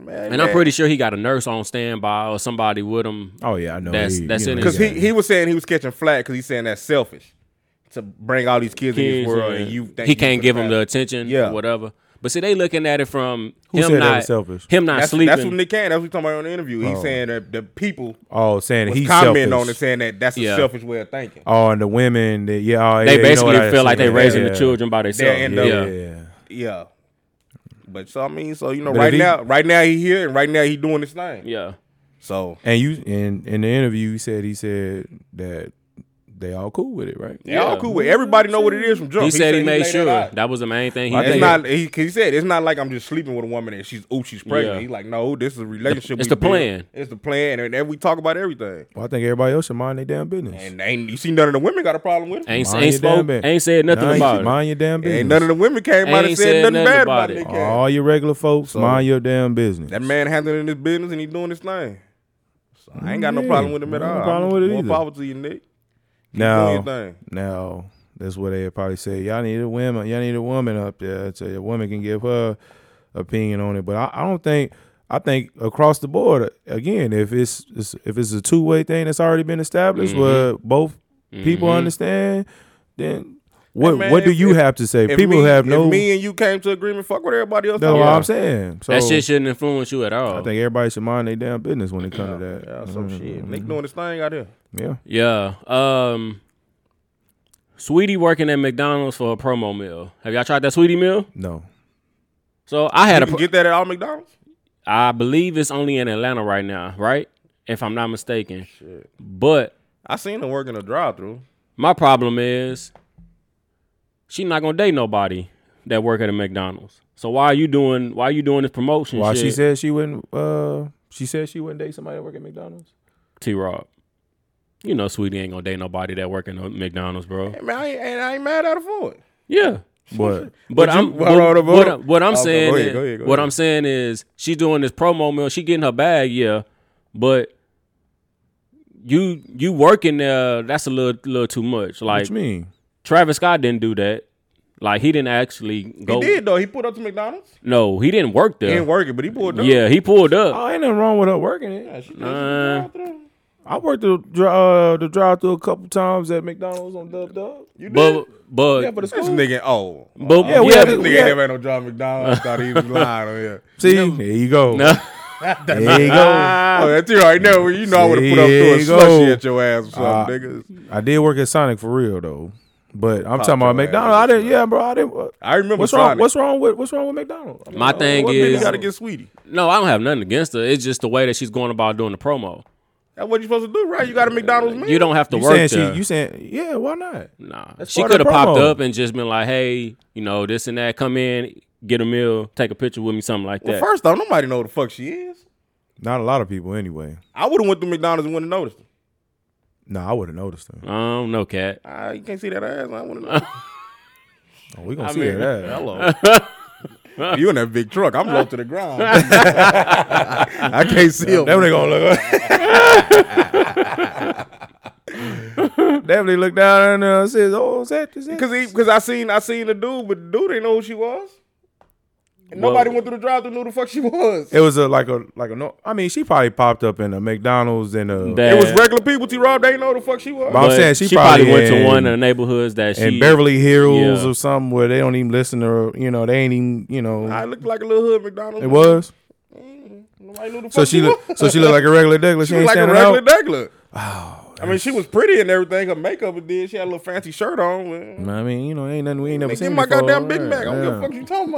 [SPEAKER 3] man.
[SPEAKER 2] and I'm pretty sure he got a nurse on standby or somebody with him.
[SPEAKER 4] Oh yeah, I know.
[SPEAKER 2] That's-
[SPEAKER 4] he,
[SPEAKER 2] that's
[SPEAKER 4] you know,
[SPEAKER 2] in
[SPEAKER 4] he
[SPEAKER 2] his-
[SPEAKER 3] because he,
[SPEAKER 4] got-
[SPEAKER 3] he was saying he was catching flat because he's saying that's selfish to bring all these kids, in
[SPEAKER 2] Kids,
[SPEAKER 3] this world
[SPEAKER 2] yeah.
[SPEAKER 3] and you think
[SPEAKER 2] he
[SPEAKER 3] you
[SPEAKER 2] can't
[SPEAKER 3] finna
[SPEAKER 2] give him
[SPEAKER 3] have-
[SPEAKER 2] the attention.
[SPEAKER 3] Yeah.
[SPEAKER 2] whatever. But see, they looking at it from
[SPEAKER 4] Who
[SPEAKER 2] him
[SPEAKER 4] said that
[SPEAKER 2] not
[SPEAKER 4] was selfish?
[SPEAKER 2] Him not
[SPEAKER 3] that's,
[SPEAKER 2] sleeping.
[SPEAKER 3] That's what Nick Cannon. That's what we talking about on the interview. He's
[SPEAKER 4] Oh.
[SPEAKER 3] saying that the people
[SPEAKER 4] oh saying
[SPEAKER 3] was
[SPEAKER 4] he's
[SPEAKER 3] commenting
[SPEAKER 4] selfish.
[SPEAKER 3] on it, saying that that's a
[SPEAKER 2] Yeah.
[SPEAKER 3] selfish way of thinking.
[SPEAKER 4] Oh, and the women. That, yeah, oh, yeah,
[SPEAKER 2] they
[SPEAKER 4] you know
[SPEAKER 2] basically
[SPEAKER 4] what I
[SPEAKER 2] feel like
[SPEAKER 4] seen.
[SPEAKER 2] they raising
[SPEAKER 4] Yeah.
[SPEAKER 2] the children by themselves.
[SPEAKER 3] in
[SPEAKER 4] Yeah,
[SPEAKER 3] the-
[SPEAKER 2] yeah.
[SPEAKER 4] yeah, yeah.
[SPEAKER 3] Yeah, but so I mean, so you know,
[SPEAKER 4] But if
[SPEAKER 3] right
[SPEAKER 4] he-
[SPEAKER 3] now, right now he here and right now he doing his thing.
[SPEAKER 2] yeah.
[SPEAKER 3] So
[SPEAKER 4] And you in in the interview, you said he said that they all cool with it, right?
[SPEAKER 3] yeah, all cool with it. everybody know what it is from jump.
[SPEAKER 2] He, said he made
[SPEAKER 3] laid
[SPEAKER 2] sure
[SPEAKER 3] that out.
[SPEAKER 2] that, was the main thing. He
[SPEAKER 4] I
[SPEAKER 2] did.
[SPEAKER 4] think
[SPEAKER 3] It's not he, 'cause he said it's not like I'm just sleeping with a woman and she's oh she's pregnant.
[SPEAKER 2] Yeah.
[SPEAKER 3] He's like, no, this is a relationship.
[SPEAKER 2] it's
[SPEAKER 3] we
[SPEAKER 2] the
[SPEAKER 3] built.
[SPEAKER 2] plan.
[SPEAKER 3] It's the plan, and, and we talk about everything.
[SPEAKER 4] Well, I think everybody else should mind their damn business.
[SPEAKER 3] And ain't you see none of the women got a problem with it. Ain't,
[SPEAKER 2] ain't
[SPEAKER 4] Mind
[SPEAKER 2] ain't
[SPEAKER 4] your damn
[SPEAKER 2] spoke.
[SPEAKER 4] business.
[SPEAKER 2] Ain't said nothing
[SPEAKER 4] Mind-
[SPEAKER 2] about it.
[SPEAKER 4] Mind your damn business.
[SPEAKER 3] none of the women came out and
[SPEAKER 2] Ain't
[SPEAKER 3] said nothing bad about
[SPEAKER 2] it.
[SPEAKER 3] Nick. Cannon.
[SPEAKER 4] all your regular folks, mind your damn business.
[SPEAKER 3] That man handling his business and he doing his thing. So I ain't got no
[SPEAKER 4] Yeah,
[SPEAKER 3] problem with him at
[SPEAKER 4] no
[SPEAKER 3] all.
[SPEAKER 4] problem with it
[SPEAKER 3] More
[SPEAKER 4] either.
[SPEAKER 3] power to you, Nick.
[SPEAKER 4] now,
[SPEAKER 3] doing your thing.
[SPEAKER 4] now that's what they probably say. Y'all need a woman. Y'all need a woman up there so a woman can give her opinion on it. But I, I don't think. I think across the board, again, if it's, it's if it's a two way thing that's already been established,
[SPEAKER 2] Mm-hmm.
[SPEAKER 4] where both people understand, then what
[SPEAKER 3] man,
[SPEAKER 4] what do
[SPEAKER 3] if-
[SPEAKER 4] you
[SPEAKER 3] if-
[SPEAKER 4] have to say?
[SPEAKER 3] If
[SPEAKER 4] People
[SPEAKER 3] me,
[SPEAKER 4] have
[SPEAKER 3] if
[SPEAKER 4] no.
[SPEAKER 3] me and you came to agreement. Fuck what everybody else.
[SPEAKER 4] That's
[SPEAKER 3] talking
[SPEAKER 4] what
[SPEAKER 3] about.
[SPEAKER 4] I'm saying. So
[SPEAKER 2] That shit shouldn't influence you at all.
[SPEAKER 4] I think everybody should mind their damn business when it comes to that.
[SPEAKER 3] Yeah,
[SPEAKER 4] Mm-hmm.
[SPEAKER 3] so shit, Nick doing his thing out there.
[SPEAKER 4] Yeah.
[SPEAKER 2] Yeah. Um Sweetie working at McDonald's for a promo meal. Have y'all tried that Sweetie meal?
[SPEAKER 4] No.
[SPEAKER 2] So I had a
[SPEAKER 3] You can
[SPEAKER 2] pro-
[SPEAKER 3] get that at all McDonald's.
[SPEAKER 2] I believe it's only in Atlanta right now, right? If I'm not mistaken. But
[SPEAKER 3] I seen him working a drive-through.
[SPEAKER 2] my problem is she not gonna date nobody that work at a McDonald's. So why are you doing why are you doing this promotion?
[SPEAKER 4] Why
[SPEAKER 2] shit,
[SPEAKER 4] she said she wouldn't? Uh, she said she wouldn't date somebody that work at McDonald's.
[SPEAKER 2] T Rob. You know Sweetie ain't gonna date nobody that work in a McDonald's, bro.
[SPEAKER 3] Man, I ain't, and I ain't mad at her for it.
[SPEAKER 2] Yeah.
[SPEAKER 4] But
[SPEAKER 2] But I'm
[SPEAKER 4] you-
[SPEAKER 2] but,
[SPEAKER 4] hold on, hold on,
[SPEAKER 2] what,
[SPEAKER 4] hold
[SPEAKER 2] I-
[SPEAKER 4] on.
[SPEAKER 2] what I'm
[SPEAKER 4] Oh, go
[SPEAKER 2] saying
[SPEAKER 4] ahead,
[SPEAKER 2] is,
[SPEAKER 4] go ahead, go
[SPEAKER 2] what
[SPEAKER 4] ahead.
[SPEAKER 2] I'm saying is she doing this promo mill, she getting her bag, yeah. But you you working there, that's a little little too much. Like
[SPEAKER 4] what you mean?
[SPEAKER 2] Travis Scott didn't do that. Like he didn't actually go.
[SPEAKER 3] He did though. He pulled up to McDonald's.
[SPEAKER 2] No, he didn't work there.
[SPEAKER 3] He didn't work it, but he pulled up.
[SPEAKER 2] Yeah, he pulled up.
[SPEAKER 4] Oh, ain't nothing wrong with her working it.
[SPEAKER 3] Yeah, she did. She
[SPEAKER 2] Uh,
[SPEAKER 3] pulled up.
[SPEAKER 4] I worked the dri- uh, the drive through a couple times at McDonald's on Dub Dub.
[SPEAKER 3] You did.
[SPEAKER 2] But but
[SPEAKER 4] Yeah, but it's
[SPEAKER 3] this
[SPEAKER 4] cool.
[SPEAKER 3] nigga, oh,
[SPEAKER 2] but
[SPEAKER 4] yeah, we
[SPEAKER 2] yeah,
[SPEAKER 4] had
[SPEAKER 3] this
[SPEAKER 4] it.
[SPEAKER 3] nigga
[SPEAKER 4] yeah.
[SPEAKER 3] ain't had no job at McDonald's. I thought he
[SPEAKER 4] [laughs]
[SPEAKER 3] was lying on here.
[SPEAKER 4] See, there you go.
[SPEAKER 2] No.
[SPEAKER 4] [laughs] there you go.
[SPEAKER 3] Oh, that's you right now. You know I would have put up
[SPEAKER 4] Ah. There
[SPEAKER 3] through a
[SPEAKER 4] you go.
[SPEAKER 3] slushy at your ass or something,
[SPEAKER 4] Uh,
[SPEAKER 3] niggas.
[SPEAKER 4] I did work at Sonic for real though, but I'm talking
[SPEAKER 3] your
[SPEAKER 4] about
[SPEAKER 3] ass,
[SPEAKER 4] McDonald's. I
[SPEAKER 3] that's
[SPEAKER 4] didn't. Yeah, bro. I didn't. uh,
[SPEAKER 3] I remember
[SPEAKER 4] What's
[SPEAKER 3] Sonic.
[SPEAKER 4] wrong? What's wrong with What's wrong with McDonald's? I mean,
[SPEAKER 2] My
[SPEAKER 4] uh,
[SPEAKER 2] thing
[SPEAKER 4] what really
[SPEAKER 2] is-
[SPEAKER 3] You gotta
[SPEAKER 4] gotta get-
[SPEAKER 3] get sweetie.
[SPEAKER 2] no, I don't have nothing against her. It's just the way that she's going about doing the promo.
[SPEAKER 3] That's what you supposed to do, right? You got a McDonald's man.
[SPEAKER 2] You don't have to
[SPEAKER 4] you
[SPEAKER 2] work
[SPEAKER 4] saying
[SPEAKER 2] there.
[SPEAKER 4] she? You saying yeah? Why not?
[SPEAKER 2] nah,
[SPEAKER 4] That's
[SPEAKER 2] she
[SPEAKER 4] part of
[SPEAKER 2] could
[SPEAKER 4] the
[SPEAKER 2] have popped
[SPEAKER 4] promo.
[SPEAKER 2] up and just been like, "Hey, you know, this and that. Come in, get a meal, take a picture with me, something like
[SPEAKER 3] Well,
[SPEAKER 2] that."
[SPEAKER 3] first off, nobody know who the fuck she is.
[SPEAKER 4] Not a lot of people anyway.
[SPEAKER 3] I would have went through McDonald's and wouldn't have noticed.
[SPEAKER 4] No, I would have noticed them.
[SPEAKER 2] I don't know, cat.
[SPEAKER 3] Ah, you can't see that ass. I wouldn't know.
[SPEAKER 4] Oh, we gonna
[SPEAKER 2] I
[SPEAKER 4] see
[SPEAKER 2] mean,
[SPEAKER 4] that. [laughs]
[SPEAKER 3] Hello. you in that big truck. I'm low to the ground. I can't see him.
[SPEAKER 4] Definitely gonna look. [laughs] Definitely look down and uh, says, "Oh, is that is that?"
[SPEAKER 3] Cause, he, cause I seen I seen the dude, but the dude didn't know who she was. And nobody
[SPEAKER 2] Well-
[SPEAKER 3] went through the drive thru knew who the fuck she was.
[SPEAKER 4] it was a like a like a. No, I mean, she probably popped up in a McDonald's and uh, a.
[SPEAKER 2] That-
[SPEAKER 3] It was regular people. T Rob, they didn't know who the fuck she was.
[SPEAKER 4] But I'm saying she probably
[SPEAKER 2] went to
[SPEAKER 4] in-
[SPEAKER 2] one of the neighborhoods that
[SPEAKER 4] and
[SPEAKER 2] she
[SPEAKER 4] Beverly Hills
[SPEAKER 2] yeah.
[SPEAKER 4] or something where they don't even listen to her. You know, they ain't even. You know,
[SPEAKER 3] I looked like a little hood McDonald's.
[SPEAKER 4] it was.
[SPEAKER 3] Nobody knew the
[SPEAKER 4] So
[SPEAKER 3] fuck
[SPEAKER 4] she
[SPEAKER 3] was.
[SPEAKER 4] look. So she looked like a regular Douglas. She,
[SPEAKER 3] She was like
[SPEAKER 4] ain't
[SPEAKER 3] a
[SPEAKER 4] standing
[SPEAKER 3] regular
[SPEAKER 4] out.
[SPEAKER 3] Degler. I mean, she was pretty and everything. Her makeup was did. She had a little fancy shirt on. Man.
[SPEAKER 4] I mean, you know, ain't nothing we ain't never
[SPEAKER 3] Give
[SPEAKER 4] seen.
[SPEAKER 3] my
[SPEAKER 4] before.
[SPEAKER 3] goddamn Big Mac. I don't give a fuck you talking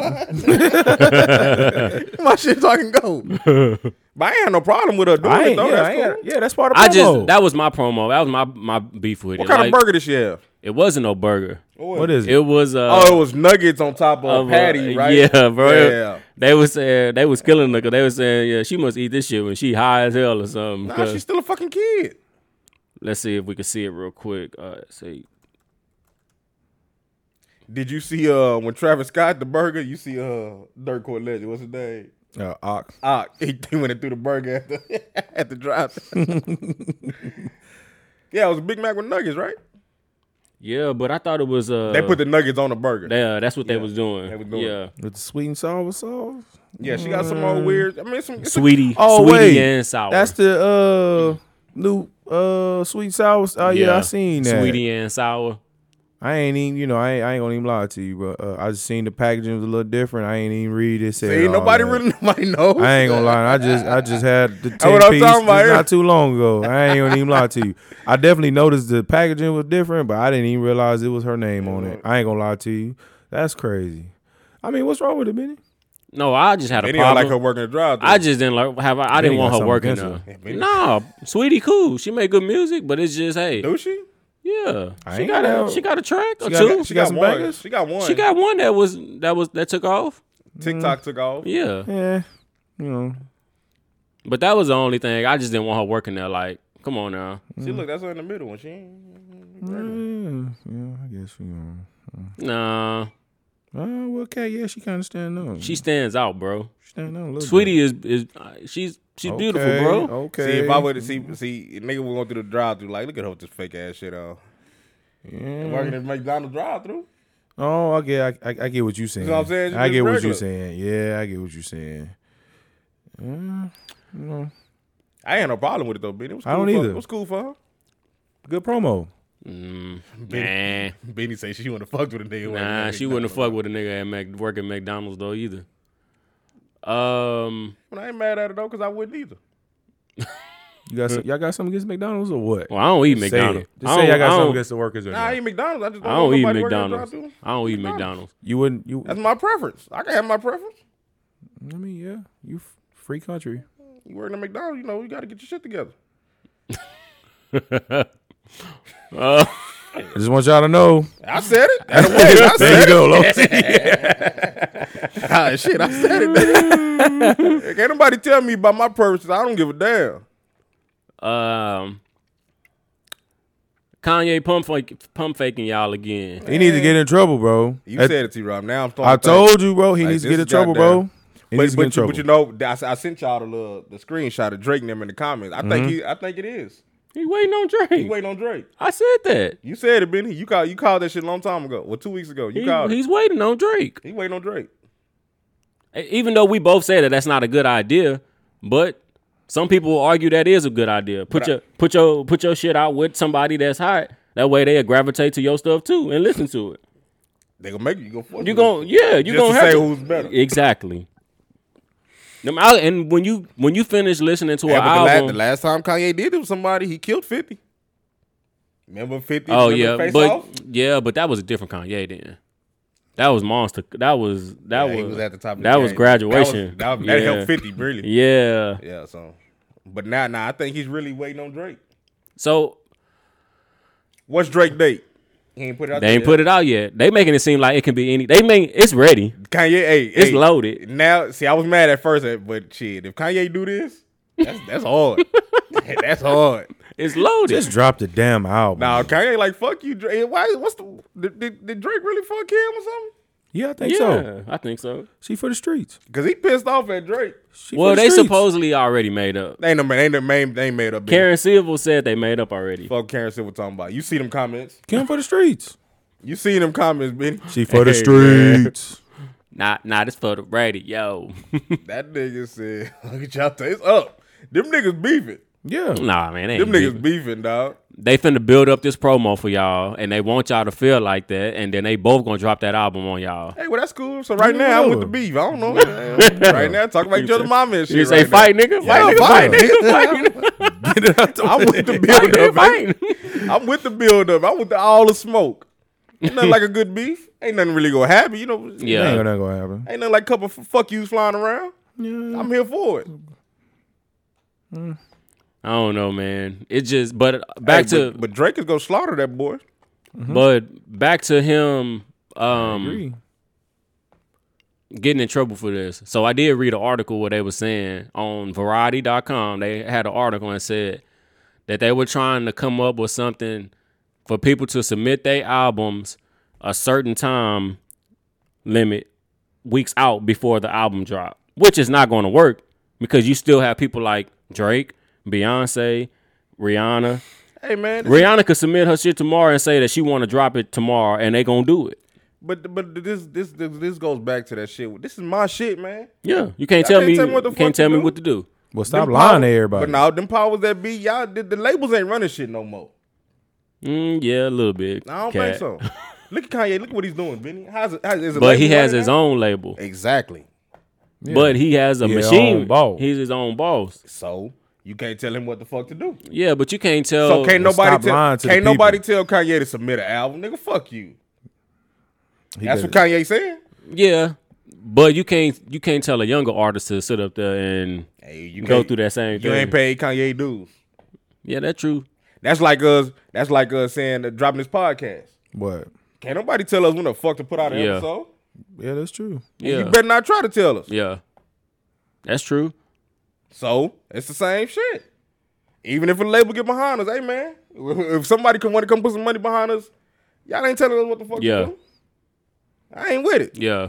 [SPEAKER 3] about. [laughs]
[SPEAKER 4] [laughs]
[SPEAKER 3] my shit talking go. But I ain't had no problem with her doing
[SPEAKER 4] I
[SPEAKER 3] it
[SPEAKER 4] ain't,
[SPEAKER 3] though.
[SPEAKER 4] yeah, I
[SPEAKER 3] That's
[SPEAKER 4] ain't,
[SPEAKER 3] cool.
[SPEAKER 4] yeah, that's part of.
[SPEAKER 2] I
[SPEAKER 4] promo.
[SPEAKER 2] just that was my promo. That was my my beef with
[SPEAKER 3] What
[SPEAKER 2] it.
[SPEAKER 3] kind
[SPEAKER 2] Like,
[SPEAKER 3] of burger did she have?
[SPEAKER 2] It wasn't no burger.
[SPEAKER 4] what is it?
[SPEAKER 2] It was uh,
[SPEAKER 3] Oh, it was nuggets on top of,
[SPEAKER 2] of, uh,
[SPEAKER 3] patty, right?
[SPEAKER 2] Yeah, bro.
[SPEAKER 3] Yeah.
[SPEAKER 2] They was saying they was killing her. 'cause They was saying yeah, she must eat this shit when she high as hell or something.
[SPEAKER 3] Nah,
[SPEAKER 2] 'cause-
[SPEAKER 3] she's still a fucking kid.
[SPEAKER 2] let's see if we can see it real quick. Uh, see,
[SPEAKER 3] Did you see uh when Travis Scott the burger? You see uh Dirt Court Legend. What's his name?
[SPEAKER 4] Uh, ox.
[SPEAKER 3] Ah, he, he went and threw the burger at the [laughs] at
[SPEAKER 2] [laughs]
[SPEAKER 3] the drive. yeah, it was a Big Mac with nuggets, right?
[SPEAKER 2] yeah, but I thought it was uh
[SPEAKER 3] They put the nuggets on the burger.
[SPEAKER 2] they, uh, that's what they was doing.
[SPEAKER 3] they was doing
[SPEAKER 2] Yeah,
[SPEAKER 4] with the sweet and sour sauce.
[SPEAKER 3] yeah, she got some
[SPEAKER 2] Mm.
[SPEAKER 3] old weird. I mean, some it's a-
[SPEAKER 2] sweetie,
[SPEAKER 4] Oh
[SPEAKER 2] sweetie
[SPEAKER 4] wait,
[SPEAKER 2] and sour.
[SPEAKER 4] That's the uh new uh sweet and sour. Oh yeah, I seen that.
[SPEAKER 2] Sweetie and sour.
[SPEAKER 4] I ain't even you know I ain't, I ain't gonna even lie to you, but uh, I just seen the packaging was a little different. I ain't even read it. Said,
[SPEAKER 3] ain't
[SPEAKER 4] all
[SPEAKER 3] nobody
[SPEAKER 4] that.
[SPEAKER 3] really nobody knows.
[SPEAKER 4] I ain't gonna lie. I just I just
[SPEAKER 3] [laughs]
[SPEAKER 4] had the
[SPEAKER 3] what
[SPEAKER 4] ten
[SPEAKER 3] I'm
[SPEAKER 4] piece
[SPEAKER 3] talking about
[SPEAKER 4] just
[SPEAKER 3] here.
[SPEAKER 4] not too long ago. I ain't gonna even lie to you. I definitely noticed the packaging was different, but I didn't even realize it was her name on it. I ain't gonna lie to you. That's crazy. I mean, what's wrong with it, Benny?
[SPEAKER 2] No, I just had a
[SPEAKER 3] They didn't
[SPEAKER 2] problem.
[SPEAKER 3] like her working the drive.
[SPEAKER 2] I just didn't like have. I, I didn't
[SPEAKER 4] Benny
[SPEAKER 2] want
[SPEAKER 4] got
[SPEAKER 2] her working
[SPEAKER 4] something
[SPEAKER 2] there.
[SPEAKER 4] against
[SPEAKER 2] Nah, sweetie, cool. She made good music, but it's just hey,
[SPEAKER 3] do she?
[SPEAKER 2] yeah.
[SPEAKER 4] I
[SPEAKER 2] She
[SPEAKER 4] ain't
[SPEAKER 2] got
[SPEAKER 4] know.
[SPEAKER 2] a she got a track or
[SPEAKER 4] got-
[SPEAKER 2] two.
[SPEAKER 4] she got some
[SPEAKER 3] one.
[SPEAKER 4] bangers?
[SPEAKER 3] She got one.
[SPEAKER 2] She got Mm. one that was that was that took off.
[SPEAKER 3] TikTok took off.
[SPEAKER 2] Yeah,
[SPEAKER 4] Yeah, you know.
[SPEAKER 2] but that was the only thing. I just didn't want her working there. Like, come on now.
[SPEAKER 3] See, look, that's her in the middle, and she ain't.
[SPEAKER 4] Yeah, yeah, I guess you know.
[SPEAKER 2] Nah,
[SPEAKER 4] Oh, well, okay, yeah, she kind of standing up.
[SPEAKER 2] she stands out, bro.
[SPEAKER 4] She standing out a little. bit.
[SPEAKER 2] Sweetie is is uh, she's she's beautiful,
[SPEAKER 4] Okay,
[SPEAKER 2] bro.
[SPEAKER 4] Okay.
[SPEAKER 3] See, if I would see, see, nigga, we going through the drive through. Like, look at her with this fake ass shit on.
[SPEAKER 4] Yeah.
[SPEAKER 3] Working at McDonald's drive through.
[SPEAKER 4] Oh, I get, I, I, I get what you saying.
[SPEAKER 3] what I'm saying? She
[SPEAKER 4] I
[SPEAKER 3] just
[SPEAKER 4] get what you
[SPEAKER 3] regular.
[SPEAKER 4] saying. Yeah, I get what you saying.
[SPEAKER 3] I ain't had no problem with it though, Benny. It was cool
[SPEAKER 4] I don't
[SPEAKER 3] for,
[SPEAKER 4] either.
[SPEAKER 3] It was cool for her.
[SPEAKER 4] Good promo.
[SPEAKER 2] Nah,
[SPEAKER 3] Benny say she wouldn't have fucked with a nigga. working
[SPEAKER 2] nah,
[SPEAKER 3] at
[SPEAKER 2] she wouldn't have fucked with
[SPEAKER 3] McDonald's.
[SPEAKER 2] a nigga at Mac working McDonald's though either. Um,
[SPEAKER 3] But I ain't mad at her though, cause I wouldn't either.
[SPEAKER 4] You got, some, y'all got something against McDonald's or what?
[SPEAKER 2] well, I don't eat
[SPEAKER 4] Say it.
[SPEAKER 2] McDonald's. I
[SPEAKER 4] Just say
[SPEAKER 2] don't,
[SPEAKER 4] y'all got
[SPEAKER 2] I
[SPEAKER 4] something
[SPEAKER 2] don't,
[SPEAKER 4] against the workers or
[SPEAKER 3] Nah, I
[SPEAKER 4] not.
[SPEAKER 3] eat McDonald's. I just
[SPEAKER 2] I don't
[SPEAKER 3] want
[SPEAKER 2] eat
[SPEAKER 3] nobody working at
[SPEAKER 2] McDonald's.
[SPEAKER 3] drive-thru.
[SPEAKER 2] I don't eat McDonald's.
[SPEAKER 3] McDonald's.
[SPEAKER 4] You wouldn't. You.
[SPEAKER 3] That's my preference. I can have my preference.
[SPEAKER 4] I mean, yeah. You f- free country.
[SPEAKER 3] You working at McDonald's, you know, you got to get your shit together.
[SPEAKER 4] I just want y'all
[SPEAKER 3] [laughs]
[SPEAKER 4] to know.
[SPEAKER 3] I said it. [laughs] Out
[SPEAKER 2] [laughs]
[SPEAKER 3] of way, I said
[SPEAKER 4] you go, Loki.
[SPEAKER 3] it. Ah, shit, I said it. nigga. [laughs] Can't nobody tell me about my preferences. I don't give a damn.
[SPEAKER 2] Um, Kanye pump fake, pump faking y'all again.
[SPEAKER 4] He needs to get in trouble, bro.
[SPEAKER 3] You
[SPEAKER 4] That-
[SPEAKER 3] said it, T Rob. Now I'm starting.
[SPEAKER 4] I
[SPEAKER 3] to think.
[SPEAKER 4] told you, bro. He
[SPEAKER 3] Like,
[SPEAKER 4] needs to
[SPEAKER 3] this
[SPEAKER 4] get in
[SPEAKER 3] is
[SPEAKER 4] trouble, bro.
[SPEAKER 3] goddamn-
[SPEAKER 4] He
[SPEAKER 3] But
[SPEAKER 4] needs to
[SPEAKER 3] but
[SPEAKER 4] get
[SPEAKER 3] you,
[SPEAKER 4] in trouble.
[SPEAKER 3] but you know, I, s- I sent y'all the little, the screenshot of Drake and them in the comments. I think he, I think it is.
[SPEAKER 2] He waiting on Drake.
[SPEAKER 3] You waiting on Drake.
[SPEAKER 2] I said that.
[SPEAKER 3] You said it, Benny. You called you called that shit a long time ago. Well, two weeks ago. You called
[SPEAKER 2] He,
[SPEAKER 3] it.
[SPEAKER 2] he's waiting on Drake. E,
[SPEAKER 3] He waiting on Drake.
[SPEAKER 2] Even though we both said that that's not a good idea, but some people will argue that is a good idea. Put your put your put your shit out with somebody that's hot. That way they'll gravitate to your stuff too and listen to it.
[SPEAKER 3] They gonna make you go. fuck
[SPEAKER 2] You
[SPEAKER 3] with
[SPEAKER 2] gon'
[SPEAKER 3] it.
[SPEAKER 2] yeah, you
[SPEAKER 3] Just
[SPEAKER 2] gonna
[SPEAKER 3] to
[SPEAKER 2] have
[SPEAKER 3] say
[SPEAKER 2] to
[SPEAKER 3] who's better.
[SPEAKER 2] Exactly. Them al- and when you when you finish listening to an
[SPEAKER 3] Yeah, but the, la-
[SPEAKER 2] album,
[SPEAKER 3] the last time Kanye did it with somebody, he killed Fifty. Remember Fifty?
[SPEAKER 2] oh
[SPEAKER 3] Remember
[SPEAKER 2] yeah,
[SPEAKER 3] Face
[SPEAKER 2] but
[SPEAKER 3] Off?
[SPEAKER 2] yeah, but that was a different Kanye then. That was monster. That was that
[SPEAKER 3] Yeah,
[SPEAKER 2] was,
[SPEAKER 3] he was at the top. Of the
[SPEAKER 2] that was
[SPEAKER 3] game.
[SPEAKER 2] graduation.
[SPEAKER 3] That, was, that,
[SPEAKER 2] yeah.
[SPEAKER 3] that helped Fifty really.
[SPEAKER 2] Yeah.
[SPEAKER 3] Yeah. So, but now, now I think he's really waiting on Drake.
[SPEAKER 2] So
[SPEAKER 3] What's Drake date? He ain't put it out.
[SPEAKER 2] They ain't put it out yet. They making it seem like it can be any. They make it's ready.
[SPEAKER 3] Kanye, hey,
[SPEAKER 2] It's
[SPEAKER 3] hey,
[SPEAKER 2] loaded.
[SPEAKER 3] Now, see, I was mad at first, eh, but shit, if Kanye do this, that's that's hard. [laughs] that's hard.
[SPEAKER 2] It's loaded.
[SPEAKER 4] Just drop the damn album.
[SPEAKER 3] Now Kanye like fuck you, Drake. Why? What's the did, did, did Drake really fuck him or something?
[SPEAKER 4] Yeah, I think
[SPEAKER 2] yeah,
[SPEAKER 4] so.
[SPEAKER 2] I think so.
[SPEAKER 4] She for the streets.
[SPEAKER 3] Because he pissed off at Drake.
[SPEAKER 4] She
[SPEAKER 2] well,
[SPEAKER 4] for the
[SPEAKER 2] they
[SPEAKER 4] streets.
[SPEAKER 2] supposedly already made up.
[SPEAKER 3] They ain't the man. Ain't the main. They ain't made up. bitch.
[SPEAKER 2] Karen Silva said they made up already.
[SPEAKER 3] Fuck Karen Silver talking about. You see them comments.
[SPEAKER 4] Kim for the streets.
[SPEAKER 3] You see them comments, Benny.
[SPEAKER 4] She for the
[SPEAKER 2] Hey,
[SPEAKER 4] streets.
[SPEAKER 2] Nah, nah, this for the radio.
[SPEAKER 3] That nigga said, [laughs] "Look at y'all taste up." Them niggas beefing.
[SPEAKER 4] Yeah.
[SPEAKER 2] [laughs] nah, man, they ain't
[SPEAKER 3] Them niggas
[SPEAKER 2] beefing.
[SPEAKER 3] beefing, dog.
[SPEAKER 2] They finna build up this promo for y'all, and they want y'all to feel like that, and then they both gonna drop that album on y'all.
[SPEAKER 3] Hey, well, that's cool. So right
[SPEAKER 4] Yeah,
[SPEAKER 3] now, I'm with
[SPEAKER 4] whatever.
[SPEAKER 3] the beef. I don't
[SPEAKER 2] [laughs]
[SPEAKER 3] know. right now, talking about each other's mama and shit.
[SPEAKER 2] You say
[SPEAKER 3] right
[SPEAKER 2] fight,
[SPEAKER 3] now.
[SPEAKER 2] nigga,
[SPEAKER 3] Yeah,
[SPEAKER 2] fight,
[SPEAKER 3] [laughs] fight,
[SPEAKER 2] nigga, fight, nigga, fight,
[SPEAKER 4] Get it out the
[SPEAKER 3] I'm with the build
[SPEAKER 2] nigga,
[SPEAKER 3] up. man.
[SPEAKER 2] fight.
[SPEAKER 3] I'm with the build up. I'm with the, all the smoke. Ain't nothing like a good beef. Ain't nothing really gonna happen, you know.
[SPEAKER 2] Yeah.
[SPEAKER 4] Ain't gonna, gonna happen.
[SPEAKER 3] Ain't nothing like a couple f- fuck yous flying around. I'm here for it.
[SPEAKER 2] [laughs] I don't know, man. It just, but back
[SPEAKER 3] Hey,
[SPEAKER 2] to,
[SPEAKER 3] but, but Drake is gonna slaughter that boy.
[SPEAKER 2] but back to him. Um,
[SPEAKER 4] Agree.
[SPEAKER 2] getting in trouble for this. So I did read an article where they were saying on variety.com, they had an article and said that they were trying to come up with something for people to submit their albums a certain time limit weeks out before the album drop, which is not going to work because you still have people like Drake, Beyonce,
[SPEAKER 3] [laughs]
[SPEAKER 2] Rihanna.
[SPEAKER 3] Hey man, this-
[SPEAKER 2] Rihanna could submit her shit tomorrow and say that she want to drop it tomorrow and they going to do it.
[SPEAKER 3] but but this, this this this goes back to that shit. This is my shit, man.
[SPEAKER 2] Yeah, you can't tell
[SPEAKER 3] Y'all can't
[SPEAKER 2] me
[SPEAKER 3] tell me what the
[SPEAKER 2] you can't
[SPEAKER 3] fuck to
[SPEAKER 2] tell me
[SPEAKER 3] do.
[SPEAKER 2] what to do.
[SPEAKER 4] Well, stop
[SPEAKER 3] Them
[SPEAKER 4] lying to
[SPEAKER 3] powers-
[SPEAKER 4] everybody.
[SPEAKER 3] But now them powers that be, y'all the, the labels ain't running shit no more.
[SPEAKER 2] Mm, yeah, a little bit.
[SPEAKER 3] I don't
[SPEAKER 2] Cat. [laughs]
[SPEAKER 3] think so. Look at Kanye. Look at what he's doing, Benny. How's it? How's, is it
[SPEAKER 2] But he
[SPEAKER 3] label
[SPEAKER 2] has
[SPEAKER 3] running
[SPEAKER 2] his
[SPEAKER 3] now?
[SPEAKER 2] own label.
[SPEAKER 3] Exactly.
[SPEAKER 2] But he has a
[SPEAKER 4] Yeah,
[SPEAKER 2] machine.
[SPEAKER 4] own boss.
[SPEAKER 2] He's his own boss.
[SPEAKER 3] So you can't tell him what the fuck to do.
[SPEAKER 2] Yeah, but you can't tell.
[SPEAKER 3] So can't nobody
[SPEAKER 4] stop
[SPEAKER 3] tell,
[SPEAKER 4] lying to the
[SPEAKER 3] can't nobody tell Kanye to submit an album, nigga. Fuck you.
[SPEAKER 4] He
[SPEAKER 3] That's
[SPEAKER 4] better-
[SPEAKER 3] what Kanye saying.
[SPEAKER 2] yeah, but you can't. You can't tell a younger artist to sit up there and
[SPEAKER 3] Hey, you
[SPEAKER 2] go
[SPEAKER 3] can't-
[SPEAKER 2] through that same
[SPEAKER 3] You
[SPEAKER 2] thing.
[SPEAKER 3] ain't paid Kanye dues.
[SPEAKER 2] yeah, that's true.
[SPEAKER 3] That's like us. That's like us saying that dropping this podcast.
[SPEAKER 4] What?
[SPEAKER 3] Can't nobody tell us when the fuck to put out an
[SPEAKER 2] Yeah.
[SPEAKER 3] episode.
[SPEAKER 4] Yeah, that's true.
[SPEAKER 2] Yeah,
[SPEAKER 3] You better not try to tell us.
[SPEAKER 2] yeah, that's true.
[SPEAKER 3] So it's the same shit. Even if a label get behind us, hey man, [laughs] if somebody come want to come put some money behind us, y'all ain't telling us what the fuck
[SPEAKER 2] Yeah.
[SPEAKER 3] to do. I ain't with [laughs] it.
[SPEAKER 2] Yeah,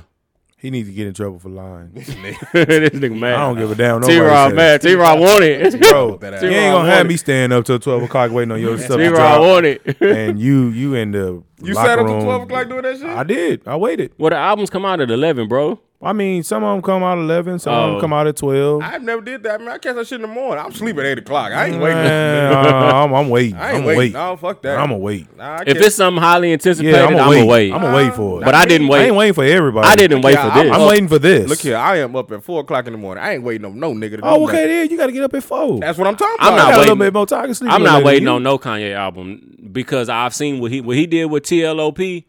[SPEAKER 4] He needs to get in trouble for lying.
[SPEAKER 2] this nigga mad.
[SPEAKER 4] I don't give a damn.
[SPEAKER 2] T.
[SPEAKER 4] Nobody
[SPEAKER 2] Rob
[SPEAKER 4] says-
[SPEAKER 2] mad. T. Rob want it.
[SPEAKER 3] [laughs]
[SPEAKER 4] Bro, you
[SPEAKER 3] That ass.
[SPEAKER 4] ain't
[SPEAKER 2] T-Rob
[SPEAKER 4] gonna have
[SPEAKER 2] wanted.
[SPEAKER 4] me staying up till twelve o'clock waiting on your [laughs] stuff
[SPEAKER 2] T.
[SPEAKER 4] to
[SPEAKER 2] Rob
[SPEAKER 4] drop,
[SPEAKER 2] want it.
[SPEAKER 4] and you you in the
[SPEAKER 3] You
[SPEAKER 4] locker
[SPEAKER 3] sat up
[SPEAKER 4] room.
[SPEAKER 3] to twelve o'clock doing that shit.
[SPEAKER 4] I did. I waited.
[SPEAKER 2] Well, the albums come out at eleven, bro.
[SPEAKER 4] I mean, some of them come out at eleven, some of
[SPEAKER 2] Oh.
[SPEAKER 4] them come out at twelve.
[SPEAKER 3] I never did that. I mean, I catch that shit in the morning. I'm sleeping at eight o'clock. I ain't waiting.
[SPEAKER 4] Man, uh, I'm, I'm
[SPEAKER 3] [laughs]
[SPEAKER 4] waiting.
[SPEAKER 3] I ain't
[SPEAKER 4] I'm
[SPEAKER 3] waiting.
[SPEAKER 4] waiting.
[SPEAKER 3] No, fuck that.
[SPEAKER 4] I'm awake.
[SPEAKER 3] Nah, I
[SPEAKER 2] If
[SPEAKER 3] catch-
[SPEAKER 2] it's something highly anticipated,
[SPEAKER 4] Yeah, I'm
[SPEAKER 2] I'm
[SPEAKER 4] awake.
[SPEAKER 2] awake.
[SPEAKER 4] I'm awake for it.
[SPEAKER 2] But I didn't
[SPEAKER 4] I
[SPEAKER 2] wait.
[SPEAKER 4] ain't waiting for everybody.
[SPEAKER 2] I didn't wait
[SPEAKER 3] Yeah,
[SPEAKER 2] for
[SPEAKER 3] I'm-
[SPEAKER 2] this.
[SPEAKER 4] I'm waiting for this.
[SPEAKER 3] look here, I am up at four o'clock in the morning. I ain't waiting on no nigga to do
[SPEAKER 4] Oh, okay.
[SPEAKER 3] nothing.
[SPEAKER 4] Then you got to get up at four.
[SPEAKER 3] That's what I'm talking
[SPEAKER 2] I'm
[SPEAKER 3] about.
[SPEAKER 2] not
[SPEAKER 4] I got a little
[SPEAKER 2] waiting.
[SPEAKER 4] bit more time. I can sleep a
[SPEAKER 2] I'm
[SPEAKER 4] little
[SPEAKER 2] not
[SPEAKER 4] later than
[SPEAKER 2] waiting
[SPEAKER 4] you.
[SPEAKER 2] on no Kanye album because I've seen what he what he did with TLOP.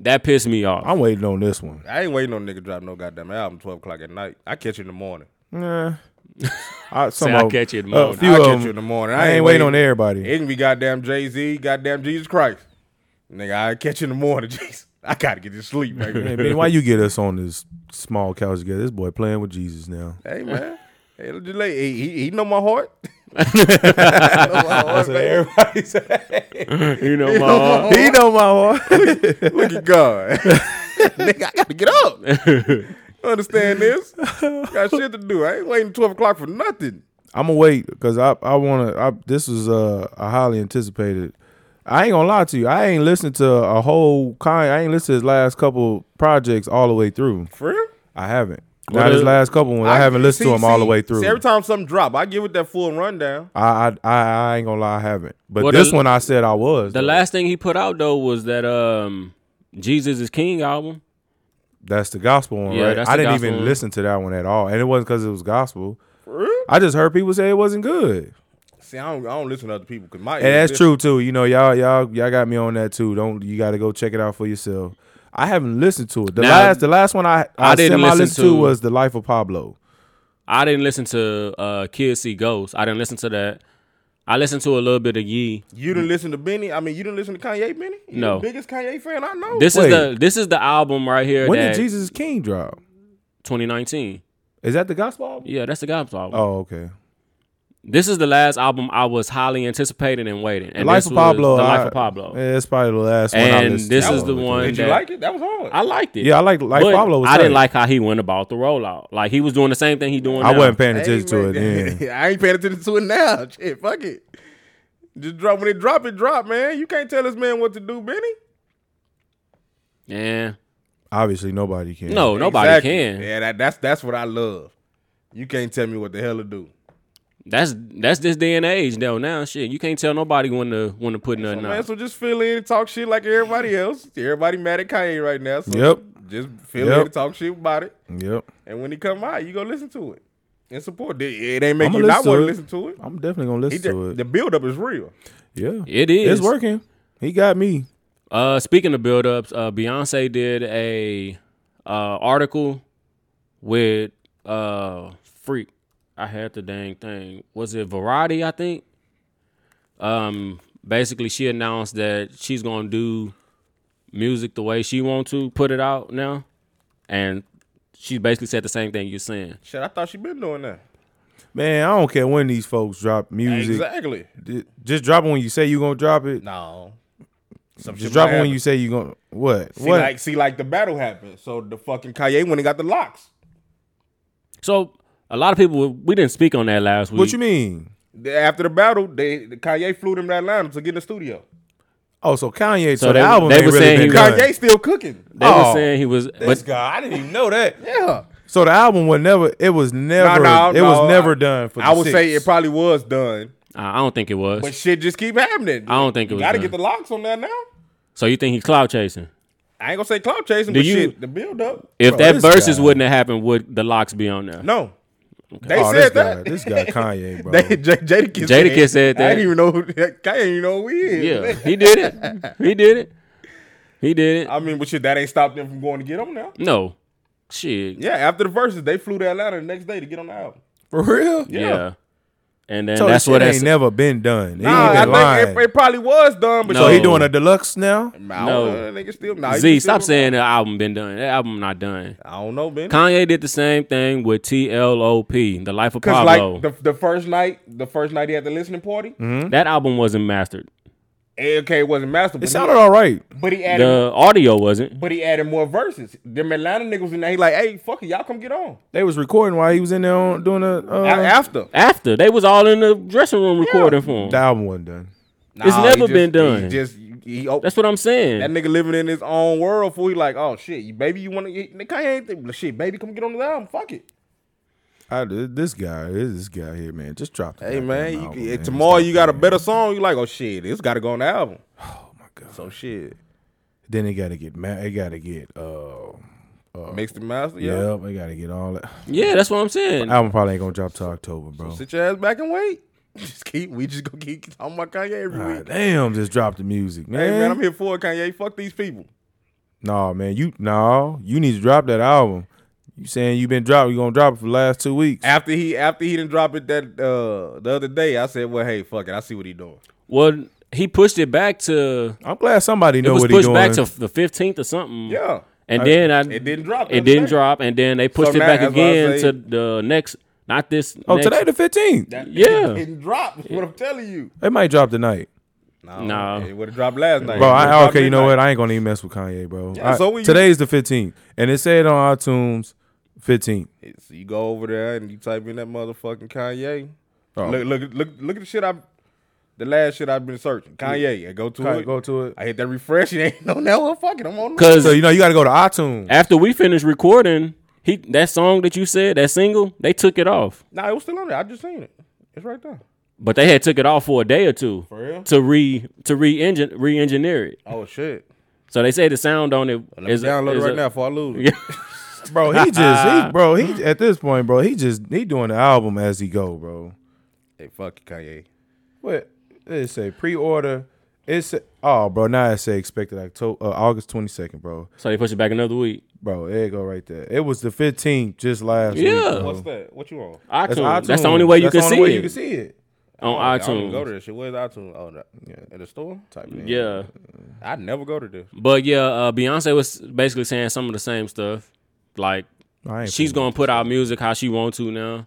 [SPEAKER 2] That pissed me off.
[SPEAKER 4] I'm waiting on this one.
[SPEAKER 3] I ain't waiting on nigga to drop no goddamn album twelve o'clock at night. I catch you in the morning.
[SPEAKER 4] Nah. I, some
[SPEAKER 2] I'll
[SPEAKER 4] of-
[SPEAKER 2] catch you in the
[SPEAKER 4] a
[SPEAKER 2] morning.
[SPEAKER 4] few
[SPEAKER 3] I'll
[SPEAKER 4] of
[SPEAKER 3] catch
[SPEAKER 4] them-
[SPEAKER 3] you in the morning.
[SPEAKER 4] I,
[SPEAKER 3] I
[SPEAKER 4] ain't
[SPEAKER 3] ain't
[SPEAKER 4] waiting on
[SPEAKER 3] waiting.
[SPEAKER 4] everybody.
[SPEAKER 3] It can be goddamn Jay Z, goddamn Jesus Christ. Nigga, I catch you in the morning, [laughs] Jesus. I gotta get to sleep,
[SPEAKER 4] Hey,
[SPEAKER 3] baby.
[SPEAKER 4] man,
[SPEAKER 3] [laughs]
[SPEAKER 4] why you get us on this small couch together? This boy playing with Jesus now.
[SPEAKER 2] [laughs]
[SPEAKER 3] hey man, hey, little Jay, he, he, he know my heart. [laughs]
[SPEAKER 4] That's what everybody say.
[SPEAKER 2] You know, my heart.
[SPEAKER 4] he know my heart. [laughs]
[SPEAKER 3] Look at God. Nigga, I gotta get up.
[SPEAKER 4] [laughs]
[SPEAKER 3] You understand this? Got shit to do. I ain't waiting 12 o'clock for nothing.
[SPEAKER 4] I'm gonna wait because I I want to. This was uh, a highly anticipated. I ain't gonna lie to you. I ain't listened to a whole kind. I ain't listened to his last couple projects all the way through.
[SPEAKER 3] For real?
[SPEAKER 4] I haven't.
[SPEAKER 2] Well,
[SPEAKER 4] Not his
[SPEAKER 2] the-
[SPEAKER 4] last couple ones. I, haven't listened
[SPEAKER 3] see-
[SPEAKER 4] to him all the
[SPEAKER 3] see-
[SPEAKER 4] way through.
[SPEAKER 3] See, every time something drop, I give it that full rundown.
[SPEAKER 4] I, I I I ain't gonna lie. I haven't. But
[SPEAKER 2] Well,
[SPEAKER 4] this
[SPEAKER 2] the-
[SPEAKER 4] one I said I was.
[SPEAKER 2] The
[SPEAKER 4] though.
[SPEAKER 2] last thing he put out though was that um Jesus is King album.
[SPEAKER 4] That's the gospel one,
[SPEAKER 2] Yeah,
[SPEAKER 4] right?
[SPEAKER 2] that's
[SPEAKER 4] I
[SPEAKER 2] the
[SPEAKER 4] didn't
[SPEAKER 2] gospel
[SPEAKER 4] even
[SPEAKER 2] one.
[SPEAKER 4] listen to that one at all, and it wasn't because it was gospel. I just heard people say it wasn't good,
[SPEAKER 3] See, I don't, I don't listen to other people because my
[SPEAKER 4] and that's true too. You know, y'all y'all y'all got me on that too. Don't you got to go check it out for yourself. I haven't listened to it. The
[SPEAKER 2] Now,
[SPEAKER 4] last the last one I I,
[SPEAKER 2] I didn't
[SPEAKER 4] semi-
[SPEAKER 2] listen
[SPEAKER 4] listened
[SPEAKER 2] to-
[SPEAKER 4] to was the Life of Pablo.
[SPEAKER 2] I didn't listen to uh Kids See Ghosts. I didn't listen to that. I listened to a little bit of Yee.
[SPEAKER 3] You didn't listen to Benny. I mean, you didn't listen to Kanye, Benny. You
[SPEAKER 2] No.
[SPEAKER 3] the biggest Kanye fan I know.
[SPEAKER 2] This
[SPEAKER 4] Wait.
[SPEAKER 2] is the this is the album right here
[SPEAKER 4] When
[SPEAKER 2] that
[SPEAKER 4] did Jesus is King drop?
[SPEAKER 2] 2019.
[SPEAKER 4] Is that the gospel album?
[SPEAKER 2] Yeah, that's the gospel album.
[SPEAKER 4] Oh, okay.
[SPEAKER 2] This is the last album I was highly anticipating and waiting. And
[SPEAKER 4] Life
[SPEAKER 2] this
[SPEAKER 4] of
[SPEAKER 2] was
[SPEAKER 4] Pablo.
[SPEAKER 2] The
[SPEAKER 4] I-
[SPEAKER 2] Life of Pablo.
[SPEAKER 4] Yeah, it's probably the last one. I
[SPEAKER 2] And
[SPEAKER 4] listened
[SPEAKER 2] this
[SPEAKER 4] to.
[SPEAKER 2] is the one
[SPEAKER 3] Did you
[SPEAKER 2] that-
[SPEAKER 3] like it? That was hard.
[SPEAKER 2] I liked it.
[SPEAKER 4] Yeah, I like Life
[SPEAKER 2] But
[SPEAKER 4] Pablo. Was
[SPEAKER 2] I didn't
[SPEAKER 4] tight.
[SPEAKER 2] like how he went about the rollout. Like he was doing the same thing he doing.
[SPEAKER 4] I
[SPEAKER 2] now.
[SPEAKER 4] wasn't paying
[SPEAKER 3] Hey,
[SPEAKER 4] attention to it.
[SPEAKER 3] man, [laughs]
[SPEAKER 4] Then.
[SPEAKER 3] I ain't paying attention to it now. [laughs] Shit, fuck it. Just drop when it drop, it drop, man. You can't tell this man what to do, Benny.
[SPEAKER 2] Yeah.
[SPEAKER 4] [laughs] Obviously, nobody can.
[SPEAKER 2] No, Oh, nobody
[SPEAKER 3] Exactly.
[SPEAKER 2] can.
[SPEAKER 3] Yeah, that, that's that's what I love. You can't tell me what the hell to do.
[SPEAKER 2] That's that's this day and age though. Now shit, you can't tell nobody when to when to put nothing
[SPEAKER 3] Man,
[SPEAKER 2] out.
[SPEAKER 3] so just fill in and talk shit like everybody else. Everybody mad at Kanye right now. So
[SPEAKER 4] Yep.
[SPEAKER 3] Just fill
[SPEAKER 4] Yep.
[SPEAKER 3] in and talk shit about it.
[SPEAKER 4] Yep.
[SPEAKER 3] And when he come out, you go listen to it and support it. It ain't make
[SPEAKER 4] I'ma
[SPEAKER 3] you not
[SPEAKER 4] listen
[SPEAKER 3] want to
[SPEAKER 4] to it.
[SPEAKER 3] listen to it.
[SPEAKER 4] I'm definitely gonna
[SPEAKER 3] He
[SPEAKER 4] listen
[SPEAKER 3] did-
[SPEAKER 4] to it.
[SPEAKER 3] the buildup is real.
[SPEAKER 4] yeah,
[SPEAKER 2] It is.
[SPEAKER 4] It's working. He got me.
[SPEAKER 2] Uh, speaking of buildups, uh, Beyonce did a uh, article with uh, Freak. I had the dang thing. Was it Variety? I think. Um, basically, she announced that she's gonna do music the way she want to put it out now, and she basically said the same thing you're saying.
[SPEAKER 3] Shit, I thought she been doing that.
[SPEAKER 4] Man, I don't care when these folks drop music.
[SPEAKER 3] Exactly.
[SPEAKER 4] D- Just drop it when you say you're gonna drop it.
[SPEAKER 3] No. Some
[SPEAKER 4] Just
[SPEAKER 3] shit might
[SPEAKER 4] drop it when
[SPEAKER 3] happen.
[SPEAKER 4] you say you're gonna what?
[SPEAKER 3] see
[SPEAKER 4] what?
[SPEAKER 3] like see like the battle happened. So the fucking Kanye went and got the locks.
[SPEAKER 2] So a lot of people we didn't speak on that last week.
[SPEAKER 4] what you mean?
[SPEAKER 3] The- After the battle, they the Kanye flew them to Atlanta to get in the studio.
[SPEAKER 4] Oh, so Kanye. So,
[SPEAKER 2] So they-
[SPEAKER 4] the album
[SPEAKER 2] they
[SPEAKER 4] ain't
[SPEAKER 2] were
[SPEAKER 4] really
[SPEAKER 2] saying
[SPEAKER 4] been
[SPEAKER 2] he was-
[SPEAKER 4] done.
[SPEAKER 3] Kanye still cooking.
[SPEAKER 2] They
[SPEAKER 4] Oh.
[SPEAKER 2] were saying he was,
[SPEAKER 4] This
[SPEAKER 2] but
[SPEAKER 4] guy, I didn't even know that.
[SPEAKER 3] Yeah.
[SPEAKER 4] So the album was never. It was never.
[SPEAKER 3] no,
[SPEAKER 4] it
[SPEAKER 3] no,
[SPEAKER 4] was never
[SPEAKER 3] I-
[SPEAKER 4] done for. The
[SPEAKER 3] I would
[SPEAKER 4] six.
[SPEAKER 3] say it probably was done,
[SPEAKER 2] I I don't think it was.
[SPEAKER 3] but shit just keep happening.
[SPEAKER 2] I don't think it
[SPEAKER 3] you
[SPEAKER 2] was
[SPEAKER 3] Gotta
[SPEAKER 2] done.
[SPEAKER 3] get the locks on that now.
[SPEAKER 2] so you think he's cloud chasing?
[SPEAKER 3] I ain't gonna say cloud chasing,
[SPEAKER 2] Do
[SPEAKER 3] but
[SPEAKER 2] you-
[SPEAKER 3] shit, the build up.
[SPEAKER 2] If
[SPEAKER 4] Bro,
[SPEAKER 2] that
[SPEAKER 4] this
[SPEAKER 2] verses
[SPEAKER 4] guy-
[SPEAKER 2] wouldn't have happened, would the locks be on
[SPEAKER 4] [laughs]
[SPEAKER 2] there?
[SPEAKER 3] No, they
[SPEAKER 4] Oh, this
[SPEAKER 3] said
[SPEAKER 4] guy.
[SPEAKER 3] that. [laughs]
[SPEAKER 4] This guy Kanye, bro.
[SPEAKER 3] They, J- Jadakiss,
[SPEAKER 2] Jadakiss said
[SPEAKER 3] I
[SPEAKER 2] that.
[SPEAKER 3] didn't even know. who- [laughs] Kanye didn't even know who he is.
[SPEAKER 2] Yeah, he did it. He did it. He did it.
[SPEAKER 3] I mean, but shit, that ain't stopped them from going to get on now.
[SPEAKER 2] No, shit. Yeah,
[SPEAKER 3] Yeah, after the verses, they flew to Atlanta the next day to get on the album.
[SPEAKER 4] for real. Yeah.
[SPEAKER 2] and then
[SPEAKER 4] So
[SPEAKER 2] that's
[SPEAKER 4] that's
[SPEAKER 2] what
[SPEAKER 4] what
[SPEAKER 2] that's.
[SPEAKER 4] ain't never been done. He
[SPEAKER 3] Nah,
[SPEAKER 4] ain't been
[SPEAKER 3] I
[SPEAKER 4] lying.
[SPEAKER 3] think it, it probably was done, but
[SPEAKER 2] No.
[SPEAKER 4] so he
[SPEAKER 3] shit,
[SPEAKER 4] doing a deluxe now.
[SPEAKER 3] I don't
[SPEAKER 2] No.
[SPEAKER 3] know, that nigga still. Nah, he
[SPEAKER 2] Z,
[SPEAKER 3] just still-
[SPEAKER 2] stop saying the album been done. That album not done.
[SPEAKER 3] I don't know, man.
[SPEAKER 2] Kanye did the same thing with TLOP, The Life of
[SPEAKER 3] Because
[SPEAKER 2] Pablo.
[SPEAKER 3] like the, the first night, the first night he had the listening party,
[SPEAKER 2] that album wasn't mastered.
[SPEAKER 3] AK wasn't master,
[SPEAKER 4] It
[SPEAKER 3] but,
[SPEAKER 4] sounded
[SPEAKER 3] he,
[SPEAKER 4] all right.
[SPEAKER 3] but he added,
[SPEAKER 2] The audio wasn't.
[SPEAKER 3] but he added more verses. Them Atlanta niggas in there, he like, hey, fuck it, y'all come get on
[SPEAKER 4] They was recording while he was in there on, doing a. Uh,
[SPEAKER 3] A- after.
[SPEAKER 2] After they was all in the dressing room recording for him.
[SPEAKER 4] the album wasn't done.
[SPEAKER 2] it's
[SPEAKER 3] Nah, he
[SPEAKER 2] never
[SPEAKER 3] just-
[SPEAKER 2] been done.
[SPEAKER 3] He just he, op-
[SPEAKER 2] That's what I'm saying.
[SPEAKER 3] that nigga living in his own world. Fool, he like, oh shit, you baby, you want to? Kanye ain't think, shit, baby, come get on the album. Fuck it.
[SPEAKER 4] I, this guy, this guy here, man, just drop. the
[SPEAKER 3] Hey
[SPEAKER 4] goddamn
[SPEAKER 3] man, you,
[SPEAKER 4] album,
[SPEAKER 3] eh,
[SPEAKER 4] man.
[SPEAKER 3] tomorrow
[SPEAKER 4] Stop
[SPEAKER 3] you got a
[SPEAKER 4] playing.
[SPEAKER 3] better song. You like, oh shit, it's got to go on the album.
[SPEAKER 4] Oh my god!
[SPEAKER 3] So shit,
[SPEAKER 4] Then they gotta get mad. They gotta get. Uh,
[SPEAKER 3] mixed and master. Yeah,
[SPEAKER 4] yep, they gotta get all that.
[SPEAKER 2] yeah, that's what I'm saying.
[SPEAKER 4] Album probably ain't gonna drop till October, bro.
[SPEAKER 3] sit your ass back and wait. [laughs] Just keep. We just gonna keep talking about Kanye every
[SPEAKER 4] God
[SPEAKER 3] week.
[SPEAKER 4] Ah, damn, just drop the music, man.
[SPEAKER 3] Hey man, I'm here for it, Kanye. Fuck these people.
[SPEAKER 4] No, man, you no, you need to drop that album. You saying you been dropping? You gonna drop it for the last two weeks?
[SPEAKER 3] After he after he didn't drop it that uh the other day, I said, well, hey, fuck it. I see what he doing.
[SPEAKER 2] Well, he pushed it back to
[SPEAKER 4] I'm glad somebody
[SPEAKER 2] it
[SPEAKER 4] know
[SPEAKER 2] was
[SPEAKER 4] what he
[SPEAKER 2] pushed
[SPEAKER 4] doing.
[SPEAKER 2] back to the fifteenth or something.
[SPEAKER 3] Yeah.
[SPEAKER 2] and then I,
[SPEAKER 3] It didn't drop. the
[SPEAKER 2] it
[SPEAKER 3] other
[SPEAKER 2] didn't
[SPEAKER 3] day.
[SPEAKER 2] drop, and then they pushed
[SPEAKER 3] So
[SPEAKER 2] it
[SPEAKER 3] now,
[SPEAKER 2] back
[SPEAKER 3] that's why I
[SPEAKER 2] again to
[SPEAKER 3] say-
[SPEAKER 2] the next Not this.
[SPEAKER 4] Oh,
[SPEAKER 2] next-
[SPEAKER 4] today the fifteenth.
[SPEAKER 2] Yeah.
[SPEAKER 3] It dropped. That's what I'm telling you.
[SPEAKER 4] It might drop tonight.
[SPEAKER 3] No,
[SPEAKER 2] Nah.
[SPEAKER 3] it would have dropped last night.
[SPEAKER 4] Bro,
[SPEAKER 3] It would've
[SPEAKER 4] I,
[SPEAKER 3] dropped
[SPEAKER 4] okay, you know
[SPEAKER 3] midnight.
[SPEAKER 4] what? I ain't gonna even mess with Kanye, bro.
[SPEAKER 3] Yeah,
[SPEAKER 4] I-
[SPEAKER 3] so when you-
[SPEAKER 4] today's the 15th, and it said on iTunes 15th.
[SPEAKER 3] So you go over there and you type in that motherfucking Kanye.
[SPEAKER 4] Oh.
[SPEAKER 3] Look, look, look, look at the shit I, the last shit I've been searching. Kanye. I go to
[SPEAKER 4] Kanye,
[SPEAKER 3] it.
[SPEAKER 4] go to it.
[SPEAKER 3] I hit that refresh. [laughs] It ain't no that one. Fuck it. I'm on. the-
[SPEAKER 2] Because
[SPEAKER 4] So you know you got to go to iTunes.
[SPEAKER 2] after we finished recording, he that song that you said, that single, they took it off.
[SPEAKER 3] Nah, it was still on there. I just seen it. It's right there.
[SPEAKER 2] But they had took it off for a day or two.
[SPEAKER 3] For real?
[SPEAKER 2] To re to re engine re engineer it.
[SPEAKER 3] Oh shit.
[SPEAKER 2] So they say the sound on it
[SPEAKER 3] Let me
[SPEAKER 2] is
[SPEAKER 3] download it
[SPEAKER 2] is
[SPEAKER 3] right
[SPEAKER 2] a-
[SPEAKER 3] now before I lose. it.
[SPEAKER 2] Yeah.
[SPEAKER 4] Bro, he
[SPEAKER 2] [laughs]
[SPEAKER 4] just he, bro, he at this point, bro, he just he doing the album as he go, bro.
[SPEAKER 3] Hey, fuck you, Kanye.
[SPEAKER 4] What? It say pre-order. It's oh, bro, now it say expected October uh, August 22nd, bro.
[SPEAKER 2] So they push it back another week.
[SPEAKER 4] Bro, there you go right there. It was the 15th just last week.
[SPEAKER 2] Yeah.
[SPEAKER 4] bro.
[SPEAKER 3] What's that? What you on?
[SPEAKER 2] iTunes. That's,
[SPEAKER 4] iTunes.
[SPEAKER 2] the only way you
[SPEAKER 4] That's
[SPEAKER 2] can
[SPEAKER 4] the
[SPEAKER 2] see
[SPEAKER 4] only way
[SPEAKER 2] it
[SPEAKER 4] You can see it.
[SPEAKER 2] on
[SPEAKER 3] I don't even go to
[SPEAKER 2] iTunes.
[SPEAKER 3] this shit. Where's iTunes? Oh, no. at the store. Type it in.
[SPEAKER 2] Yeah,
[SPEAKER 3] I never go to this.
[SPEAKER 2] but yeah, uh, Beyonce was basically saying some of the same stuff. Like
[SPEAKER 4] I ain't
[SPEAKER 2] she's gonna put out music how she want to now.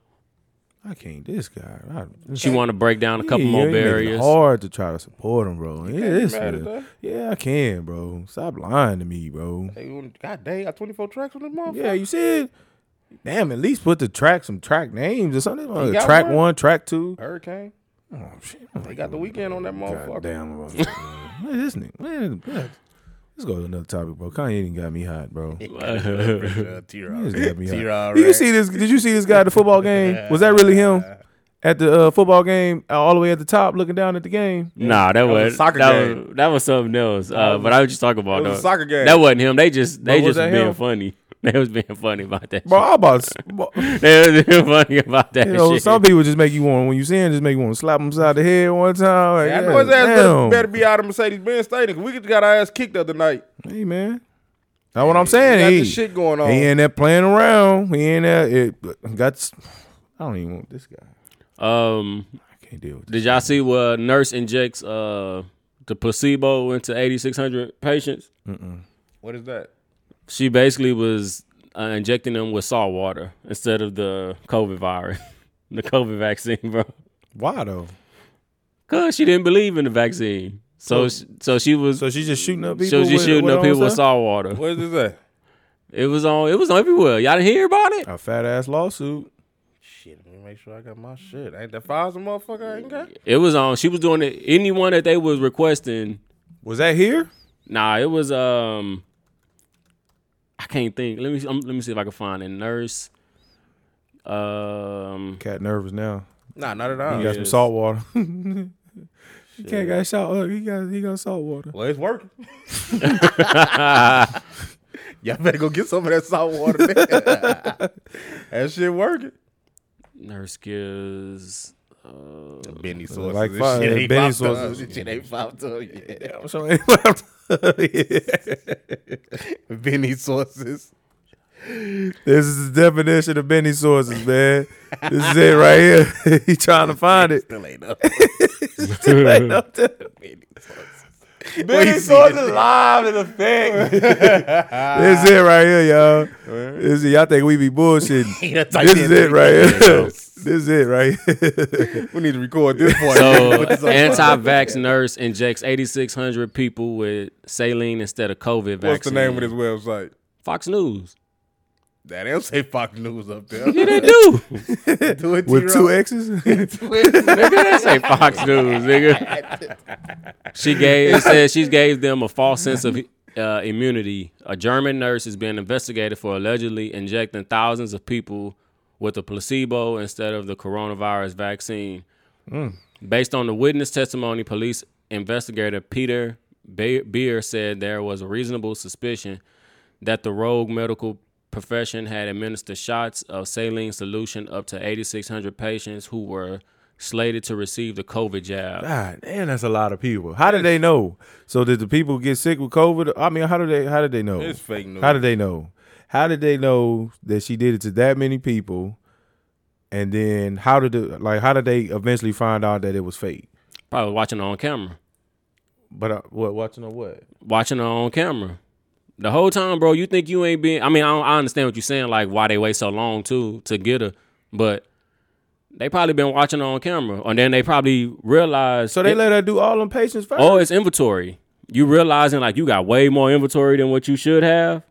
[SPEAKER 4] I can't. This guy. I,
[SPEAKER 2] She want to break down a couple
[SPEAKER 4] Yeah,
[SPEAKER 2] more
[SPEAKER 4] you making it
[SPEAKER 2] barriers.
[SPEAKER 4] Hard to try to support him, bro. Yeah, this
[SPEAKER 3] mad at
[SPEAKER 4] nigga.
[SPEAKER 3] that.
[SPEAKER 4] yeah, I can, bro. Stop lying to me, bro.
[SPEAKER 3] Hey, you want- God dang, I got 24 tracks on this motherfucker.
[SPEAKER 4] Yeah, you said. Damn, at least put the track some track names or something. Uh,
[SPEAKER 3] got
[SPEAKER 4] track
[SPEAKER 3] one?
[SPEAKER 4] one. track two.
[SPEAKER 3] Hurricane.
[SPEAKER 4] Oh shit!
[SPEAKER 3] They got the weekend on that motherfucker.
[SPEAKER 4] [laughs] Goddamn, bro. What is this nigga? Man, man. Let's go to another topic, bro. Kanye didn't got me hot, bro. He
[SPEAKER 3] Uh,
[SPEAKER 4] just
[SPEAKER 3] T-Rod.
[SPEAKER 4] got me hot.
[SPEAKER 3] T-Rod,
[SPEAKER 4] Did you
[SPEAKER 3] right?
[SPEAKER 4] see this? Did you see this guy at the
[SPEAKER 3] [laughs]
[SPEAKER 4] football game? Was that really him? At the uh, football game, uh, all the way at the top, looking down at the game.
[SPEAKER 2] Nah, that,
[SPEAKER 3] was a
[SPEAKER 2] was,
[SPEAKER 3] soccer
[SPEAKER 2] that
[SPEAKER 3] game.
[SPEAKER 2] was that was something else. Uh, but I was just talking about
[SPEAKER 3] it was a
[SPEAKER 2] though.
[SPEAKER 3] soccer game.
[SPEAKER 2] That wasn't him. They just they
[SPEAKER 4] was
[SPEAKER 2] just
[SPEAKER 4] that
[SPEAKER 2] being
[SPEAKER 4] him?
[SPEAKER 2] funny. [laughs] They was being funny about that.
[SPEAKER 4] Bro, I about s-
[SPEAKER 3] [laughs]
[SPEAKER 4] bro,
[SPEAKER 2] shit. They was being funny about that
[SPEAKER 4] You know,
[SPEAKER 2] shit.
[SPEAKER 4] some people just make you want when you see him, just make you want to slap him side the head one time. Like,
[SPEAKER 3] I
[SPEAKER 4] yeah,
[SPEAKER 3] know his ass better,
[SPEAKER 4] damn.
[SPEAKER 3] better be out of Mercedes Benz Stadium. 'cause We just got our ass kicked the other night.
[SPEAKER 4] Hey man, that's what I'm
[SPEAKER 3] We got
[SPEAKER 4] saying. He,
[SPEAKER 3] this shit going on.
[SPEAKER 4] he ain't that playing around. He ain't that. It got. s- I don't even want this guy.
[SPEAKER 2] um,
[SPEAKER 4] I can't deal with this.
[SPEAKER 2] Did y'all see where a nurse injects uh the placebo into 8,600 patients?
[SPEAKER 3] What is that?
[SPEAKER 2] She basically was uh, injecting them with salt water instead of the COVID virus, [laughs] the COVID vaccine, bro.
[SPEAKER 4] Why though?
[SPEAKER 2] Cause she didn't believe in the vaccine, so
[SPEAKER 4] Well,
[SPEAKER 2] sh- so she was
[SPEAKER 4] So she's just shooting up people.
[SPEAKER 2] she was just
[SPEAKER 4] with-
[SPEAKER 2] shooting
[SPEAKER 4] with
[SPEAKER 2] up
[SPEAKER 4] her
[SPEAKER 2] people
[SPEAKER 4] own
[SPEAKER 2] with
[SPEAKER 4] stuff?
[SPEAKER 2] salt water.
[SPEAKER 3] What is this at?
[SPEAKER 2] It was on it was everywhere. Y'all didn't hear about it?
[SPEAKER 4] A fat ass lawsuit.
[SPEAKER 3] Shit, let me make sure I got my shit. Ain't that files a motherfucker I ain't got?
[SPEAKER 2] It was on. She was doing it. Anyone that they was requesting,
[SPEAKER 4] Was that here?
[SPEAKER 2] Nah, it was um I can't think. Let me um, let me see if I can find a nurse. Um
[SPEAKER 4] Cat nervous now.
[SPEAKER 3] Nah, not at
[SPEAKER 4] He
[SPEAKER 3] all.
[SPEAKER 4] got some
[SPEAKER 2] Yes.
[SPEAKER 4] salt water. [laughs] He Cat got shot. Look, he got he got salt water.
[SPEAKER 3] Well, it's
[SPEAKER 4] [laughs]
[SPEAKER 3] working. [laughs] Y'all better go get some of that salt water. man. [laughs] that shit working.
[SPEAKER 2] nurse gives uh,
[SPEAKER 3] [laughs] Benny sauces.
[SPEAKER 4] like
[SPEAKER 3] Like
[SPEAKER 4] fire-
[SPEAKER 3] shit ain't
[SPEAKER 4] Benny
[SPEAKER 3] Benny sauces.
[SPEAKER 4] sauces.
[SPEAKER 3] This shit ain't popped up yet.
[SPEAKER 4] [laughs] So
[SPEAKER 3] [laughs]
[SPEAKER 4] yeah. [laughs]
[SPEAKER 3] Benny sauces.
[SPEAKER 4] This is the definition of Benny sources, man. This is it right here. [laughs] he trying to find it.
[SPEAKER 3] Still ain't
[SPEAKER 4] [laughs]
[SPEAKER 3] up. Benny sauces.
[SPEAKER 4] Benny sources live in effect. this is it right here, y'all. This is, y'all think we be bullshitting. this is it right here. [laughs] this is it right here.
[SPEAKER 3] [laughs] We need to record this part.
[SPEAKER 2] so
[SPEAKER 3] [laughs] Put this on-
[SPEAKER 2] anti-vax nurse injects 8600 people with saline instead of COVID vaccine.
[SPEAKER 3] What's the name of this website?
[SPEAKER 2] Fox News.
[SPEAKER 3] That don't say Fox News up there. Do
[SPEAKER 4] [laughs]
[SPEAKER 2] They do.
[SPEAKER 3] it
[SPEAKER 4] With two
[SPEAKER 3] T-Rock.
[SPEAKER 4] [laughs] X's?
[SPEAKER 2] nigga, they say Fox News, nigga. She gave it says she gave them a false sense of uh, immunity. A German nurse is being investigated for allegedly injecting thousands of people with a placebo instead of the coronavirus vaccine. Based on the witness testimony, police investigator Peter Be- Beer said there was a reasonable suspicion that the rogue medical profession had administered shots of saline solution up to 8,600 patients who were slated to receive the COVID jab.
[SPEAKER 4] God damn, that's a lot of people. How did they know? So did the people get sick with COVID? I mean, how did they? How did they know?
[SPEAKER 3] It's fake news.
[SPEAKER 4] How did they know? How did they know that she did it to that many people? And then how did the, like how did they eventually find out that it was fake?
[SPEAKER 2] Probably watching her on camera.
[SPEAKER 4] But uh, what watching on what?
[SPEAKER 2] Watching her on camera. The whole time, bro, you think you ain't being. I mean, I, don't, I understand what you're saying, like why they wait so long, too, to get her. But They probably been watching her on camera, and then they probably realized.
[SPEAKER 4] So they
[SPEAKER 2] it-
[SPEAKER 4] let her do all them patients first.
[SPEAKER 2] Oh, it's inventory. You realizing like you got way more inventory than what you should have,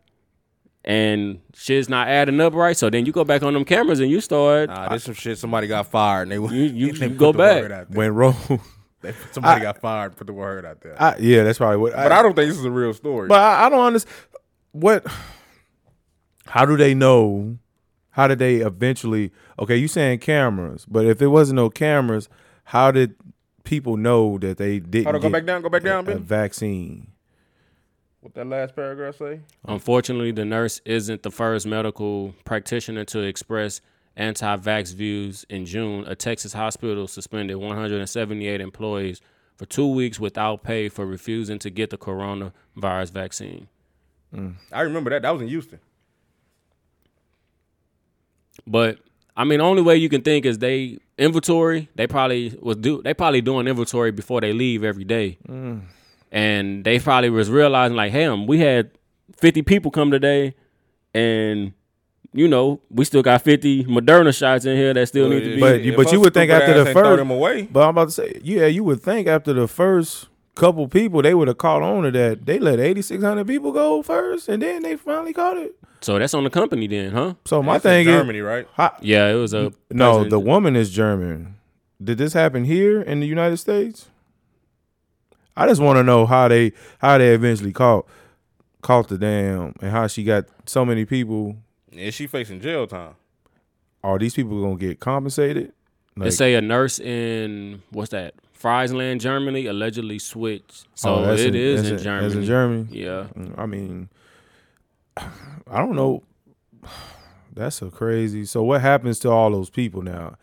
[SPEAKER 2] and shit's not adding up right. So then you go back on them cameras and you start.
[SPEAKER 3] Nah, this some shit. Somebody got fired. And they
[SPEAKER 2] You- you-
[SPEAKER 3] and they
[SPEAKER 2] you
[SPEAKER 3] put
[SPEAKER 2] go
[SPEAKER 3] the
[SPEAKER 2] back.
[SPEAKER 3] word out there.
[SPEAKER 4] went [laughs] wrong.
[SPEAKER 3] They- somebody got fired. Put the word out there.
[SPEAKER 4] I, yeah, that's probably what.
[SPEAKER 3] but I don't think this is a real story.
[SPEAKER 4] But I, I don't understand what. How do they know? How did they eventually? Okay, you saying cameras, but if it wasn't no cameras, how did people know that they didn't
[SPEAKER 3] Hold on, go
[SPEAKER 4] get
[SPEAKER 3] back down. Go back down,
[SPEAKER 4] a
[SPEAKER 3] Ben.
[SPEAKER 4] vaccine?
[SPEAKER 3] What that last paragraph say?
[SPEAKER 2] Unfortunately, the nurse isn't the first medical practitioner to express anti vax views. In June, a Texas hospital suspended 178 employees for two weeks without pay for refusing to get the coronavirus vaccine.
[SPEAKER 3] I remember that. That was in Houston.
[SPEAKER 2] But I mean, the only way you can think is they inventory. They probably was do. They probably doing inventory before they leave every day,
[SPEAKER 4] Mm.
[SPEAKER 2] and they probably was realizing like, "Him, we had fifty people come today, and you know we still got fifty Moderna shots in here that still need to be."
[SPEAKER 4] But you-
[SPEAKER 3] If
[SPEAKER 4] but
[SPEAKER 3] her
[SPEAKER 4] you would think
[SPEAKER 3] stupid
[SPEAKER 4] after
[SPEAKER 3] ass
[SPEAKER 4] the
[SPEAKER 3] ain't throw
[SPEAKER 4] first-
[SPEAKER 3] them away.
[SPEAKER 4] But I'm about to say, yeah, you would think after the first couple people, they would have caught on to that. They let 8,600 people go first, and then they finally caught it.
[SPEAKER 2] so that's on the company then, huh?
[SPEAKER 4] So my
[SPEAKER 3] That's in
[SPEAKER 4] thing is,
[SPEAKER 3] Germany, right?
[SPEAKER 4] how,
[SPEAKER 2] Yeah, it was a
[SPEAKER 4] no, the
[SPEAKER 2] president-
[SPEAKER 4] woman is German. Did this happen here in the United States? I just want to know how they how they eventually caught caught the damn and how she got so many people.
[SPEAKER 3] Yeah, she facing jail time.
[SPEAKER 4] Are these people gonna get compensated?
[SPEAKER 2] They
[SPEAKER 4] Like,
[SPEAKER 2] say a nurse in what's that? Friesland, Germany, allegedly switched.
[SPEAKER 4] oh,
[SPEAKER 2] So
[SPEAKER 4] that's
[SPEAKER 2] it is
[SPEAKER 4] that's
[SPEAKER 2] in, Germany.
[SPEAKER 4] That's in Germany.
[SPEAKER 2] Yeah.
[SPEAKER 4] I mean, I don't know. That's so crazy. So what happens to all those people now?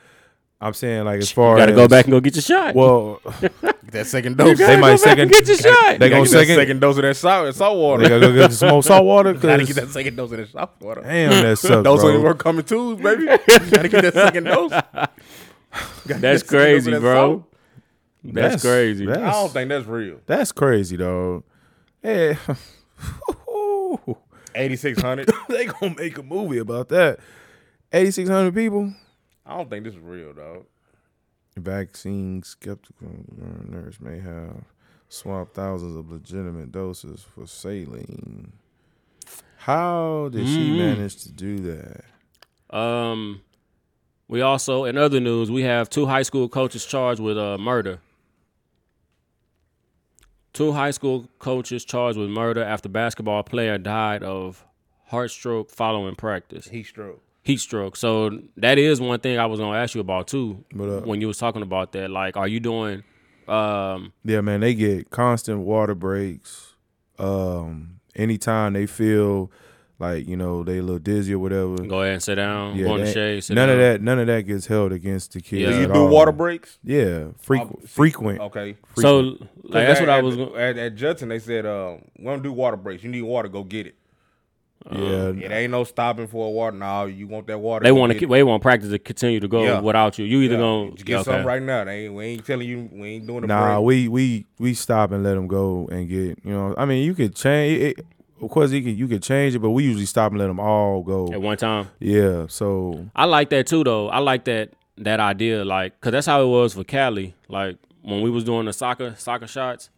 [SPEAKER 4] I'm saying like as far
[SPEAKER 2] You gotta
[SPEAKER 4] as
[SPEAKER 2] go back and go get your shot.
[SPEAKER 4] Well,
[SPEAKER 3] Get that second dose.
[SPEAKER 4] they might second
[SPEAKER 2] get your shot.
[SPEAKER 4] They
[SPEAKER 3] They
[SPEAKER 4] gonna
[SPEAKER 3] gonna
[SPEAKER 4] second.
[SPEAKER 3] second, second dose of that salt, salt water.
[SPEAKER 4] They gotta go get some more salt water.
[SPEAKER 3] Oh, [laughs] Gotta
[SPEAKER 4] Cause
[SPEAKER 3] get that second dose of that salt water.
[SPEAKER 4] [laughs] damn, that sucks,
[SPEAKER 3] Those
[SPEAKER 4] bro.
[SPEAKER 3] only work coming too, baby. Gotta get that second [laughs] dose. Gotta get that
[SPEAKER 2] That's
[SPEAKER 3] second dose
[SPEAKER 2] crazy,
[SPEAKER 3] of that
[SPEAKER 2] bro.
[SPEAKER 3] salt.
[SPEAKER 2] That's, crazy.
[SPEAKER 3] I
[SPEAKER 4] That's,
[SPEAKER 3] don't think that's real.
[SPEAKER 4] that's crazy, dog. Yeah, [laughs]
[SPEAKER 3] Eighty six hundred.
[SPEAKER 4] they gonna make a movie about that. Eighty six hundred people.
[SPEAKER 3] I don't think this is real, dog.
[SPEAKER 4] Vaccine skeptical nurse may have swapped thousands of legitimate doses for saline. How did she
[SPEAKER 3] Mm.
[SPEAKER 4] manage to do that?
[SPEAKER 2] Um, we also, in other news, we have two high school coaches charged with uh, murder. Two high school coaches charged with murder after basketball player died of heart stroke following practice.
[SPEAKER 3] Heat stroke.
[SPEAKER 2] Heat stroke. So that is one thing I was gonna ask you about too.
[SPEAKER 4] What up?
[SPEAKER 2] when you was talking about that, like, are you doing? Um,
[SPEAKER 4] Yeah, man, they get constant water breaks. Um, anytime they feel like you know they a little dizzy or whatever.
[SPEAKER 2] go ahead and sit down.
[SPEAKER 4] Yeah,
[SPEAKER 2] go in the
[SPEAKER 4] they-
[SPEAKER 2] shade. Sit
[SPEAKER 4] none of
[SPEAKER 2] down.
[SPEAKER 4] that. None of that gets held against the kids.
[SPEAKER 2] Yeah.
[SPEAKER 3] Do you
[SPEAKER 4] at
[SPEAKER 3] do
[SPEAKER 4] all.
[SPEAKER 3] water breaks?
[SPEAKER 4] Yeah, frequent. frequent.
[SPEAKER 3] Okay.
[SPEAKER 2] So like, that's
[SPEAKER 3] at-
[SPEAKER 2] what I
[SPEAKER 3] at-
[SPEAKER 2] was. Gonna,
[SPEAKER 3] at, at Judson. They said, um, "We don't do water breaks. You need water, go get it.
[SPEAKER 2] uh,
[SPEAKER 4] Yeah,
[SPEAKER 3] It ain't no stopping for a water. No, you want that water?
[SPEAKER 2] they
[SPEAKER 3] go
[SPEAKER 2] want
[SPEAKER 3] get
[SPEAKER 2] to.
[SPEAKER 3] it.
[SPEAKER 2] They want practice to continue to go
[SPEAKER 3] Yeah.
[SPEAKER 2] without you. You either
[SPEAKER 3] Yeah,
[SPEAKER 2] gonna
[SPEAKER 3] just get
[SPEAKER 2] okay.
[SPEAKER 3] something right now. They ain't, we ain't telling you. We ain't doing the
[SPEAKER 4] Nah,
[SPEAKER 3] break.
[SPEAKER 4] we we we stop and let them go and get you know. I mean, you could change it. Of course, you could you could change it, but we usually stop and let them all
[SPEAKER 2] at
[SPEAKER 4] go.
[SPEAKER 2] one time.
[SPEAKER 4] Yeah, so
[SPEAKER 2] I like that too, though. I like that that idea, like, cause that's how it was for Cali. Like when we was doing the soccer soccer shots,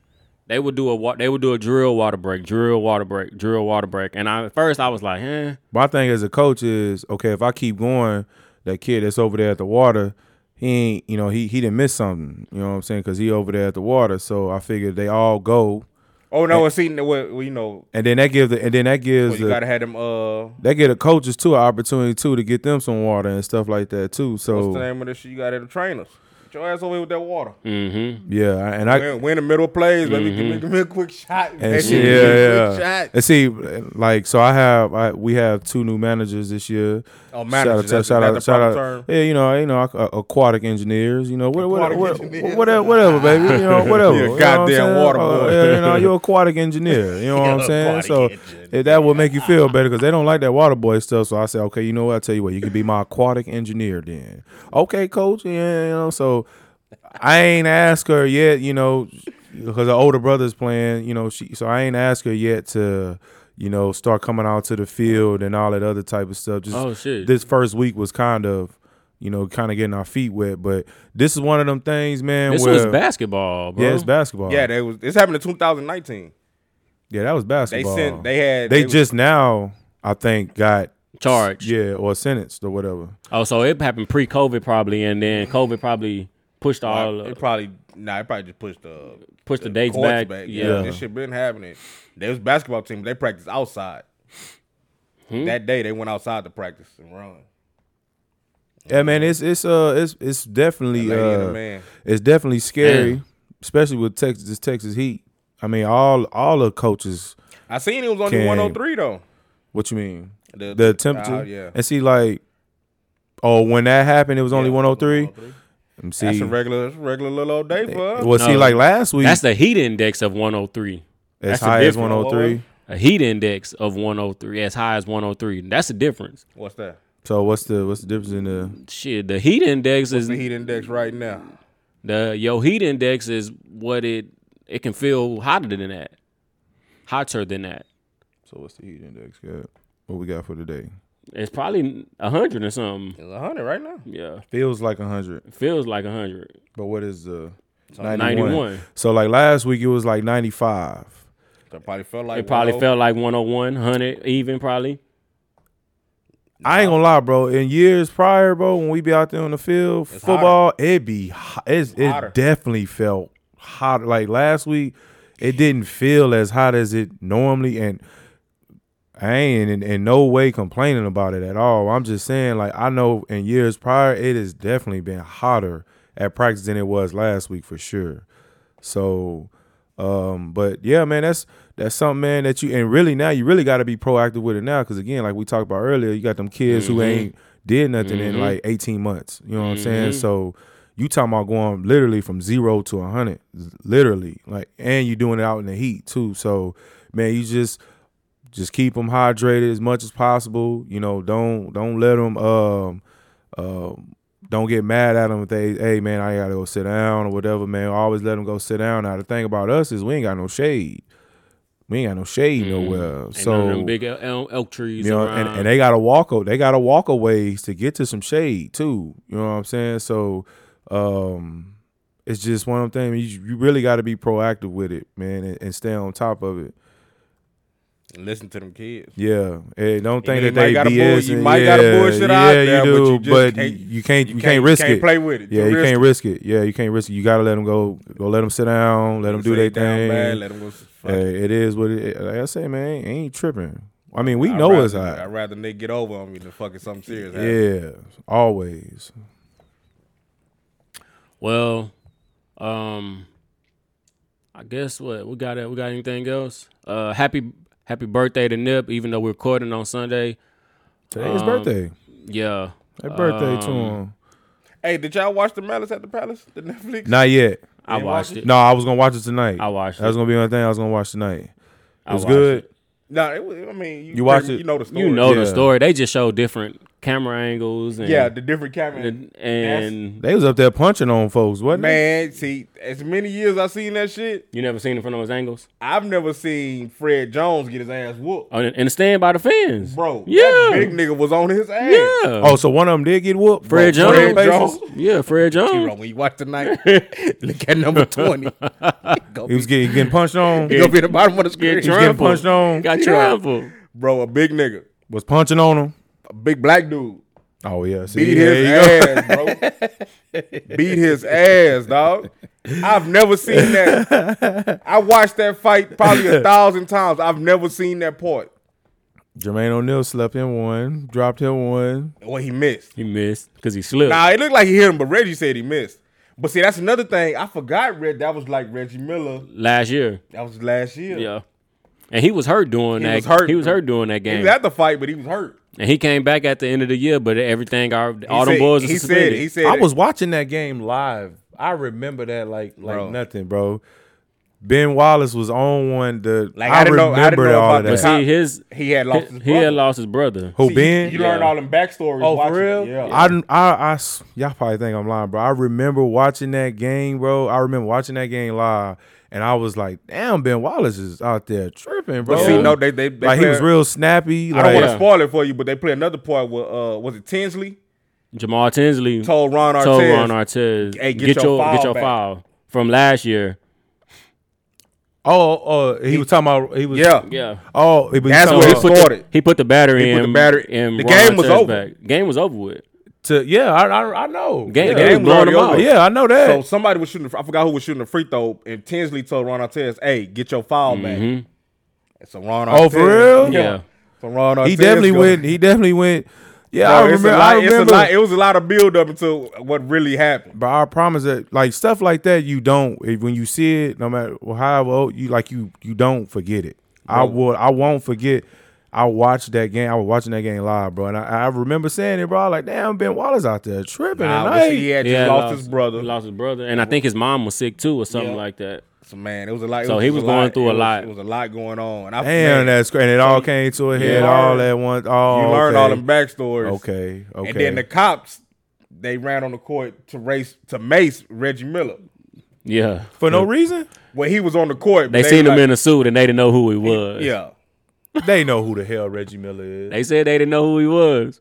[SPEAKER 2] they would do a wa- they would do a drill water break, drill water break, drill water break. And I at first I was like, eh,
[SPEAKER 4] my thing as a coach is okay. If I keep going, that kid that's over there at the water, he ain't you know he he didn't miss something. You know what I'm saying? Because he over there at the water, so I figured they all go,
[SPEAKER 3] Oh no, it's eating. Well, well, you know,
[SPEAKER 4] and then that gives the, and then that gives
[SPEAKER 3] well, you
[SPEAKER 4] the-
[SPEAKER 3] gotta have them. Uh,
[SPEAKER 4] They get the coaches too an opportunity too to get them some water and stuff like that too.
[SPEAKER 3] what's the
[SPEAKER 4] So
[SPEAKER 3] name of this? shit? You got at the trainers. Get your ass over here with that water.
[SPEAKER 2] mm-hmm.
[SPEAKER 4] yeah, I- and I
[SPEAKER 3] We're, we're in the middle of plays, baby. Give, me, give me a quick shot.
[SPEAKER 4] and
[SPEAKER 3] baby.
[SPEAKER 4] she,
[SPEAKER 3] Give me
[SPEAKER 4] yeah,
[SPEAKER 3] a
[SPEAKER 4] yeah.
[SPEAKER 3] quick shot.
[SPEAKER 4] And see, like so, I have I we have two new managers this year.
[SPEAKER 3] Oh, managers,
[SPEAKER 4] to-
[SPEAKER 3] that's- that's the proper term.
[SPEAKER 4] Yeah, you know, you know, aqu- uh, aquatic engineers. You know, what, what,
[SPEAKER 3] Aquatic
[SPEAKER 4] what,
[SPEAKER 3] engineers.
[SPEAKER 4] whatever, whatever, baby.
[SPEAKER 3] [laughs]
[SPEAKER 4] You know, whatever.
[SPEAKER 3] You're a
[SPEAKER 4] You know what I'm
[SPEAKER 3] goddamn
[SPEAKER 4] saying?
[SPEAKER 3] water
[SPEAKER 4] Uh,
[SPEAKER 3] boy.
[SPEAKER 4] yeah,
[SPEAKER 3] [laughs]
[SPEAKER 4] you know, you're aquatic engineer. You know what I'm saying? So
[SPEAKER 3] aquatic engineer.
[SPEAKER 4] if that would make you feel better because they don't like that water boy stuff. So I said, okay, you know what? I tell you what, you can be my aquatic engineer then. Okay, coach. Yeah, you know. So I ain't asked her yet. You know, because her older brother's playing. You know, she. So I ain't asked her yet to. You know, start coming out to the field and all that other type of stuff. Just
[SPEAKER 2] Oh, shit.
[SPEAKER 4] This first week was kind of you know, kind of getting our feet wet. But this is one of them things, man.
[SPEAKER 2] This
[SPEAKER 4] where,
[SPEAKER 2] was basketball, bro.
[SPEAKER 4] Yeah, it's basketball.
[SPEAKER 3] Yeah, they was. This happened in 2019.
[SPEAKER 4] yeah, that was
[SPEAKER 3] They
[SPEAKER 4] basketball.
[SPEAKER 3] sent. They had.
[SPEAKER 4] They
[SPEAKER 3] was-
[SPEAKER 4] just now, I think, got
[SPEAKER 2] Charged.
[SPEAKER 4] yeah or sentenced or whatever.
[SPEAKER 2] Oh, so it happened pre-COVID probably, and then COVID probably pushed all
[SPEAKER 3] It probably. Nah, it probably just pushed the
[SPEAKER 2] pushed the dates
[SPEAKER 3] courts
[SPEAKER 2] back.
[SPEAKER 3] Yeah.
[SPEAKER 2] Yeah.
[SPEAKER 3] this shit been happening. They was basketball team. They practiced outside.
[SPEAKER 2] Hmm?
[SPEAKER 3] That day they went outside to practice and run.
[SPEAKER 4] Yeah, man, it's it's uh it's it's definitely
[SPEAKER 3] A lady and a
[SPEAKER 4] uh,
[SPEAKER 3] man.
[SPEAKER 4] it's definitely scary,
[SPEAKER 2] Damn.
[SPEAKER 4] especially with Texas this Texas Heat. I mean, all all the coaches.
[SPEAKER 3] I seen it was only
[SPEAKER 4] Can-
[SPEAKER 3] 103 though.
[SPEAKER 4] What you mean?
[SPEAKER 3] The-
[SPEAKER 4] The temperature.
[SPEAKER 3] Oh, yeah.
[SPEAKER 4] And see, like, oh, when that happened, it was only
[SPEAKER 3] Yeah,
[SPEAKER 4] one hundred three. And see,
[SPEAKER 3] That's a regular, that's a regular little old day for us.
[SPEAKER 4] well, see,
[SPEAKER 2] No.
[SPEAKER 4] like last week,
[SPEAKER 2] That's the heat index of 103.
[SPEAKER 4] as
[SPEAKER 2] that's a
[SPEAKER 4] high as one
[SPEAKER 2] different-
[SPEAKER 4] hundred three.
[SPEAKER 2] A heat index of 103, as high as 103. That's the difference.
[SPEAKER 3] What's that?
[SPEAKER 4] So what's the what's the difference in the?
[SPEAKER 2] Shit, the heat index is
[SPEAKER 3] The heat index right now.
[SPEAKER 2] the your heat index is what it it can feel hotter than that, hotter than that.
[SPEAKER 4] So what's the heat index? Yeah. What we got for today?
[SPEAKER 2] It's probably hundred or something.
[SPEAKER 3] It's 100 right now.
[SPEAKER 2] Yeah,
[SPEAKER 4] Feels like hundred,
[SPEAKER 2] feels like hundred.
[SPEAKER 4] but what is the
[SPEAKER 2] 91.
[SPEAKER 4] So like last week, it was like ninety five.
[SPEAKER 3] It probably felt like
[SPEAKER 2] It probably
[SPEAKER 3] 100.
[SPEAKER 2] felt like 101, 100 even probably.
[SPEAKER 4] I ain't gonna lie, bro. In years prior, bro, when we be out there on the field, football, it be ho- it's,
[SPEAKER 3] Hotter.
[SPEAKER 4] it definitely felt hot. Like last week, it didn't feel as hot as it normally, and I ain't in, in no way complaining about it at all. I'm just saying, like I know in years prior, it has definitely been hotter at practice than it was last week for sure. So, um, but yeah, man, that's that's something, man, that you and really now you really got to be proactive with it now because again, like we talked about earlier, you got them kids who ain't did nothing in like eighteen months. You know what I'm saying? So you talking about going literally from zero to hundred, literally, like, and you doing it out in the heat too. So, man, you just just keep them hydrated as much as possible. You know, don't don't let them um um don't get mad at them if they hey man I gotta go sit down or whatever man. Always let them go sit down. Now the thing about us is we ain't got no shade. We ain't got no shade nowhere.
[SPEAKER 2] Mm-hmm. Ain't
[SPEAKER 4] so
[SPEAKER 2] none of them big el- el- elk trees.
[SPEAKER 4] you know,
[SPEAKER 2] around.
[SPEAKER 4] and, and they gotta walk o- they gotta walk a ways to get to some shade too. You know what I'm saying? So um it's just one of them things you, you really gotta be proactive with it, man, and, and stay on top of it.
[SPEAKER 3] Listen to them kids.
[SPEAKER 4] Yeah, hey, don't think
[SPEAKER 3] you
[SPEAKER 4] that
[SPEAKER 3] might
[SPEAKER 4] they
[SPEAKER 3] gotta bull-
[SPEAKER 4] BS.
[SPEAKER 3] you
[SPEAKER 4] and-
[SPEAKER 3] might
[SPEAKER 4] yeah,
[SPEAKER 3] gotta bullshit out
[SPEAKER 4] yeah,
[SPEAKER 3] there,
[SPEAKER 4] you
[SPEAKER 3] but
[SPEAKER 4] do,
[SPEAKER 3] you just
[SPEAKER 4] but
[SPEAKER 3] can't-
[SPEAKER 4] you, you can't,
[SPEAKER 3] you
[SPEAKER 4] you can't,
[SPEAKER 3] can't- you
[SPEAKER 4] risk
[SPEAKER 3] can't
[SPEAKER 4] it.
[SPEAKER 3] play with it.
[SPEAKER 4] Yeah,
[SPEAKER 3] Too
[SPEAKER 4] you can't risk it. Yeah, you can't risk it. You gotta let them go. Go let them sit down. Let them do their
[SPEAKER 3] Sit down
[SPEAKER 4] thing.
[SPEAKER 3] bad, let 'em go. fuck it.
[SPEAKER 4] Hey, it is what it. Like I say, man, it ain't tripping. I mean, we
[SPEAKER 3] I'd
[SPEAKER 4] know
[SPEAKER 3] rather,
[SPEAKER 4] it's
[SPEAKER 3] I'd
[SPEAKER 4] hot.
[SPEAKER 3] rather they get over on me than fucking something serious. happen.
[SPEAKER 4] Yeah, always.
[SPEAKER 2] well, um, I guess what we got? We got anything else? Uh, happy happy birthday to Nip. Even though we're recording on Sunday,
[SPEAKER 4] Today's
[SPEAKER 2] Um,
[SPEAKER 4] his birthday.
[SPEAKER 2] yeah.
[SPEAKER 4] Happy birthday to
[SPEAKER 2] um,
[SPEAKER 4] him.
[SPEAKER 3] Hey, did y'all watch the Malice at the Palace? The Netflix?
[SPEAKER 4] Not yet.
[SPEAKER 2] I
[SPEAKER 3] You
[SPEAKER 2] watched
[SPEAKER 3] watch
[SPEAKER 2] it.
[SPEAKER 4] No, I was gonna watch it tonight.
[SPEAKER 2] I watched
[SPEAKER 4] That was
[SPEAKER 2] it.
[SPEAKER 4] gonna be one thing I was gonna watch tonight. It
[SPEAKER 2] I
[SPEAKER 4] was
[SPEAKER 2] watched
[SPEAKER 4] good.
[SPEAKER 2] it.
[SPEAKER 3] No, it was, I mean, you,
[SPEAKER 4] You watch
[SPEAKER 3] pretty-
[SPEAKER 4] it?
[SPEAKER 3] You know the story.
[SPEAKER 2] You know the
[SPEAKER 4] Yeah.
[SPEAKER 2] story. They just show different camera angles and
[SPEAKER 3] Yeah, the different camera.
[SPEAKER 2] and, and
[SPEAKER 4] They was up there punching on folks, wasn't they?
[SPEAKER 3] Man, see, as many years I seen that shit,
[SPEAKER 2] you never seen it from those angles.
[SPEAKER 3] I've never seen Fred Jones get his ass whooped.
[SPEAKER 2] Oh, and and stand by the fans,
[SPEAKER 3] Bro,
[SPEAKER 2] Yeah,
[SPEAKER 3] that big nigga was on his ass.
[SPEAKER 2] yeah.
[SPEAKER 4] Oh, so one of them did get whooped.
[SPEAKER 2] Fred
[SPEAKER 4] Bro,
[SPEAKER 2] Jones.
[SPEAKER 3] Fred
[SPEAKER 4] faces?
[SPEAKER 3] Jones.
[SPEAKER 2] Yeah, Fred
[SPEAKER 3] You know,
[SPEAKER 2] Jones.
[SPEAKER 3] when you watch tonight, [laughs] look at
[SPEAKER 4] [laughs]
[SPEAKER 3] number 20.
[SPEAKER 4] He was getting getting punched on.
[SPEAKER 3] He'll be at the bottom of the screen.
[SPEAKER 2] Get
[SPEAKER 4] He was getting punched
[SPEAKER 2] trampled.
[SPEAKER 4] on.
[SPEAKER 2] Got trampled.
[SPEAKER 3] Bro, a big nigga,
[SPEAKER 4] Was punching on him.
[SPEAKER 3] a big black dude,
[SPEAKER 4] Oh yeah, see,
[SPEAKER 3] beat
[SPEAKER 4] there you go.
[SPEAKER 3] his ass,
[SPEAKER 4] [laughs]
[SPEAKER 3] bro. beat his ass, dog. I've never seen that. I watched that fight probably
[SPEAKER 4] [laughs]
[SPEAKER 3] a thousand times. I've never seen that part.
[SPEAKER 4] Jermaine O'Neal slept in one, dropped him one.
[SPEAKER 3] Well, he missed.
[SPEAKER 2] He missed because he slipped.
[SPEAKER 3] Nah, it looked like he hit him, but Reggie said he missed. But see, that's another thing. I forgot Reg. That was like Reggie Miller.
[SPEAKER 2] last year.
[SPEAKER 3] That was last year.
[SPEAKER 2] Yeah. And he was hurt doing that.
[SPEAKER 3] was hurt.
[SPEAKER 2] He was hurt doing that
[SPEAKER 3] He
[SPEAKER 2] game.
[SPEAKER 3] was at the fight, but he was hurt.
[SPEAKER 2] and he came back at the end of the year, but everything, all, all
[SPEAKER 3] he
[SPEAKER 2] them
[SPEAKER 3] said,
[SPEAKER 2] boys are
[SPEAKER 3] he said,
[SPEAKER 2] suspended.
[SPEAKER 3] he said,
[SPEAKER 4] I was watching that game live. I remember that like like
[SPEAKER 3] Bro.
[SPEAKER 4] nothing, bro. Ben Wallace was on one. The
[SPEAKER 3] Like,
[SPEAKER 4] I,
[SPEAKER 3] I didn't know- I
[SPEAKER 4] remember
[SPEAKER 3] didn't know
[SPEAKER 4] all
[SPEAKER 3] about
[SPEAKER 4] of
[SPEAKER 3] the
[SPEAKER 2] but
[SPEAKER 4] that.
[SPEAKER 3] time.
[SPEAKER 2] see, his
[SPEAKER 3] he had lost his
[SPEAKER 2] [laughs] he had
[SPEAKER 3] brother.
[SPEAKER 2] lost his brother.
[SPEAKER 4] Who
[SPEAKER 3] See,
[SPEAKER 4] Ben?
[SPEAKER 3] You learned all them backstories.
[SPEAKER 4] Oh,
[SPEAKER 3] watching
[SPEAKER 4] for
[SPEAKER 3] it.
[SPEAKER 4] real?
[SPEAKER 3] Yeah.
[SPEAKER 4] I, I, I s- y'all probably think I'm lying, bro. I remember watching that game, bro. I remember watching that game live, and I was like, "Damn, Ben Wallace is out there tripping, bro."
[SPEAKER 3] But see, no, they they, they
[SPEAKER 4] like he
[SPEAKER 3] play-
[SPEAKER 4] was real snappy.
[SPEAKER 3] I
[SPEAKER 4] Like,
[SPEAKER 3] don't want
[SPEAKER 2] yeah.
[SPEAKER 3] to spoil it for you, but they play another part with uh was it Tinsley?
[SPEAKER 2] Jamal Tinsley
[SPEAKER 3] Told Ron Artest.
[SPEAKER 2] told Ron Artez,
[SPEAKER 3] Hey,
[SPEAKER 2] get, your, get your
[SPEAKER 3] back."
[SPEAKER 2] file from last year.
[SPEAKER 4] Oh, oh, he, was talking about he was.
[SPEAKER 3] Yeah.
[SPEAKER 2] Yeah.
[SPEAKER 4] Oh, he was
[SPEAKER 3] That's
[SPEAKER 4] talking
[SPEAKER 3] where
[SPEAKER 4] about-
[SPEAKER 3] it started.
[SPEAKER 2] He put the battery
[SPEAKER 3] He
[SPEAKER 2] in.
[SPEAKER 3] put the battery-
[SPEAKER 2] in
[SPEAKER 3] the
[SPEAKER 2] Ron
[SPEAKER 3] game was
[SPEAKER 2] Artest's
[SPEAKER 3] over.
[SPEAKER 2] Back. Game was over with.
[SPEAKER 4] to- yeah, I, I, I know.
[SPEAKER 2] Game,
[SPEAKER 4] yeah.
[SPEAKER 2] game
[SPEAKER 3] game
[SPEAKER 4] Oh,
[SPEAKER 2] was
[SPEAKER 3] was
[SPEAKER 2] blowing
[SPEAKER 3] already
[SPEAKER 2] him out.
[SPEAKER 3] over.
[SPEAKER 4] Yeah, I know that.
[SPEAKER 3] So somebody was shooting. the- I forgot who was shooting the free throw, and Tinsley told Ron Artest, "Hey, get your foul
[SPEAKER 2] Mm-hmm.
[SPEAKER 3] back." And so Ron Artest.
[SPEAKER 4] Oh, for real?
[SPEAKER 2] Yeah.
[SPEAKER 3] So Ron Artest.
[SPEAKER 4] he definitely
[SPEAKER 3] go-
[SPEAKER 4] went. He definitely went. Yeah,
[SPEAKER 3] Bro,
[SPEAKER 4] I
[SPEAKER 3] it's a
[SPEAKER 4] remember.
[SPEAKER 3] lot-
[SPEAKER 4] I
[SPEAKER 3] it's a
[SPEAKER 4] remember.
[SPEAKER 3] lot- it was a lot of build up until what really happened.
[SPEAKER 4] But I promise that, like stuff like that, you don't. If, when you see it, no matter how old you, like you, you don't forget it. I would. I won't forget. I watched that game. I was watching that game live, bro, and I, I remember saying it, bro. Like, damn, Ben Wallace out there tripping.
[SPEAKER 3] Nah,
[SPEAKER 4] and
[SPEAKER 3] but
[SPEAKER 4] I ain't-
[SPEAKER 3] see, he had just
[SPEAKER 2] Yeah,
[SPEAKER 3] lost, his brother.
[SPEAKER 2] Lost his brother, and I think his mom was sick too, or something like that.
[SPEAKER 3] So man, it was a lot. it
[SPEAKER 2] So he
[SPEAKER 3] just
[SPEAKER 2] was
[SPEAKER 3] a
[SPEAKER 2] going
[SPEAKER 3] lot.
[SPEAKER 2] through a
[SPEAKER 3] It was-
[SPEAKER 2] lot.
[SPEAKER 3] It was a lot going on. And I,
[SPEAKER 4] Damn,
[SPEAKER 3] man,
[SPEAKER 4] that's great. And it all came to a head
[SPEAKER 3] learn-
[SPEAKER 4] all at once. Oh,
[SPEAKER 3] you learn
[SPEAKER 4] okay.
[SPEAKER 3] all them backstories.
[SPEAKER 4] Okay, okay.
[SPEAKER 3] And then the cops, they ran on the court to race to mace Reggie Miller.
[SPEAKER 2] Yeah,
[SPEAKER 4] for no reason,
[SPEAKER 3] Well, he was on the court.
[SPEAKER 2] they,
[SPEAKER 3] but
[SPEAKER 2] seen
[SPEAKER 3] was
[SPEAKER 2] him
[SPEAKER 3] like-
[SPEAKER 2] in a suit and they didn't know who he was.
[SPEAKER 3] Yeah.
[SPEAKER 4] they know who the hell Reggie Miller is.
[SPEAKER 2] they said they didn't know who he was.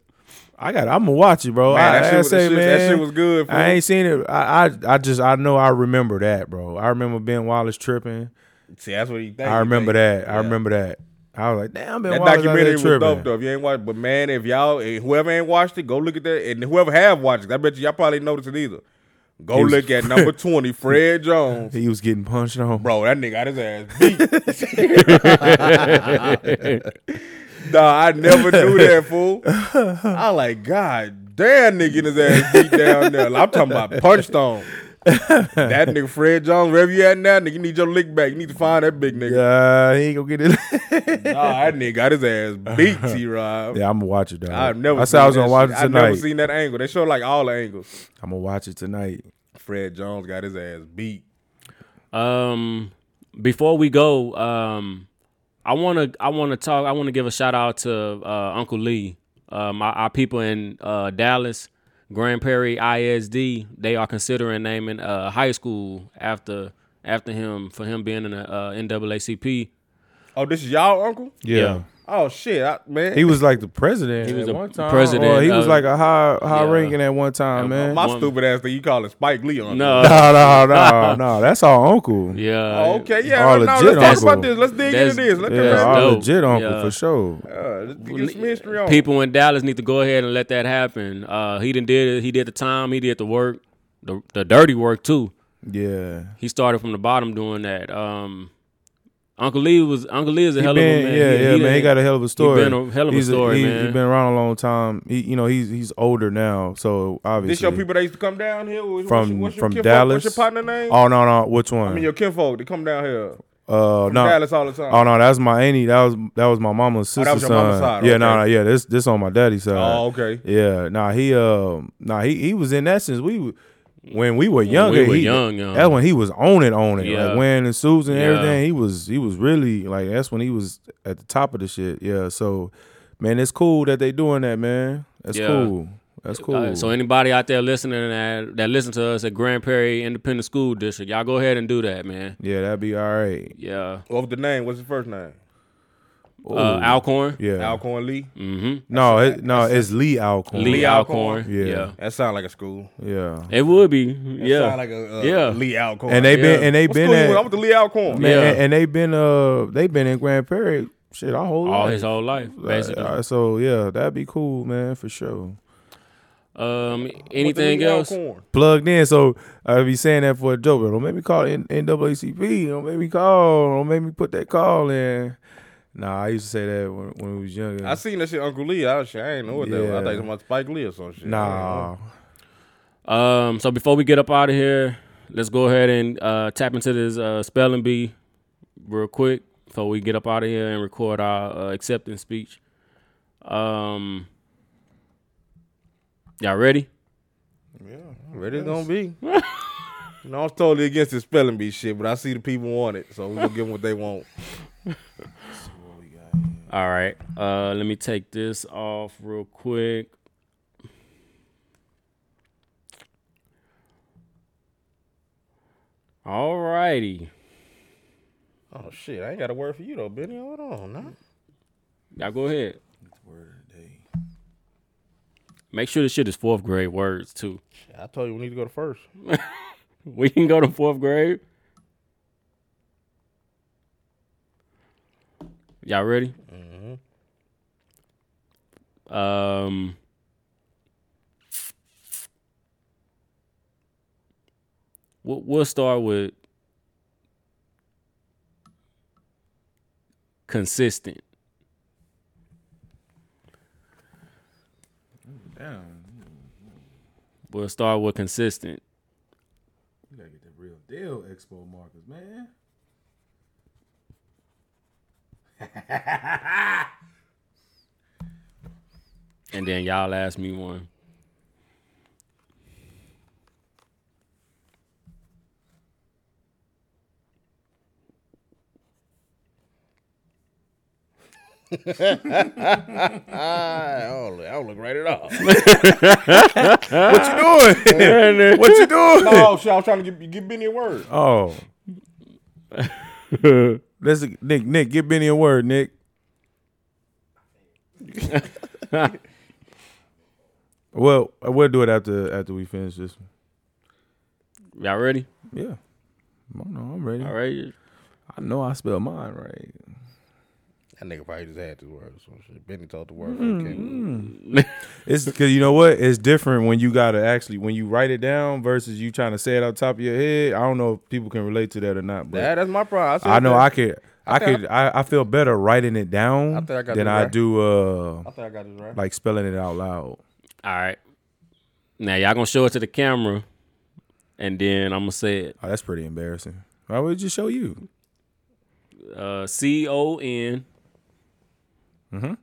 [SPEAKER 4] I got. I'm gonna watch it, bro.
[SPEAKER 3] Man,
[SPEAKER 4] I,
[SPEAKER 3] that shit
[SPEAKER 4] I
[SPEAKER 3] was- that
[SPEAKER 4] say,
[SPEAKER 3] shit-
[SPEAKER 4] man,
[SPEAKER 3] that shit was good, fool.
[SPEAKER 4] I ain't seen it. I, I, I just, I know, I remember that, bro. I remember Ben Wallace tripping.
[SPEAKER 3] See, that's what he think.
[SPEAKER 4] I remember
[SPEAKER 3] He
[SPEAKER 4] that.
[SPEAKER 3] think-
[SPEAKER 4] I
[SPEAKER 3] yeah.
[SPEAKER 4] remember that. I was like, damn, Ben
[SPEAKER 3] That
[SPEAKER 4] Wallace
[SPEAKER 3] documentary
[SPEAKER 4] out
[SPEAKER 3] was
[SPEAKER 4] there
[SPEAKER 3] dope
[SPEAKER 4] tripping.
[SPEAKER 3] though. If you ain't watched, but man, if y'all, eh, whoever ain't watched it, go look at that. And whoever have watched it, I bet you y'all probably noticed it either. Go
[SPEAKER 4] He was-
[SPEAKER 3] look at number twenty, Fred
[SPEAKER 4] [laughs]
[SPEAKER 3] Jones.
[SPEAKER 4] He was getting punched on.
[SPEAKER 3] Bro, that nigga got his ass beat. [laughs] nah, I never knew that fool. I like, God damn, nigga, in his ass beat down there. I'm talking about punched on. That nigga Fred Jones, wherever you at now, nigga, you need your lick back. You need to find that big nigga.
[SPEAKER 4] Yeah, he ain't gonna get it. [laughs]
[SPEAKER 3] Nah, that nigga got his ass beat, T Rob.
[SPEAKER 4] yeah, I'm gonna watch it though.
[SPEAKER 3] I've never.
[SPEAKER 4] I said I was
[SPEAKER 3] seen
[SPEAKER 4] gonna
[SPEAKER 3] that
[SPEAKER 4] watch
[SPEAKER 3] shit.
[SPEAKER 4] it tonight.
[SPEAKER 3] I've never seen that angle. They show like all the angles.
[SPEAKER 4] I'm gonna watch it tonight.
[SPEAKER 3] Fred Jones got his ass beat.
[SPEAKER 2] Um, before we go, um, I wanna I wanna talk. I wanna give a shout out to uh, Uncle Lee, um, our, our people in uh, Dallas, Grand Prairie ISD. They are considering naming a high school after after him for him being in the uh, NAACP.
[SPEAKER 3] Oh, this is y'all uncle?
[SPEAKER 4] Yeah.
[SPEAKER 2] Yeah.
[SPEAKER 3] Oh shit, I, man.
[SPEAKER 4] He was like the president. He
[SPEAKER 2] was
[SPEAKER 4] was
[SPEAKER 2] the
[SPEAKER 4] at one time.
[SPEAKER 2] president
[SPEAKER 4] Or he was
[SPEAKER 2] of-
[SPEAKER 4] like a high, high
[SPEAKER 2] Yeah.
[SPEAKER 4] ranking at one time, man.
[SPEAKER 3] My
[SPEAKER 2] One-
[SPEAKER 3] stupid ass thing you call it Spike Lee on.
[SPEAKER 2] No,
[SPEAKER 4] No, [laughs] no, no, no. That's our uncle.
[SPEAKER 2] yeah,
[SPEAKER 3] Oh, okay, yeah.
[SPEAKER 4] All
[SPEAKER 3] no, let's
[SPEAKER 4] legit
[SPEAKER 3] talk
[SPEAKER 4] uncle.
[SPEAKER 3] about this. Let's dig
[SPEAKER 2] That's-
[SPEAKER 3] into this. Let's
[SPEAKER 4] Yeah,
[SPEAKER 2] That's
[SPEAKER 4] our
[SPEAKER 3] yeah,
[SPEAKER 2] dope.
[SPEAKER 4] legit uncle
[SPEAKER 2] Yeah.
[SPEAKER 4] for sure.
[SPEAKER 3] Uh, let's get some history on.
[SPEAKER 2] people in Dallas need to go ahead and let that happen. Uh, he didn't did it. He did the time. He did the work, the the dirty work too.
[SPEAKER 4] Yeah.
[SPEAKER 2] He started from the bottom doing that. Um, Uncle Lee was Uncle Lee is a hell of
[SPEAKER 4] been-
[SPEAKER 2] a man.
[SPEAKER 4] Yeah, yeah, man. He
[SPEAKER 2] done-
[SPEAKER 4] got a hell of a story.
[SPEAKER 2] He been a hell of a
[SPEAKER 4] He's
[SPEAKER 2] story,
[SPEAKER 4] he,
[SPEAKER 2] man.
[SPEAKER 4] He's been around a long time. He, you know, he's he's older now, so obviously.
[SPEAKER 3] This your people that used to come down here What- what's your-
[SPEAKER 4] from
[SPEAKER 3] what's your
[SPEAKER 4] from
[SPEAKER 3] kinfolk?
[SPEAKER 4] Dallas.
[SPEAKER 3] What's your partner name?
[SPEAKER 4] Oh no, no. Which one?
[SPEAKER 3] I mean, your kinfolk. They come down here.
[SPEAKER 4] uh, no.
[SPEAKER 3] Dallas all the time.
[SPEAKER 4] Oh no, that was my auntie. That was that was my mama's
[SPEAKER 3] Oh, that
[SPEAKER 4] sister's
[SPEAKER 3] was
[SPEAKER 4] son.
[SPEAKER 3] your mama's side,
[SPEAKER 4] Yeah,
[SPEAKER 3] okay.
[SPEAKER 4] no, no, yeah. This this on my daddy's side.
[SPEAKER 3] Oh, okay.
[SPEAKER 4] Yeah, nah, he um, nah, he he was in essence we. w- When we were younger,
[SPEAKER 2] were
[SPEAKER 4] he,
[SPEAKER 2] young, young.
[SPEAKER 4] that's when he was on it, on it,
[SPEAKER 2] Yeah.
[SPEAKER 4] like wearing and Susan and
[SPEAKER 2] Yeah.
[SPEAKER 4] everything. He was, he was really like that's when he was at the top of the shit. Yeah, so man, it's cool that they doing that, man. That's
[SPEAKER 2] Yeah.
[SPEAKER 4] cool. That's cool.
[SPEAKER 2] Uh, so anybody out there listening that that listen to us at Grand Prairie Independent School District, y'all go ahead and do that, man.
[SPEAKER 4] yeah, that'd be all right.
[SPEAKER 2] Yeah,
[SPEAKER 3] What was the name? What's his first name?
[SPEAKER 2] uh, Alcorn.
[SPEAKER 4] Yeah, Mm.
[SPEAKER 3] Alcorn Lee.
[SPEAKER 4] no, it, no, it's Lee Alcorn.
[SPEAKER 2] Lee,
[SPEAKER 3] Lee
[SPEAKER 2] Alcorn.
[SPEAKER 3] Alcorn.
[SPEAKER 2] Yeah.
[SPEAKER 4] Yeah.
[SPEAKER 3] That sound like a school.
[SPEAKER 4] yeah.
[SPEAKER 2] it would be.
[SPEAKER 3] That
[SPEAKER 2] yeah,
[SPEAKER 3] sound like a uh,
[SPEAKER 2] Yeah.
[SPEAKER 3] Lee Alcorn.
[SPEAKER 4] And they been
[SPEAKER 2] Yeah.
[SPEAKER 4] and they
[SPEAKER 3] What
[SPEAKER 4] been
[SPEAKER 3] school you
[SPEAKER 4] at,
[SPEAKER 3] went? I went to Lee Alcorn.
[SPEAKER 4] Man,
[SPEAKER 2] Yeah.
[SPEAKER 4] and, and they've been uh they've been in Grand Prairie shit our whole
[SPEAKER 2] all
[SPEAKER 4] life.
[SPEAKER 2] his whole life, basically.
[SPEAKER 4] Uh, so yeah, that'd be cool, man, for sure.
[SPEAKER 2] Um,
[SPEAKER 3] Went to
[SPEAKER 2] anything
[SPEAKER 3] Lee
[SPEAKER 2] else?
[SPEAKER 3] Alcorn.
[SPEAKER 4] Plugged in, so I be saying that for a joke. but Don't make me call N- NAACP. Don't make me call. Don't make me put that call in. Nah, I used to say that when, when we was younger.
[SPEAKER 3] I seen that shit, Uncle Lee. I, shit, I ain't know what that was. I
[SPEAKER 4] Yeah.
[SPEAKER 3] thought it was about Spike Lee or some shit.
[SPEAKER 4] nah,
[SPEAKER 2] Um, so before we get up out of here, let's go ahead and uh, tap into this uh, spelling bee real quick before we get up out of here and record our uh, acceptance speech. Um, y'all ready?
[SPEAKER 3] Ready gonna [laughs] be. you know, I was totally against this spelling bee shit, but I see the people want it, so we gonna give them what they want.
[SPEAKER 2] All right. Uh, let me take this off real quick. All righty.
[SPEAKER 3] Oh shit, I ain't got a word for you though, Benny. Hold on, nah.
[SPEAKER 2] Y'all go ahead. Make sure this shit is fourth grade words too.
[SPEAKER 3] I told you we need to go to first.
[SPEAKER 2] [laughs] We can go to fourth grade. Y'all ready? Um. We'll, we'll start with consistent.
[SPEAKER 4] Damn,
[SPEAKER 2] We'll start with consistent.
[SPEAKER 4] you gotta get the real deal Expo markers, man.
[SPEAKER 2] And then y'all ask me one.
[SPEAKER 3] I don't, look- I don't look right at all.
[SPEAKER 2] [laughs]
[SPEAKER 4] What you doing?
[SPEAKER 3] [laughs] oh, shit, I was trying to get, get Benny a word.
[SPEAKER 4] [laughs] Oh, let's Nick. Nick, get Benny a word, [laughs] Nick. well, we'll do it after after we finish this one.
[SPEAKER 2] Y'all ready?
[SPEAKER 4] Yeah. I don't know. I'm ready.
[SPEAKER 2] All right.
[SPEAKER 4] I know I spelled mine right.
[SPEAKER 3] That nigga probably just had this word or some shit. Benny told the word.
[SPEAKER 4] Mm-hmm. It's because you know what? It's different when you gotta actually when you write it down versus you trying to say it on top of your head. I don't know if people can relate to that or not, but
[SPEAKER 3] Yeah, that's my problem. said
[SPEAKER 4] I know
[SPEAKER 3] that.
[SPEAKER 4] I could. I
[SPEAKER 3] think I-
[SPEAKER 4] could. I, I feel better writing it down
[SPEAKER 3] I think I got
[SPEAKER 4] than
[SPEAKER 3] this
[SPEAKER 4] I
[SPEAKER 3] right.
[SPEAKER 4] do uh
[SPEAKER 3] I think I got this right.
[SPEAKER 4] like spelling it out loud.
[SPEAKER 2] All right. Now y'all gonna show it to the camera, and then I'm gonna say it.
[SPEAKER 4] Oh, that's pretty embarrassing. I would just show you.
[SPEAKER 2] Uh, C O N Mm-hmm.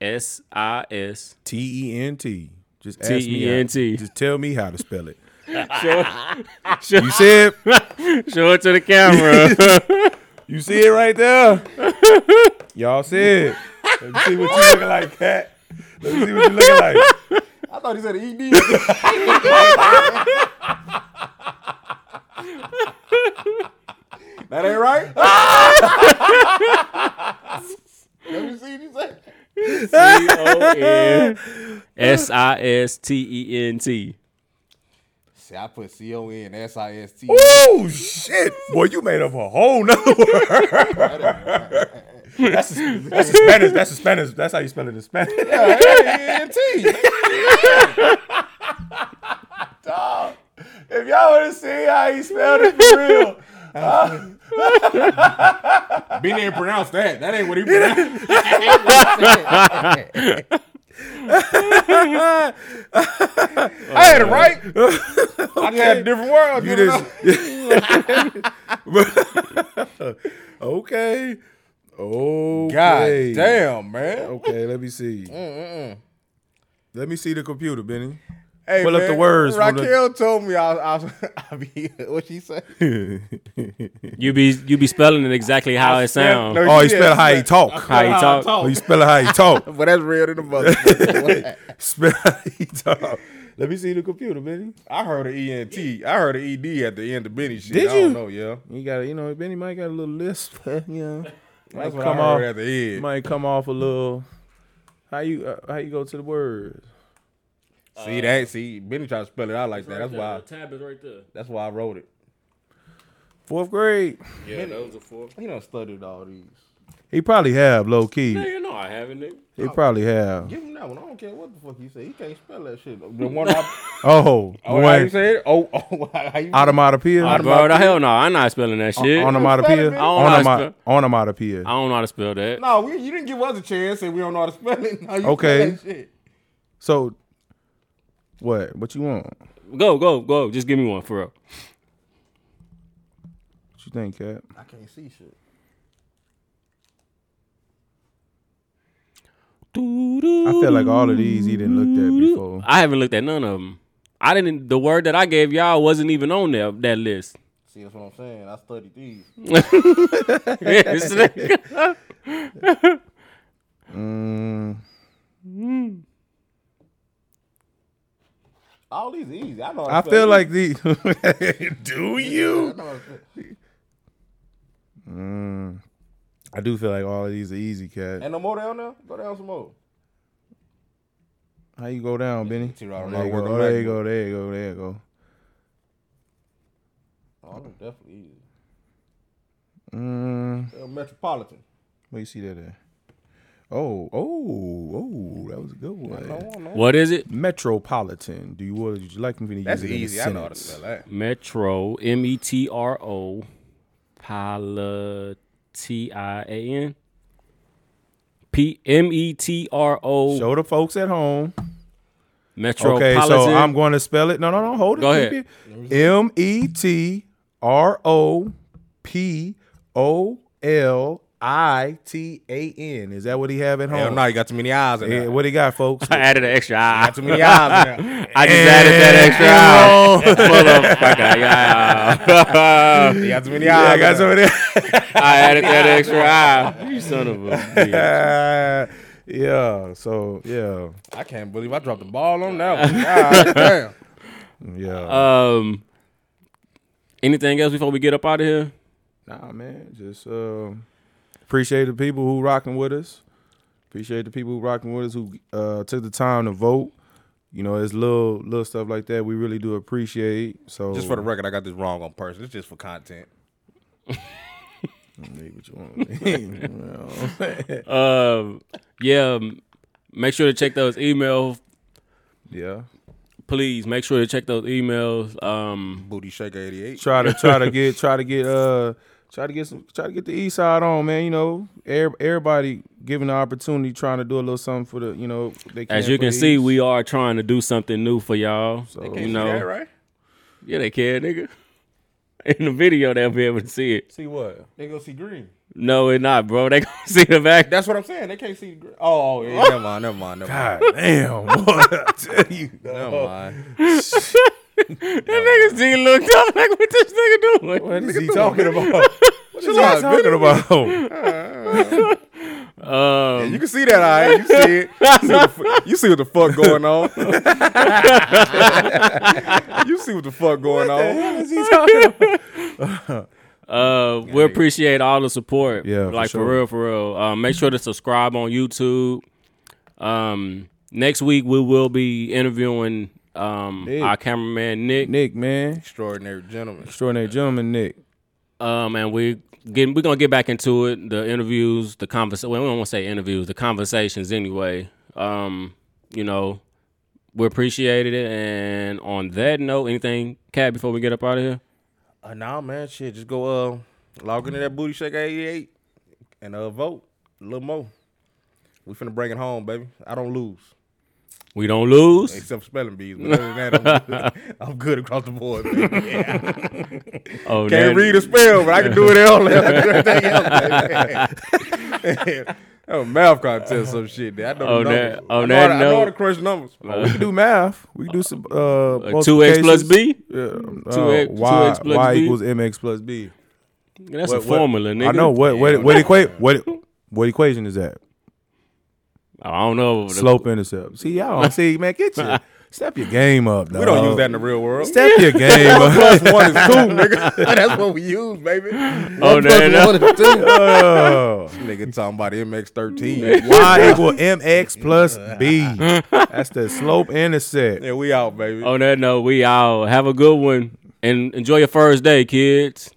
[SPEAKER 2] S I S.
[SPEAKER 4] T E N T. Just ask me. how-
[SPEAKER 2] T.E.N.T..
[SPEAKER 4] Just tell me how to spell it. You see it?
[SPEAKER 2] [laughs] Show it to the camera.
[SPEAKER 4] You see it right there. Y'all see it. Let me see what you looking like, cat. Let me see what you looking like.
[SPEAKER 3] I thought he said ED. that ain't right.
[SPEAKER 4] [laughs]
[SPEAKER 3] Let me see what you say.
[SPEAKER 2] C O N [laughs] S I S T E N T.
[SPEAKER 3] [laughs] See, I put C O N S I S T.
[SPEAKER 4] Oh shit! Boy, you made up a whole nother word. [laughs] that's a, that's a Spanish. That's a Spanish. That's how you spell it in Spanish. Dog, if y'all want to see how he spelled it for real, [laughs]
[SPEAKER 3] Benny didn't pronounce that. That ain't what he pronounced. I had it
[SPEAKER 4] [laughs]
[SPEAKER 3] right. I just had a different word. I
[SPEAKER 4] you
[SPEAKER 3] didn't know.
[SPEAKER 4] just [laughs] okay. Okay.
[SPEAKER 3] God damn, man.
[SPEAKER 4] Okay, let me see. Let me see the computer, Benny.
[SPEAKER 3] Hey,
[SPEAKER 4] Pull up the words, pull up-
[SPEAKER 3] Raquel told me I, I, [laughs] I be what she say.
[SPEAKER 2] You be you be spelling it exactly how it sounds.
[SPEAKER 3] No,
[SPEAKER 4] Oh, he
[SPEAKER 3] yeah,
[SPEAKER 4] spelled how he
[SPEAKER 3] spell-
[SPEAKER 4] talk.
[SPEAKER 2] How you talk?
[SPEAKER 4] Oh, he spelled how he talk.
[SPEAKER 3] But that's real to
[SPEAKER 4] [laughs]
[SPEAKER 3] the mother.
[SPEAKER 4] Spell how he talk. Let me see the computer, Benny.
[SPEAKER 3] I heard an ENT. I heard an ED at the end of Benny shit.
[SPEAKER 4] Did
[SPEAKER 3] I don't
[SPEAKER 4] you?
[SPEAKER 3] know, yeah.
[SPEAKER 4] You got, you know, Benny might got a little lisp. [laughs] you know, might
[SPEAKER 3] That's what
[SPEAKER 4] come
[SPEAKER 3] I heard
[SPEAKER 4] off.
[SPEAKER 3] at the end.
[SPEAKER 4] Might come off a little. How you uh, how you go to the word?
[SPEAKER 3] see that? See, Benny tried to spell it out like that. That's why.
[SPEAKER 2] tab is right there.
[SPEAKER 3] That's why I wrote it.
[SPEAKER 4] Fourth grade.
[SPEAKER 2] Yeah, that was a four.
[SPEAKER 3] He done studied all these.
[SPEAKER 4] He probably have low key.
[SPEAKER 2] you know I haven't. It.
[SPEAKER 4] He probably have.
[SPEAKER 3] Give him that one. I don't care what the fuck you say. He can't spell that shit. The one I,
[SPEAKER 4] [laughs] Oh,
[SPEAKER 3] oh, how you
[SPEAKER 4] one
[SPEAKER 3] say it? Oh, [laughs] oh, how you
[SPEAKER 4] onomatopoeia.
[SPEAKER 2] Bro, the hell no, I'm not spelling that shit.
[SPEAKER 4] Onomatopoeia.
[SPEAKER 3] I don't
[SPEAKER 2] know how to
[SPEAKER 4] Onoma-
[SPEAKER 2] spell-
[SPEAKER 4] Onomatopoeia.
[SPEAKER 2] I don't know how to spell that.
[SPEAKER 3] No, we, you didn't give us a chance, and we don't know how to spell it. [laughs] No, you
[SPEAKER 4] Okay.
[SPEAKER 3] spell that shit.
[SPEAKER 4] So, what? What you want? What
[SPEAKER 2] Go, go, go. Just give me one for real.
[SPEAKER 4] you think, Cap?
[SPEAKER 3] I can't see shit.
[SPEAKER 4] I feel like all of these he didn't looked at before.
[SPEAKER 2] I haven't looked at none of them. I didn't. The word that I gave y'all wasn't even on there, that list. [laughs]
[SPEAKER 3] See, that's what I'm saying. I studied these.
[SPEAKER 2] Yes.
[SPEAKER 3] All these easy. I know. how to
[SPEAKER 4] I
[SPEAKER 3] spell
[SPEAKER 4] feel
[SPEAKER 3] it.
[SPEAKER 4] like the. [laughs] Do you?
[SPEAKER 3] I know how to spell it.
[SPEAKER 4] Mm. I do feel like all of these are easy, Cap.
[SPEAKER 3] And no more down there. Go down some more.
[SPEAKER 4] How you go down, Benny?
[SPEAKER 3] T. Rod, I'm
[SPEAKER 4] There you
[SPEAKER 3] not working
[SPEAKER 4] go. There you
[SPEAKER 3] back.
[SPEAKER 4] go. There you go. There you go.
[SPEAKER 3] Oh, that's definitely easy.
[SPEAKER 4] Mm,
[SPEAKER 3] Uh, Metropolitan.
[SPEAKER 4] where you see that at? Oh, oh, oh! That was a good one.
[SPEAKER 2] What is it?
[SPEAKER 4] Metropolitan. Do you would you like me to use
[SPEAKER 3] That's
[SPEAKER 4] it in a
[SPEAKER 3] easy. I know how to
[SPEAKER 4] sentence?
[SPEAKER 3] spell that.
[SPEAKER 2] Metro M E T R O Pilot T I A N P M E T R O
[SPEAKER 4] Show the folks at home. Okay,
[SPEAKER 2] Metropolitan.
[SPEAKER 4] so I'm going to spell it. No, no, no. Hold it.
[SPEAKER 2] Go
[SPEAKER 4] keep it. M E T R O P O L I T A N. Is that what he have at
[SPEAKER 3] Hell
[SPEAKER 4] home?
[SPEAKER 3] no, you got too many eyes in
[SPEAKER 4] Yeah,
[SPEAKER 3] there.
[SPEAKER 4] what he got, folks?
[SPEAKER 2] I added an extra eye.
[SPEAKER 3] Too many eyes
[SPEAKER 4] [laughs]
[SPEAKER 3] in there.
[SPEAKER 2] I just added that extra eye. Motherfucker, yeah.
[SPEAKER 3] You [laughs] got too many
[SPEAKER 4] yeah,
[SPEAKER 3] eyes.
[SPEAKER 4] I got
[SPEAKER 3] in there.
[SPEAKER 4] some of that.
[SPEAKER 2] I added that extra eye. You son of
[SPEAKER 4] [laughs]
[SPEAKER 2] a bitch.
[SPEAKER 4] yeah. So yeah,
[SPEAKER 3] I can't believe I dropped the ball on
[SPEAKER 4] [laughs]
[SPEAKER 3] that one. God damn.
[SPEAKER 4] yeah.
[SPEAKER 2] Um, anything else before we get up out of here?
[SPEAKER 4] nah, man. Just um, appreciate the people who rocking with us. Appreciate the people who rocking with us who uh, took the time to vote. You know, it's little little stuff like that. We really do appreciate. So
[SPEAKER 3] Just for the record, I got this wrong on purpose. It's just for content.
[SPEAKER 4] Nigga, what you want? You know.
[SPEAKER 2] Um, yeah, um, make sure to check those email.
[SPEAKER 4] yeah.
[SPEAKER 2] Please make sure to check those emails. Um,
[SPEAKER 3] Booty Shaker 88.
[SPEAKER 4] Try to try to get try to get uh try to get some try to get the east side on, man. You know, every, everybody given the opportunity, trying to do a little something for the you know. They
[SPEAKER 2] as you
[SPEAKER 4] for
[SPEAKER 2] can
[SPEAKER 4] the
[SPEAKER 2] see,
[SPEAKER 4] East.
[SPEAKER 2] we are trying to do something new for y'all.
[SPEAKER 4] They
[SPEAKER 2] you
[SPEAKER 4] can't
[SPEAKER 2] know,
[SPEAKER 3] Yeah, right?
[SPEAKER 2] yeah, they can, nigga. [laughs] In the video, they'll be able to see it.
[SPEAKER 4] see what.
[SPEAKER 3] They go see green.
[SPEAKER 2] No, it not, bro. They gonna [laughs] see the back.
[SPEAKER 3] That's what I'm saying. They can't see green. Oh, oh, yeah, [laughs] never mind, never mind, never mind.
[SPEAKER 4] God damn, boy, I tell you.
[SPEAKER 3] [laughs] Never mind.
[SPEAKER 2] Niggas see look up [laughs] like what this nigga doing.
[SPEAKER 4] What is he
[SPEAKER 3] [laughs]
[SPEAKER 4] talking about? What is he
[SPEAKER 3] out,
[SPEAKER 4] talking about? [laughs]
[SPEAKER 3] [laughs] Yeah, you can see that, all right. You see it. You see what the, fu- you see what the fuck going on. [laughs] you see what the fuck going on.
[SPEAKER 4] What is he talking about?
[SPEAKER 2] Uh, we appreciate all the support.
[SPEAKER 4] Yeah, for
[SPEAKER 2] like for,
[SPEAKER 4] sure.
[SPEAKER 2] real, for real. Uh, make sure to subscribe on YouTube. Um, next week we will be interviewing um
[SPEAKER 4] Nick.
[SPEAKER 2] our cameraman Nick.
[SPEAKER 4] Nick, man.
[SPEAKER 3] Extraordinary gentleman.
[SPEAKER 4] Extraordinary gentleman, Nick.
[SPEAKER 2] Um, and we getting we're gonna get back into it. The interviews, the convers. Well, we don't want to say interviews, the conversations anyway. Um, you know, we appreciated it. And on that note, anything, Cat, before we get up out of here.
[SPEAKER 3] Uh, nah, man, shit. Just go uh, log into that Booty Shaker 88 and uh, vote a little more. We finna bring it home, baby. I don't lose.
[SPEAKER 2] We don't lose.
[SPEAKER 3] Except for spelling bees, but other than that, I'm good. [laughs] I'm good across the
[SPEAKER 2] [laughs]
[SPEAKER 3] board. baby.
[SPEAKER 2] Oh,
[SPEAKER 3] Can't read a spell, but I can do it all. [laughs] Everything else,
[SPEAKER 2] [laughs]
[SPEAKER 3] baby. [laughs] That was math contest, some shit. There. I know
[SPEAKER 2] On
[SPEAKER 3] the
[SPEAKER 2] Oh, that-
[SPEAKER 3] numbers.
[SPEAKER 2] on
[SPEAKER 3] I know how
[SPEAKER 2] that
[SPEAKER 3] to- I know how
[SPEAKER 2] note- Oh,
[SPEAKER 3] to crush numbers.
[SPEAKER 4] We can do math. We can do some uh,
[SPEAKER 2] two X plus B.
[SPEAKER 4] Yeah, uh,
[SPEAKER 2] Two X- two
[SPEAKER 4] y,
[SPEAKER 2] X plus
[SPEAKER 4] y
[SPEAKER 2] B?
[SPEAKER 4] equals mx plus b.
[SPEAKER 2] That's a
[SPEAKER 4] what-
[SPEAKER 2] formula, nigga.
[SPEAKER 4] I know what what what equa- what what equation is that?
[SPEAKER 2] I don't know. The-
[SPEAKER 4] Slope intercept. See y'all. don't See man,
[SPEAKER 2] [laughs]
[SPEAKER 4] get your step your game up. Dog.
[SPEAKER 3] We don't use that in the real world.
[SPEAKER 4] Step your game up.
[SPEAKER 3] Plus one is two,
[SPEAKER 4] [laughs]
[SPEAKER 3] nigga. [laughs] That's what we use,
[SPEAKER 2] [laughs]
[SPEAKER 3] baby.
[SPEAKER 2] Oh, no, no.
[SPEAKER 3] One is two.
[SPEAKER 4] Oh.
[SPEAKER 3] nigga talking about
[SPEAKER 2] [laughs]
[SPEAKER 3] MX13.
[SPEAKER 4] Y equal mx plus b. That's the slope intercept.
[SPEAKER 3] Yeah, we out, baby.
[SPEAKER 2] On that note, we out. Have a good one and enjoy your first day, kids.